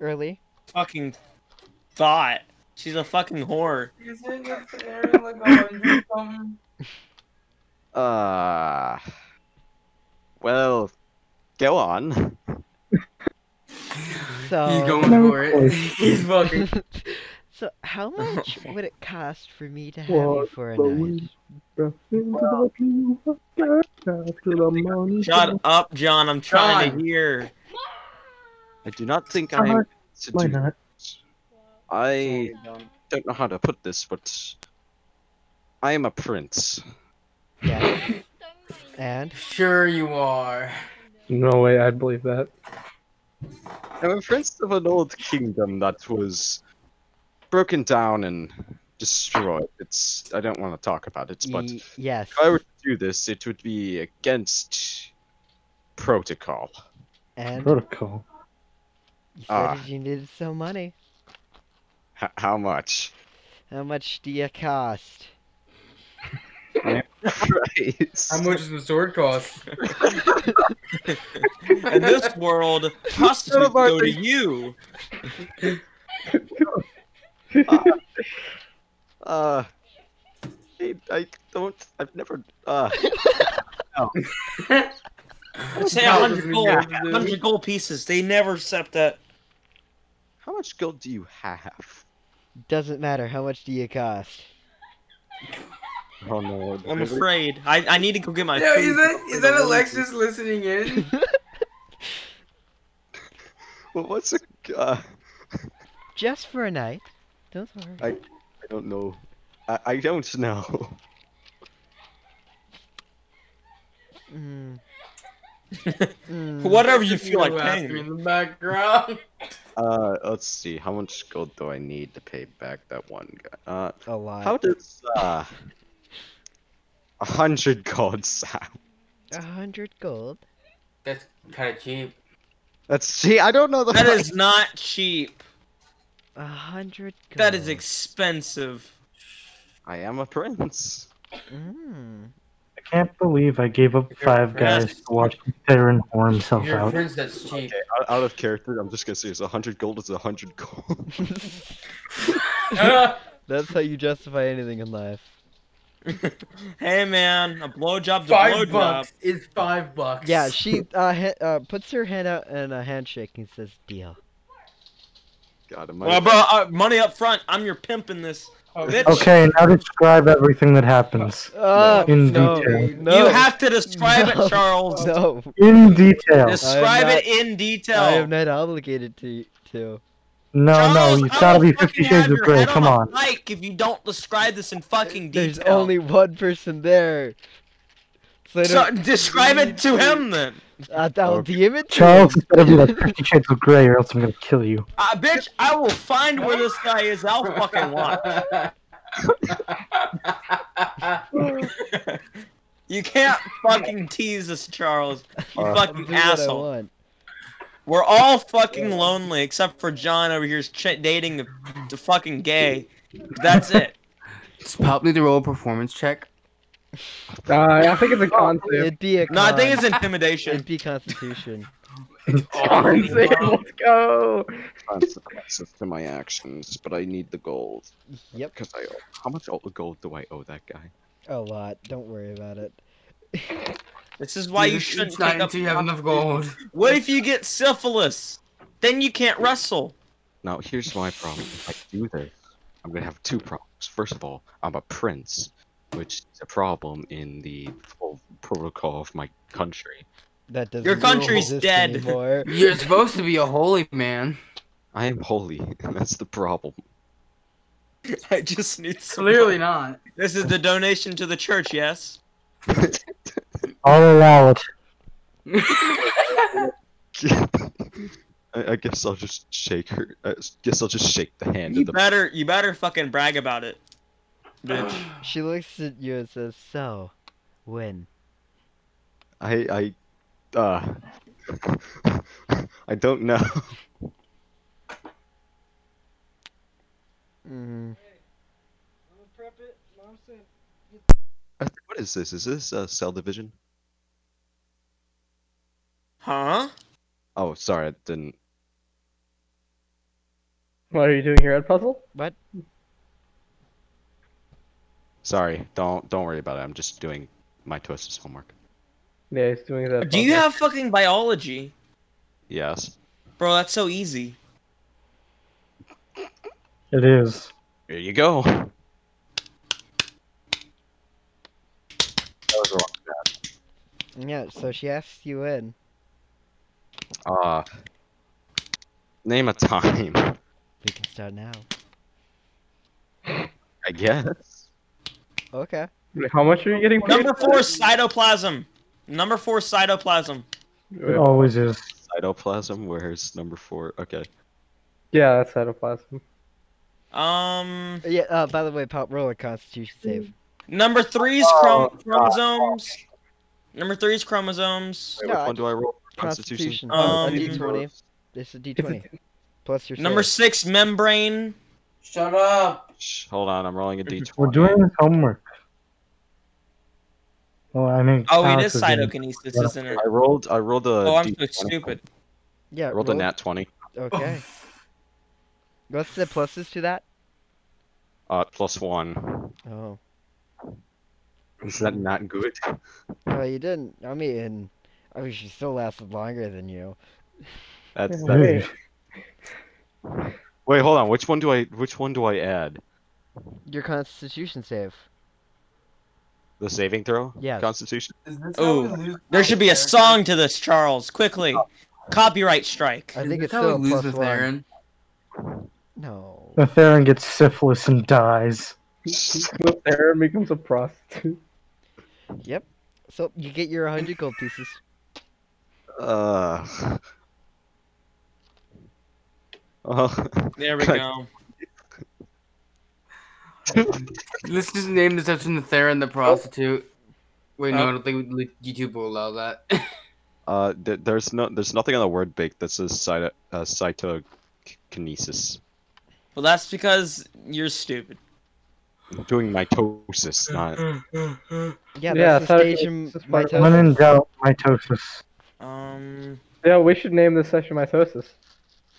Speaker 2: early.
Speaker 1: fucking thought. She's a fucking whore.
Speaker 4: You think it's airing like a hundred something?
Speaker 5: Ah. well, go on.
Speaker 2: So-
Speaker 4: He's going
Speaker 6: No
Speaker 4: for it.
Speaker 6: question.
Speaker 4: He's fucking.
Speaker 2: so how much would it cost for me to have you
Speaker 3: What
Speaker 2: for a
Speaker 3: the
Speaker 2: night?
Speaker 1: Shut up, John. I'm trying
Speaker 4: John.
Speaker 1: to hear.
Speaker 5: I do not think
Speaker 6: Why
Speaker 5: I'm.
Speaker 6: not? Why not?
Speaker 5: I don't know how to put this, but I am a prince.
Speaker 2: Yeah. And
Speaker 4: Sure you are.
Speaker 3: No way, I'd believe that.
Speaker 5: I'm a prince of an old kingdom that was broken down and destroyed. It's I don't want to talk about it,
Speaker 1: Mm.
Speaker 5: but
Speaker 2: Ye-
Speaker 5: if
Speaker 2: yes.
Speaker 5: I were to do this, it would be against protocol.
Speaker 2: and
Speaker 6: Protocol.
Speaker 2: you
Speaker 5: ah.
Speaker 2: said you needed some money.
Speaker 5: H- how much?
Speaker 2: How much do you cost?
Speaker 5: Christ.
Speaker 4: How much does the sword cost?
Speaker 1: In this world, prostitutes
Speaker 5: about
Speaker 1: go to
Speaker 5: this.
Speaker 1: you.
Speaker 5: Uh, I, I don't. I've never. Uh,
Speaker 1: I'd say a hundred gold, hundred gold pieces. They never accept that.
Speaker 5: how much gold do you have?
Speaker 2: Doesn't matter. How much do you cost?
Speaker 5: Oh no!
Speaker 1: I'm afraid. I, I need to go get my.
Speaker 4: Yo,
Speaker 1: food
Speaker 4: is that
Speaker 1: before
Speaker 4: is
Speaker 1: the
Speaker 4: that
Speaker 1: war
Speaker 4: Alexis listening in?
Speaker 5: Well, what's a? Uh,
Speaker 2: Just for a night. Don't worry.
Speaker 5: I- I don't know. I, I don't know.
Speaker 2: Mm.
Speaker 1: begins.
Speaker 2: Mm.
Speaker 1: Whatever you feel like
Speaker 4: Yo,
Speaker 1: paying.
Speaker 4: in the background.
Speaker 5: Uh, let's see. How much gold do I need to pay back that one guy? Uh,
Speaker 2: A lot.
Speaker 5: how does uh, a hundred gold sound?
Speaker 2: A hundred gold.
Speaker 4: That's kind of cheap.
Speaker 5: That's see. I don't know the.
Speaker 1: That is not cheap.
Speaker 2: A hundred gold.
Speaker 1: That is expensive.
Speaker 5: I am a prince.
Speaker 2: Mm.
Speaker 6: I can't believe I gave up five guys to watch Theron whore himself
Speaker 4: You're a
Speaker 6: out.
Speaker 4: prince. That's cheap.
Speaker 5: Out, out of character, I'm just gonna say it's a hundred gold. It's a hundred gold.
Speaker 2: That's how you justify anything in life.
Speaker 1: Hey man, a blowjob's a
Speaker 4: five
Speaker 1: blowjob.
Speaker 4: bucks. It's five bucks.
Speaker 2: Yeah, she uh, ha- uh puts her hand out in a handshake and says, "Deal."
Speaker 5: God, am I?
Speaker 1: Well, bro, uh, money up front. I'm your pimp in this.
Speaker 2: Oh,
Speaker 1: Bitch,
Speaker 6: Okay, now describe everything that happens
Speaker 2: Uh,
Speaker 6: in
Speaker 2: no,
Speaker 6: detail.
Speaker 2: no,
Speaker 1: you have to describe
Speaker 2: No.
Speaker 1: it, Charles.
Speaker 2: no.
Speaker 6: In detail.
Speaker 1: Describe
Speaker 2: I am
Speaker 1: it in detail.
Speaker 2: I am not obligated to to.
Speaker 6: No, no,
Speaker 1: Charles,
Speaker 6: you
Speaker 1: I
Speaker 6: gotta
Speaker 1: will
Speaker 6: be
Speaker 1: fucking
Speaker 6: Fifty Shades
Speaker 1: have
Speaker 6: of
Speaker 1: your
Speaker 6: Grey.
Speaker 1: head
Speaker 6: Come
Speaker 1: a
Speaker 6: on.
Speaker 1: Pike, if you don't describe this in fucking detail.
Speaker 2: There's only one person there. So, I
Speaker 1: So
Speaker 2: don't-
Speaker 1: describe it to him then.
Speaker 2: uh, I'll
Speaker 5: Okay.
Speaker 2: DM it to
Speaker 6: Charles,
Speaker 2: him.
Speaker 6: it's better be like Fifty Shades of Grey, or else I'm gonna kill you.
Speaker 1: Uh, bitch, I will find where this guy is. I'll fucking watch. You can't fucking tease us, Charles. You
Speaker 5: Uh,
Speaker 2: I'll
Speaker 1: fucking
Speaker 2: do what I
Speaker 1: asshole.
Speaker 2: want.
Speaker 1: We're all fucking lonely except for John over here is ch- dating the, the fucking gay. That's it.
Speaker 4: Does Pop need to roll a performance check?
Speaker 3: Uh, I think it's a con save.
Speaker 2: It'd be a.
Speaker 1: No, I think it's
Speaker 2: con.
Speaker 1: intimidation.
Speaker 2: It'd be Constitution.
Speaker 1: Oh,
Speaker 3: Con save. Let's go.
Speaker 5: consequences to my actions, but I need the gold
Speaker 2: yep,
Speaker 5: because I. Owe... How much o- gold do I owe that guy?
Speaker 2: a lot. Don't worry about it.
Speaker 1: This is why you
Speaker 4: just
Speaker 1: shouldn't
Speaker 4: eat nine
Speaker 1: take up.
Speaker 4: until you have enough gold.
Speaker 1: What if you get syphilis? Then you can't wrestle.
Speaker 5: Now here's my problem. If I do this, I'm gonna have two problems. First of all, I'm a prince, which is a problem in the full protocol of my country.
Speaker 2: That doesn't.
Speaker 1: Your
Speaker 2: really
Speaker 1: country's
Speaker 2: exist
Speaker 1: dead.
Speaker 2: Anymore.
Speaker 4: You're supposed to be a holy man.
Speaker 5: I am holy, and that's the problem.
Speaker 1: I just need some.
Speaker 4: Clearly not.
Speaker 1: This is the donation to the church, yes?
Speaker 6: I'll allow it.
Speaker 5: I, I guess I'll just shake her. I s- guess I'll just shake the hand
Speaker 1: You
Speaker 5: of the.
Speaker 1: better you better fucking brag about it. Bitch.
Speaker 2: She looks at you and says, "So, when?"
Speaker 5: I I uh. I don't know.
Speaker 1: Mm-hmm.
Speaker 2: Mm.
Speaker 5: What is this? Is this a cell division?
Speaker 1: Huh?
Speaker 5: Oh, sorry, I didn't.
Speaker 3: What are you doing here at puzzle?
Speaker 2: What?
Speaker 5: Sorry, don't don't worry about it. I'm just doing my twist's homework.
Speaker 3: Yeah, he's doing that.
Speaker 1: Do you have fucking biology?
Speaker 5: Yes,
Speaker 1: Bro, that's so easy.
Speaker 6: It is.
Speaker 5: here you go. That was wrong.
Speaker 2: Yeah. So she asks you when.
Speaker 5: Uh, name a time.
Speaker 2: We can start now.
Speaker 5: I guess.
Speaker 2: Okay.
Speaker 3: How much are you getting? paid?
Speaker 1: Number four cytoplasm. Number four cytoplasm.
Speaker 6: It always is.
Speaker 5: Cytoplasm. Where's number four? Okay.
Speaker 3: Yeah, that's cytoplasm.
Speaker 1: Um,
Speaker 2: Yeah. Uh, by the way, pop roll a Constitution save.
Speaker 1: number three is
Speaker 3: Oh,
Speaker 1: chrom- chromosomes. Number three is chromosomes.
Speaker 5: Wait,
Speaker 2: No,
Speaker 5: which one do I roll?
Speaker 2: Constitution.
Speaker 5: Constitution.
Speaker 2: Oh,
Speaker 1: Um,
Speaker 2: a d20. It's a d20 plus your
Speaker 1: Number
Speaker 2: save.
Speaker 1: six, membrane.
Speaker 4: Shut up.
Speaker 5: Shh, Hold on, I'm rolling a d20.
Speaker 6: We're doing this homework. Well, I mean,
Speaker 1: Oh, it
Speaker 6: Alex
Speaker 1: is
Speaker 6: doing-
Speaker 1: cytokinesis, isn't it?
Speaker 5: I rolled. I rolled a.
Speaker 1: Oh, I'm so
Speaker 5: D20.
Speaker 1: stupid.
Speaker 2: Yeah.
Speaker 5: I rolled a nat 20.
Speaker 2: Okay. What's the pluses to that?
Speaker 5: Uh, plus one.
Speaker 2: Oh.
Speaker 5: Is that not good?
Speaker 2: Well, you didn't. I mean, I mean, she still lasted longer than you.
Speaker 5: That's.
Speaker 6: Yeah.
Speaker 5: That... Wait, hold on. Which one do I? Which one do I add?
Speaker 2: Your Constitution save.
Speaker 5: The saving throw.
Speaker 2: Yes.
Speaker 5: Constitution.
Speaker 4: Is this
Speaker 1: Ooh,
Speaker 4: how we lose
Speaker 1: There should be a
Speaker 4: character?
Speaker 1: song to this, Charles. Quickly. Copyright strike.
Speaker 2: I
Speaker 4: Is
Speaker 2: think
Speaker 4: this
Speaker 2: it's
Speaker 4: how
Speaker 2: still
Speaker 4: we
Speaker 2: a
Speaker 4: lose
Speaker 2: plus
Speaker 4: with
Speaker 2: one.
Speaker 4: Aaron?
Speaker 2: No.
Speaker 6: The Theron gets syphilis and dies.
Speaker 3: Aaron becomes a prostitute.
Speaker 2: Yep. So you get your 100 gold pieces.
Speaker 5: Uh. Uh,
Speaker 1: There we go.
Speaker 4: Let's just name the section the Theron the prostitute. Wait, no,
Speaker 1: Oh.
Speaker 4: I don't think we- YouTube will allow that.
Speaker 5: uh, th- there's no, there's nothing on the word "bake" that says cyto, uh, cytokinesis.
Speaker 1: Well, that's because you're stupid.
Speaker 5: I'm doing mitosis, not.
Speaker 2: Yeah,
Speaker 3: Yeah,
Speaker 2: that's the
Speaker 3: so
Speaker 2: stage
Speaker 3: it's
Speaker 2: in
Speaker 3: just part of-
Speaker 6: When in
Speaker 2: mitosis.
Speaker 6: doubt, mitosis.
Speaker 1: Um,
Speaker 3: Yeah, we should name this session Mitosis.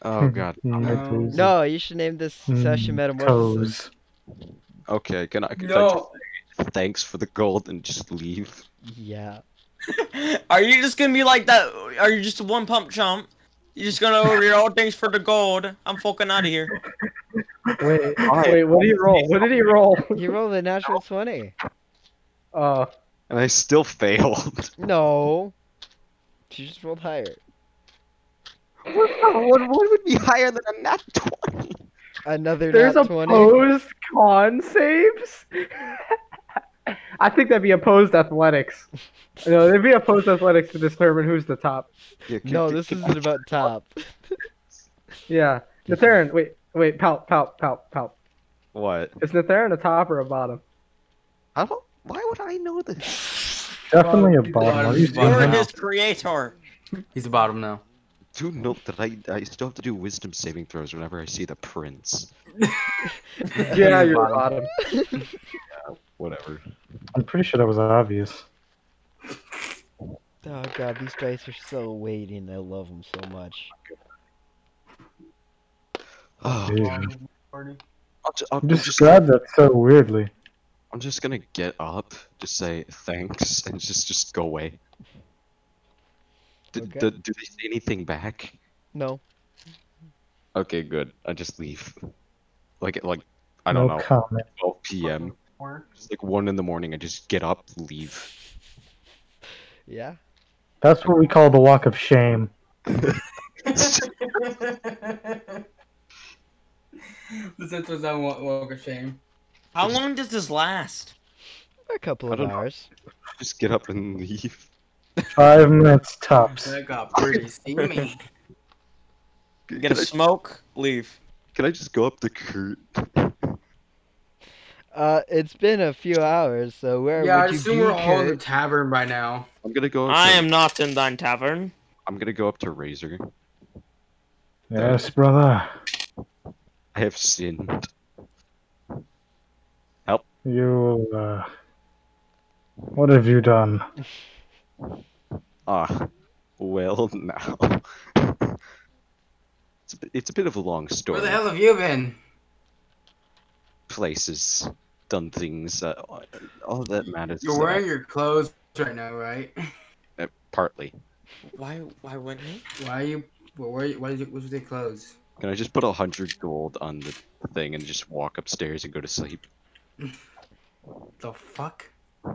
Speaker 5: Oh
Speaker 2: Hmm.
Speaker 5: god.
Speaker 6: Mitosis.
Speaker 2: Um,
Speaker 6: Mm,
Speaker 2: No, you should name this
Speaker 3: Mm,
Speaker 2: session metamorphosis.
Speaker 6: Toes.
Speaker 5: Okay, can I? Can I just, thanks for the gold and just leave.
Speaker 2: Yeah.
Speaker 1: are you just gonna be like that? Are you just a one pump chump? You're just gonna over here all things for the gold. I'm fucking out of here.
Speaker 3: Wait, wait, what did he roll? What did he roll?
Speaker 2: You rolled a natural 20.
Speaker 3: Uh,
Speaker 5: And I still failed.
Speaker 2: No. She just rolled higher.
Speaker 5: what, what would be higher than a nat 20?
Speaker 2: Another
Speaker 3: there's
Speaker 2: nat 20.
Speaker 3: opposed con saves? I think that'd be opposed athletics. No, there'd be opposed athletics to determine who's the top.
Speaker 2: No, this isn't about top.
Speaker 3: Yeah. Natheran, wait, wait, palp, palp, palp, palp.
Speaker 5: What?
Speaker 3: Is Natheran a top or a bottom?
Speaker 5: I don't. Why would I know this?
Speaker 6: Definitely a
Speaker 4: Bottom,
Speaker 6: bottom. Are you
Speaker 4: bottom,
Speaker 6: serious?
Speaker 1: You're
Speaker 4: bottom.
Speaker 1: his creator.
Speaker 4: He's the bottom now.
Speaker 5: Do note that I, I still have to do wisdom saving throws whenever I see the prince.
Speaker 3: Yeah,
Speaker 4: He's
Speaker 3: you're
Speaker 4: the
Speaker 3: a bottom.
Speaker 5: Whatever.
Speaker 6: I'm pretty sure that was obvious.
Speaker 2: Oh god, these dice are so weighty and I love them so much.
Speaker 5: Oh,
Speaker 6: Dude.
Speaker 4: bottom.
Speaker 5: I'll ju- I'll-
Speaker 6: I'm
Speaker 5: I'm
Speaker 6: just
Speaker 5: just,
Speaker 6: glad that so weirdly.
Speaker 5: I'm just gonna get up, just say thanks, and just just go away. D-
Speaker 2: Okay.
Speaker 5: d- do they say anything back?
Speaker 2: No.
Speaker 5: Okay, good. I just leave. Like at like I don't
Speaker 6: no
Speaker 5: know,
Speaker 6: comment.
Speaker 5: 12 p.m. It's like one in the morning. I just get up, leave.
Speaker 2: Yeah.
Speaker 6: That's what we call the walk of shame.
Speaker 4: This was on Wa- Walk of Shame.
Speaker 1: How long does this last?
Speaker 2: A couple
Speaker 5: I
Speaker 2: of
Speaker 5: don't know.
Speaker 2: hours.
Speaker 5: just get up and leave.
Speaker 6: Five minutes tops.
Speaker 4: That got pretty steamy.
Speaker 1: Get a
Speaker 5: Can I-
Speaker 1: smoke, leave.
Speaker 5: Can I just go up the cur
Speaker 2: Uh, it's been a few hours, so where
Speaker 4: yeah, I
Speaker 2: would you
Speaker 4: assume
Speaker 2: be,
Speaker 4: we're all in the
Speaker 2: Kurt?
Speaker 4: tavern by now.
Speaker 5: I'm gonna go. Up
Speaker 1: I
Speaker 5: to,
Speaker 1: am not in thine tavern.
Speaker 5: I'm gonna go up to Razor.
Speaker 6: Yes, brother.
Speaker 5: I have sinned.
Speaker 6: You. Uh, what have you done?
Speaker 5: Ah, well now. it's, a bit, it's a bit of a long story.
Speaker 4: Where the hell have you been?
Speaker 5: Places, done things. Uh, all that matters.
Speaker 4: You're
Speaker 5: is
Speaker 4: wearing
Speaker 5: that
Speaker 4: your clothes right now, right?
Speaker 5: I- uh, partly.
Speaker 1: Why? Why wouldn't he?
Speaker 4: Why are you? Well, where? Why is it? What's with your clothes?
Speaker 5: Can I just put a hundred gold on the thing and just walk upstairs and go to sleep?
Speaker 4: The fuck?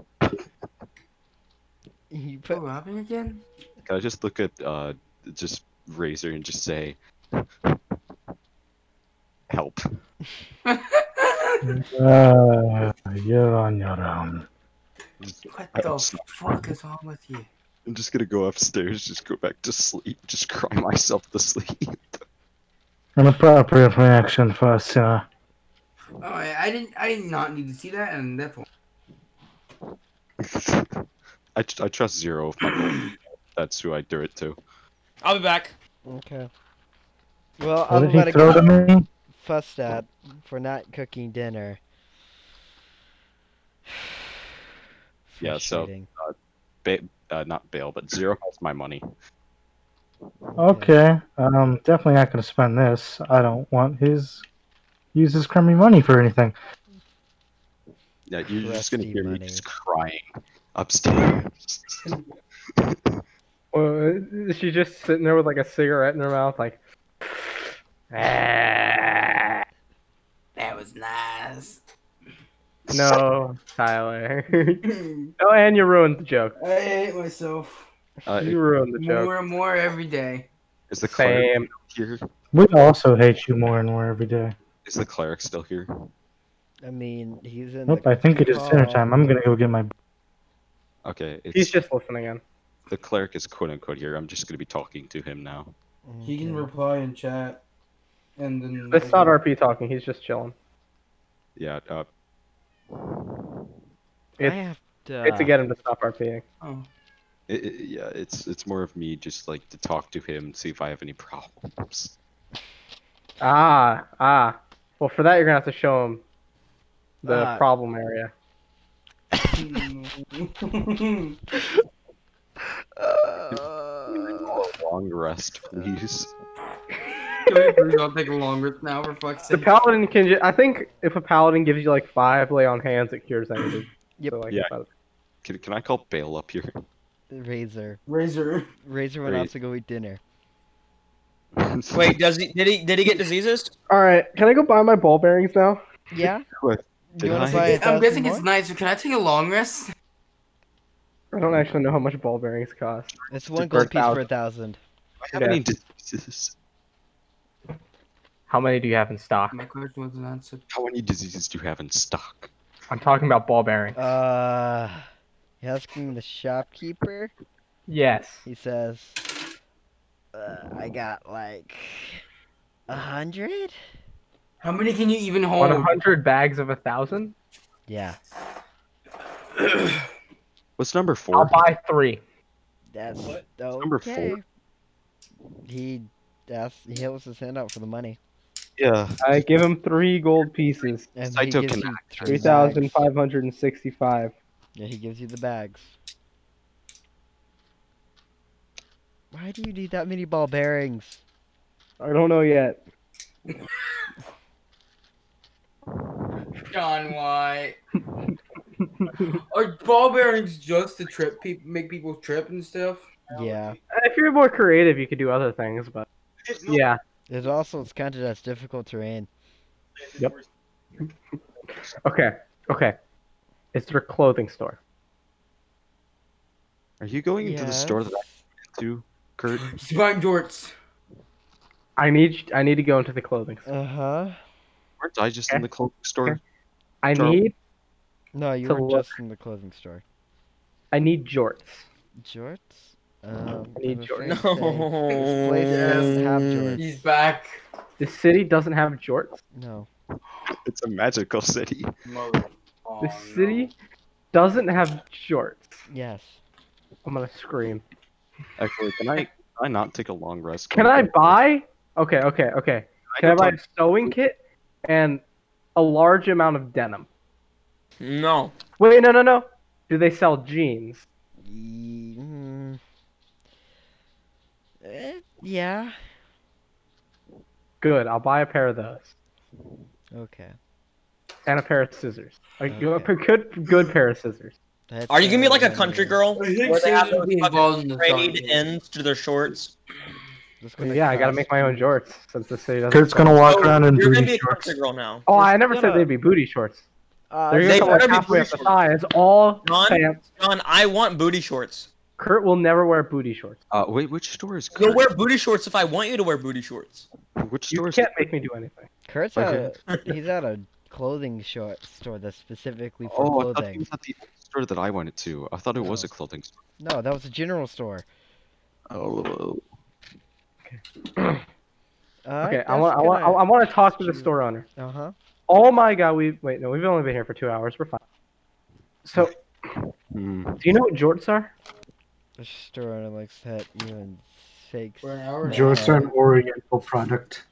Speaker 2: You
Speaker 4: What
Speaker 2: put
Speaker 4: Robin again?
Speaker 5: Can I just look at uh just Razor and just say help?
Speaker 6: Uh, you're on your own.
Speaker 5: Just-
Speaker 4: What
Speaker 5: I-
Speaker 4: the
Speaker 5: I'm so-
Speaker 4: fuck is wrong with you?
Speaker 5: I'm just gonna go upstairs, just go back to sleep, just cry myself to sleep.
Speaker 6: An appropriate reaction for a sinner.
Speaker 4: Oh, I, I didn't. I did not need to see that. And that point,
Speaker 5: I, tr- I trust Zero. If my goal- that's who I do it to.
Speaker 1: I'll be back.
Speaker 2: Okay. Well,
Speaker 6: What
Speaker 2: I'm
Speaker 6: did he
Speaker 2: gonna
Speaker 6: throw to
Speaker 2: get
Speaker 6: me?
Speaker 2: fussed at for not cooking dinner.
Speaker 5: Yeah, so-
Speaker 2: Frustrating.
Speaker 5: Uh, not bail, but Zero has my money.
Speaker 6: Okay. Um, definitely not gonna spend this. I don't want his use his crummy money for anything.
Speaker 5: Yeah, you're just gonna
Speaker 2: Crusty
Speaker 5: hear me
Speaker 2: money.
Speaker 5: just crying upstairs.
Speaker 3: Well, is she just sitting there with like a cigarette in her mouth, like, "Ah,
Speaker 4: that was nice.
Speaker 3: no, Tyler. oh, and you ruined the joke.
Speaker 4: I hate myself
Speaker 5: Uh,
Speaker 3: You ruined the joke.
Speaker 4: more and more every day.
Speaker 5: is the cleric
Speaker 3: Same.
Speaker 5: here?
Speaker 6: We also hate you more and more every day.
Speaker 5: Is the cleric still here?
Speaker 2: I mean, he's in.
Speaker 6: Nope,
Speaker 2: the
Speaker 6: I think it is dinner
Speaker 2: call.
Speaker 6: time. I'm gonna go get my.
Speaker 5: Okay, it's,
Speaker 3: He's just listening in.
Speaker 5: the cleric is quote unquote here. I'm just gonna be talking to him now.
Speaker 4: He can
Speaker 2: Okay.
Speaker 4: reply in chat, and then
Speaker 3: That's not RP talking. He's just chilling.
Speaker 5: Yeah, uh,
Speaker 2: I
Speaker 3: It's-
Speaker 2: have to.
Speaker 3: It's to get him to stop RPing.
Speaker 4: Oh.
Speaker 5: it, it- yeah, it's it's more of me just like to talk to him, see if I have any problems.
Speaker 3: Ah, ah. Well, for that you're gonna have to show him the
Speaker 2: Ah.
Speaker 3: problem area.
Speaker 2: Uh,
Speaker 5: A long rest, please.
Speaker 4: I'll take a long rest now for fuck's
Speaker 3: The
Speaker 4: sake.
Speaker 3: paladin can. Ju- I think if a paladin gives you like five lay on hands, it cures anything.
Speaker 2: Yep.
Speaker 3: So, like,
Speaker 5: Yeah.
Speaker 3: about-
Speaker 5: Can, can I call bail up here?
Speaker 2: Razor.
Speaker 4: Razor.
Speaker 2: Razor went
Speaker 5: Ra-
Speaker 2: out to go eat dinner.
Speaker 1: Wait, does he did he did he get diseases?
Speaker 3: All right. Can I go buy my ball bearings now?
Speaker 2: Yeah.
Speaker 5: What?
Speaker 2: You
Speaker 5: Did
Speaker 2: wanna
Speaker 5: I-
Speaker 2: buy a
Speaker 4: I'm
Speaker 2: thousand
Speaker 4: guessing
Speaker 2: more?
Speaker 4: it's nice, but can I take a long rest?
Speaker 3: I don't actually know how much ball bearings cost.
Speaker 2: It's one gold
Speaker 3: worth
Speaker 2: piece for a
Speaker 3: thousand.
Speaker 2: thousand.
Speaker 5: I have
Speaker 3: Yeah.
Speaker 5: any diseases?
Speaker 3: How many do you have in stock?
Speaker 4: My question was an answer.
Speaker 5: How many diseases do you have in stock?
Speaker 3: I'm talking about ball bearings.
Speaker 2: Uh, you asking the shopkeeper?
Speaker 3: yes.
Speaker 2: He says, uh, "I got like a hundred.
Speaker 4: How many can you even hold?
Speaker 3: 100 bags of a thousand.
Speaker 2: Yeah,
Speaker 5: What's number 4
Speaker 3: I'll buy three.
Speaker 2: that's
Speaker 1: What?
Speaker 5: Number four.
Speaker 2: okay." He asked. He holds his hand out for the money,
Speaker 5: Yeah.
Speaker 3: I give him three gold pieces.
Speaker 2: and he
Speaker 5: Saito
Speaker 2: gives
Speaker 5: can
Speaker 2: you
Speaker 3: Three
Speaker 2: three
Speaker 3: thousand
Speaker 2: bags.
Speaker 3: five hundred and sixty-five.
Speaker 2: Yeah, he gives you the bags. Why do you need that many ball bearings?
Speaker 3: I don't know yet.
Speaker 4: John, why? Are ball bearings just to trip people, make people trip and stuff?
Speaker 2: Yeah.
Speaker 3: If you're more creative, you could do other things, but yeah,
Speaker 2: It also is counted as difficult terrain.
Speaker 3: Yep. okay, okay. Is there a clothing store?
Speaker 5: Are you going into the store that I
Speaker 2: Yes.
Speaker 5: went to, Kurt?
Speaker 4: He's buying jorts.
Speaker 3: I need I need to go into the clothing store.
Speaker 2: Uh huh.
Speaker 5: Weren't I just in
Speaker 3: Okay.
Speaker 5: the clothing store?
Speaker 3: Okay. I
Speaker 5: Sure.
Speaker 3: need
Speaker 2: No, you
Speaker 3: To
Speaker 2: were
Speaker 3: look.
Speaker 2: just in the clothing store.
Speaker 3: I need jorts.
Speaker 2: Jorts? Um,
Speaker 3: I need
Speaker 2: I'm
Speaker 3: jorts.
Speaker 2: afraid
Speaker 1: No.
Speaker 2: they- This place doesn't have
Speaker 1: Mm,
Speaker 2: jorts.
Speaker 4: He's back.
Speaker 3: The city doesn't have jorts.
Speaker 2: No.
Speaker 5: It's a magical city.
Speaker 4: Mother- Oh,
Speaker 3: The
Speaker 4: no.
Speaker 3: city doesn't have jorts.
Speaker 2: Yes.
Speaker 3: I'm gonna scream.
Speaker 5: Actually, can I, can I not take a long rest?
Speaker 3: Can I buy? Okay, okay, okay. Can I buy a sewing kit and a large amount of denim?
Speaker 1: No.
Speaker 3: Wait, no, no, no. Do they sell jeans?
Speaker 2: Ye- mm. Eh, yeah.
Speaker 3: Good. I'll buy a pair of those
Speaker 2: Okay.
Speaker 3: and a pair of scissors. A, g- a
Speaker 2: Okay.
Speaker 3: good, good pair of scissors.
Speaker 2: That's
Speaker 1: Are you gonna be
Speaker 2: all
Speaker 1: like a
Speaker 2: I
Speaker 1: country
Speaker 2: need.
Speaker 1: girl?
Speaker 4: Uh, I think
Speaker 1: Where they have
Speaker 4: Susan
Speaker 1: those
Speaker 4: would be
Speaker 1: fucking
Speaker 4: involved in the
Speaker 1: Trade
Speaker 4: starting.
Speaker 1: ends to their shorts.
Speaker 2: That's
Speaker 3: But
Speaker 2: gonna
Speaker 3: yeah, I gotta
Speaker 2: cost
Speaker 3: make my own
Speaker 2: you-
Speaker 3: jorts since the city doesn't.
Speaker 6: Kurt's
Speaker 3: sell
Speaker 6: gonna
Speaker 3: them.
Speaker 6: walk
Speaker 1: Oh,
Speaker 6: around in
Speaker 1: You're gonna be
Speaker 6: booty
Speaker 1: a
Speaker 6: shorts.
Speaker 1: country girl now.
Speaker 3: Oh, I
Speaker 2: Just
Speaker 3: never said
Speaker 2: gonna-
Speaker 3: they'd be booty shorts.
Speaker 2: Uh,
Speaker 3: They're
Speaker 1: they
Speaker 3: gonna
Speaker 1: better
Speaker 3: come like
Speaker 1: be
Speaker 3: halfway up
Speaker 1: booty
Speaker 3: the
Speaker 1: shorts.
Speaker 3: thigh. It's all
Speaker 1: John?
Speaker 3: pants.
Speaker 1: John, I want booty shorts.
Speaker 3: Kurt will never wear booty shorts.
Speaker 5: Uh, wait, which store is
Speaker 1: You'll
Speaker 5: Kurt?
Speaker 1: wear booty shorts if I want you to wear booty shorts.
Speaker 5: Which
Speaker 3: You
Speaker 5: store is
Speaker 3: can't make me do anything.
Speaker 2: Kurt's at
Speaker 5: Okay.
Speaker 2: a, he's at a clothing short store that's specifically for
Speaker 5: Oh, I thought it
Speaker 2: clothing.
Speaker 5: was at the store that I went to. I thought it was
Speaker 2: Oh.
Speaker 5: a clothing store.
Speaker 2: No, that was a general store.
Speaker 5: Oh,
Speaker 2: Uh,
Speaker 3: okay, I want, I want, I want to talk to the store owner.
Speaker 2: Uh huh.
Speaker 3: Oh my god, we wait. No, we've only been here for two hours. We're fine. So, do
Speaker 5: hmm,
Speaker 3: you know what jorts are?
Speaker 2: Storona looks at you and shakes.
Speaker 4: We're an hour and a
Speaker 6: Jorts are
Speaker 4: half.
Speaker 6: an Oriental product.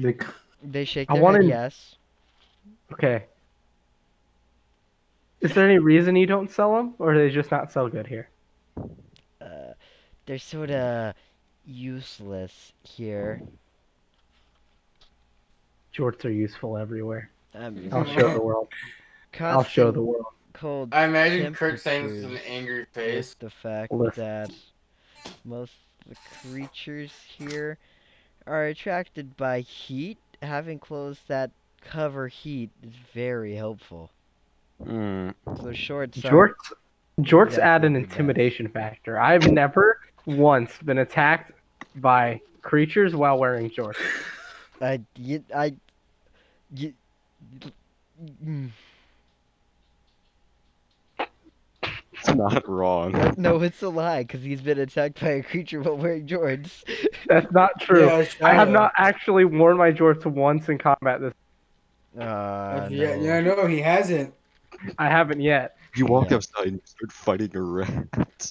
Speaker 6: They, c-
Speaker 2: They shake
Speaker 3: I
Speaker 2: their
Speaker 3: wanted-
Speaker 2: head yes.
Speaker 3: Okay. Is there any reason you don't sell them, or do they just not sell good here?
Speaker 2: Uh, they're sort of useless here.
Speaker 3: Jorts are useful everywhere.
Speaker 2: I'm
Speaker 3: I'll show the world. I'll show the world.
Speaker 2: cold.
Speaker 4: I imagine Kurt saying this with an
Speaker 2: temperatures
Speaker 4: angry
Speaker 2: is
Speaker 4: face.
Speaker 2: the fact
Speaker 3: Listen.
Speaker 2: that most of the creatures here are attracted by heat. Having clothes that cover heat is very helpful.
Speaker 5: hmm.
Speaker 2: So shorts. are-
Speaker 3: Jorts, jorts
Speaker 2: Yeah,
Speaker 3: add an
Speaker 2: yeah.
Speaker 3: intimidation factor. I've never once been attacked by creatures while wearing jorts.
Speaker 2: I. You, I. You, mm,
Speaker 5: It's not wrong.
Speaker 2: no, it's a lie because he's been attacked by a creature while wearing jorts.
Speaker 3: That's not true.
Speaker 4: Yeah,
Speaker 3: I have
Speaker 4: know.
Speaker 3: not actually worn my jorts once in combat. This
Speaker 2: Uh,
Speaker 4: yeah,
Speaker 2: no.
Speaker 4: yeah, no, he hasn't.
Speaker 3: I haven't yet.
Speaker 5: You walk
Speaker 2: Yeah.
Speaker 5: outside and you start fighting a rat.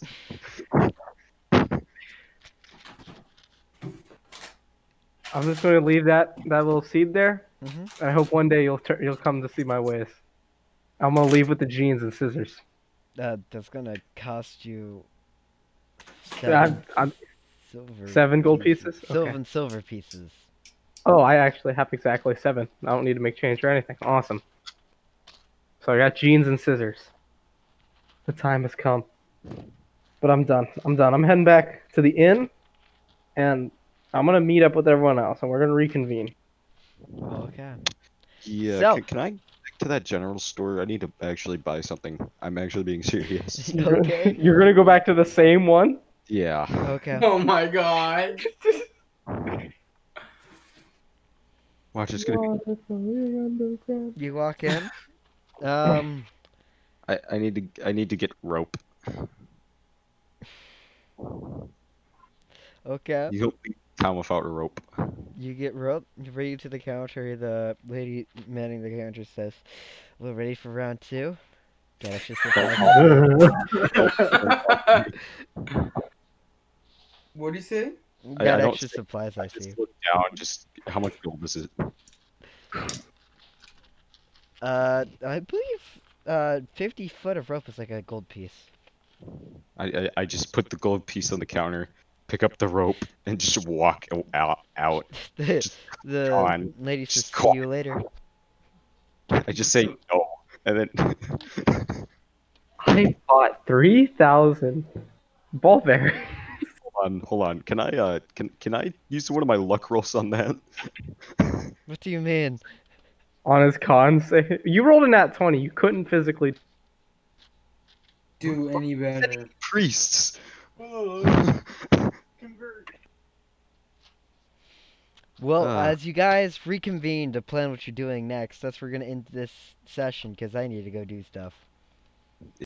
Speaker 3: I'm just going to leave that that little seed there.
Speaker 2: Mhm.
Speaker 3: I hope one day you'll tur you'll come to see my ways. I'm gonna leave with the jeans and scissors.
Speaker 2: Uh, that's gonna cost you.
Speaker 3: I'm,
Speaker 2: Seven,
Speaker 3: I'm,
Speaker 2: silver
Speaker 3: seven gold pieces? Okay.
Speaker 2: Silver and silver pieces.
Speaker 3: oh, I actually have exactly seven. I don't need to make change or anything. Awesome. So I got jeans and scissors. The time has come. But I'm done. I'm done. I'm heading back to the inn, and I'm gonna meet up with everyone else, and we're gonna reconvene.
Speaker 2: Okay.
Speaker 5: Yeah,
Speaker 2: So-
Speaker 5: can, can I back to that general store? I need to actually buy something. I'm actually being serious.
Speaker 3: You're-
Speaker 2: Okay.
Speaker 3: You're gonna go back to the same one.
Speaker 5: yeah.
Speaker 2: Okay.
Speaker 4: Oh my god.
Speaker 5: Watch, it's gonna be.
Speaker 2: You walk in. Um.
Speaker 5: I, I need to I need to get rope.
Speaker 2: Okay.
Speaker 5: You help me town without rope.
Speaker 2: You get rope. You bring it to the counter. The lady manning the counter says, "We're ready for round two. Get us just a thousand."
Speaker 4: What do you say?
Speaker 5: I
Speaker 2: Got
Speaker 5: don't
Speaker 2: extra
Speaker 5: see-
Speaker 2: supplies, I
Speaker 5: I
Speaker 2: see.
Speaker 5: just look down. Just how much gold is it?
Speaker 2: Uh, I believe uh, 50 foot of rope is like a gold piece.
Speaker 5: I, I I just put the gold piece on the counter, pick up the rope, and just walk o- out. Out.
Speaker 2: the
Speaker 5: Just
Speaker 2: the
Speaker 5: gone.
Speaker 2: lady says,
Speaker 5: Just
Speaker 2: "See
Speaker 5: gone."
Speaker 2: you later."
Speaker 5: I just say no, and then
Speaker 3: I bought three thousand ball bearings.
Speaker 5: hold on, hold on. Can I uh can can I use one of my luck rolls on that?
Speaker 2: What do you mean?
Speaker 3: on his con say you rolled an at 20 you couldn't physically
Speaker 4: Do any better.
Speaker 5: Priests.
Speaker 2: Well,
Speaker 5: Ah.
Speaker 2: as you guys reconvene to plan what you're doing next, that's where we're gonna end this session because I need to go do stuff.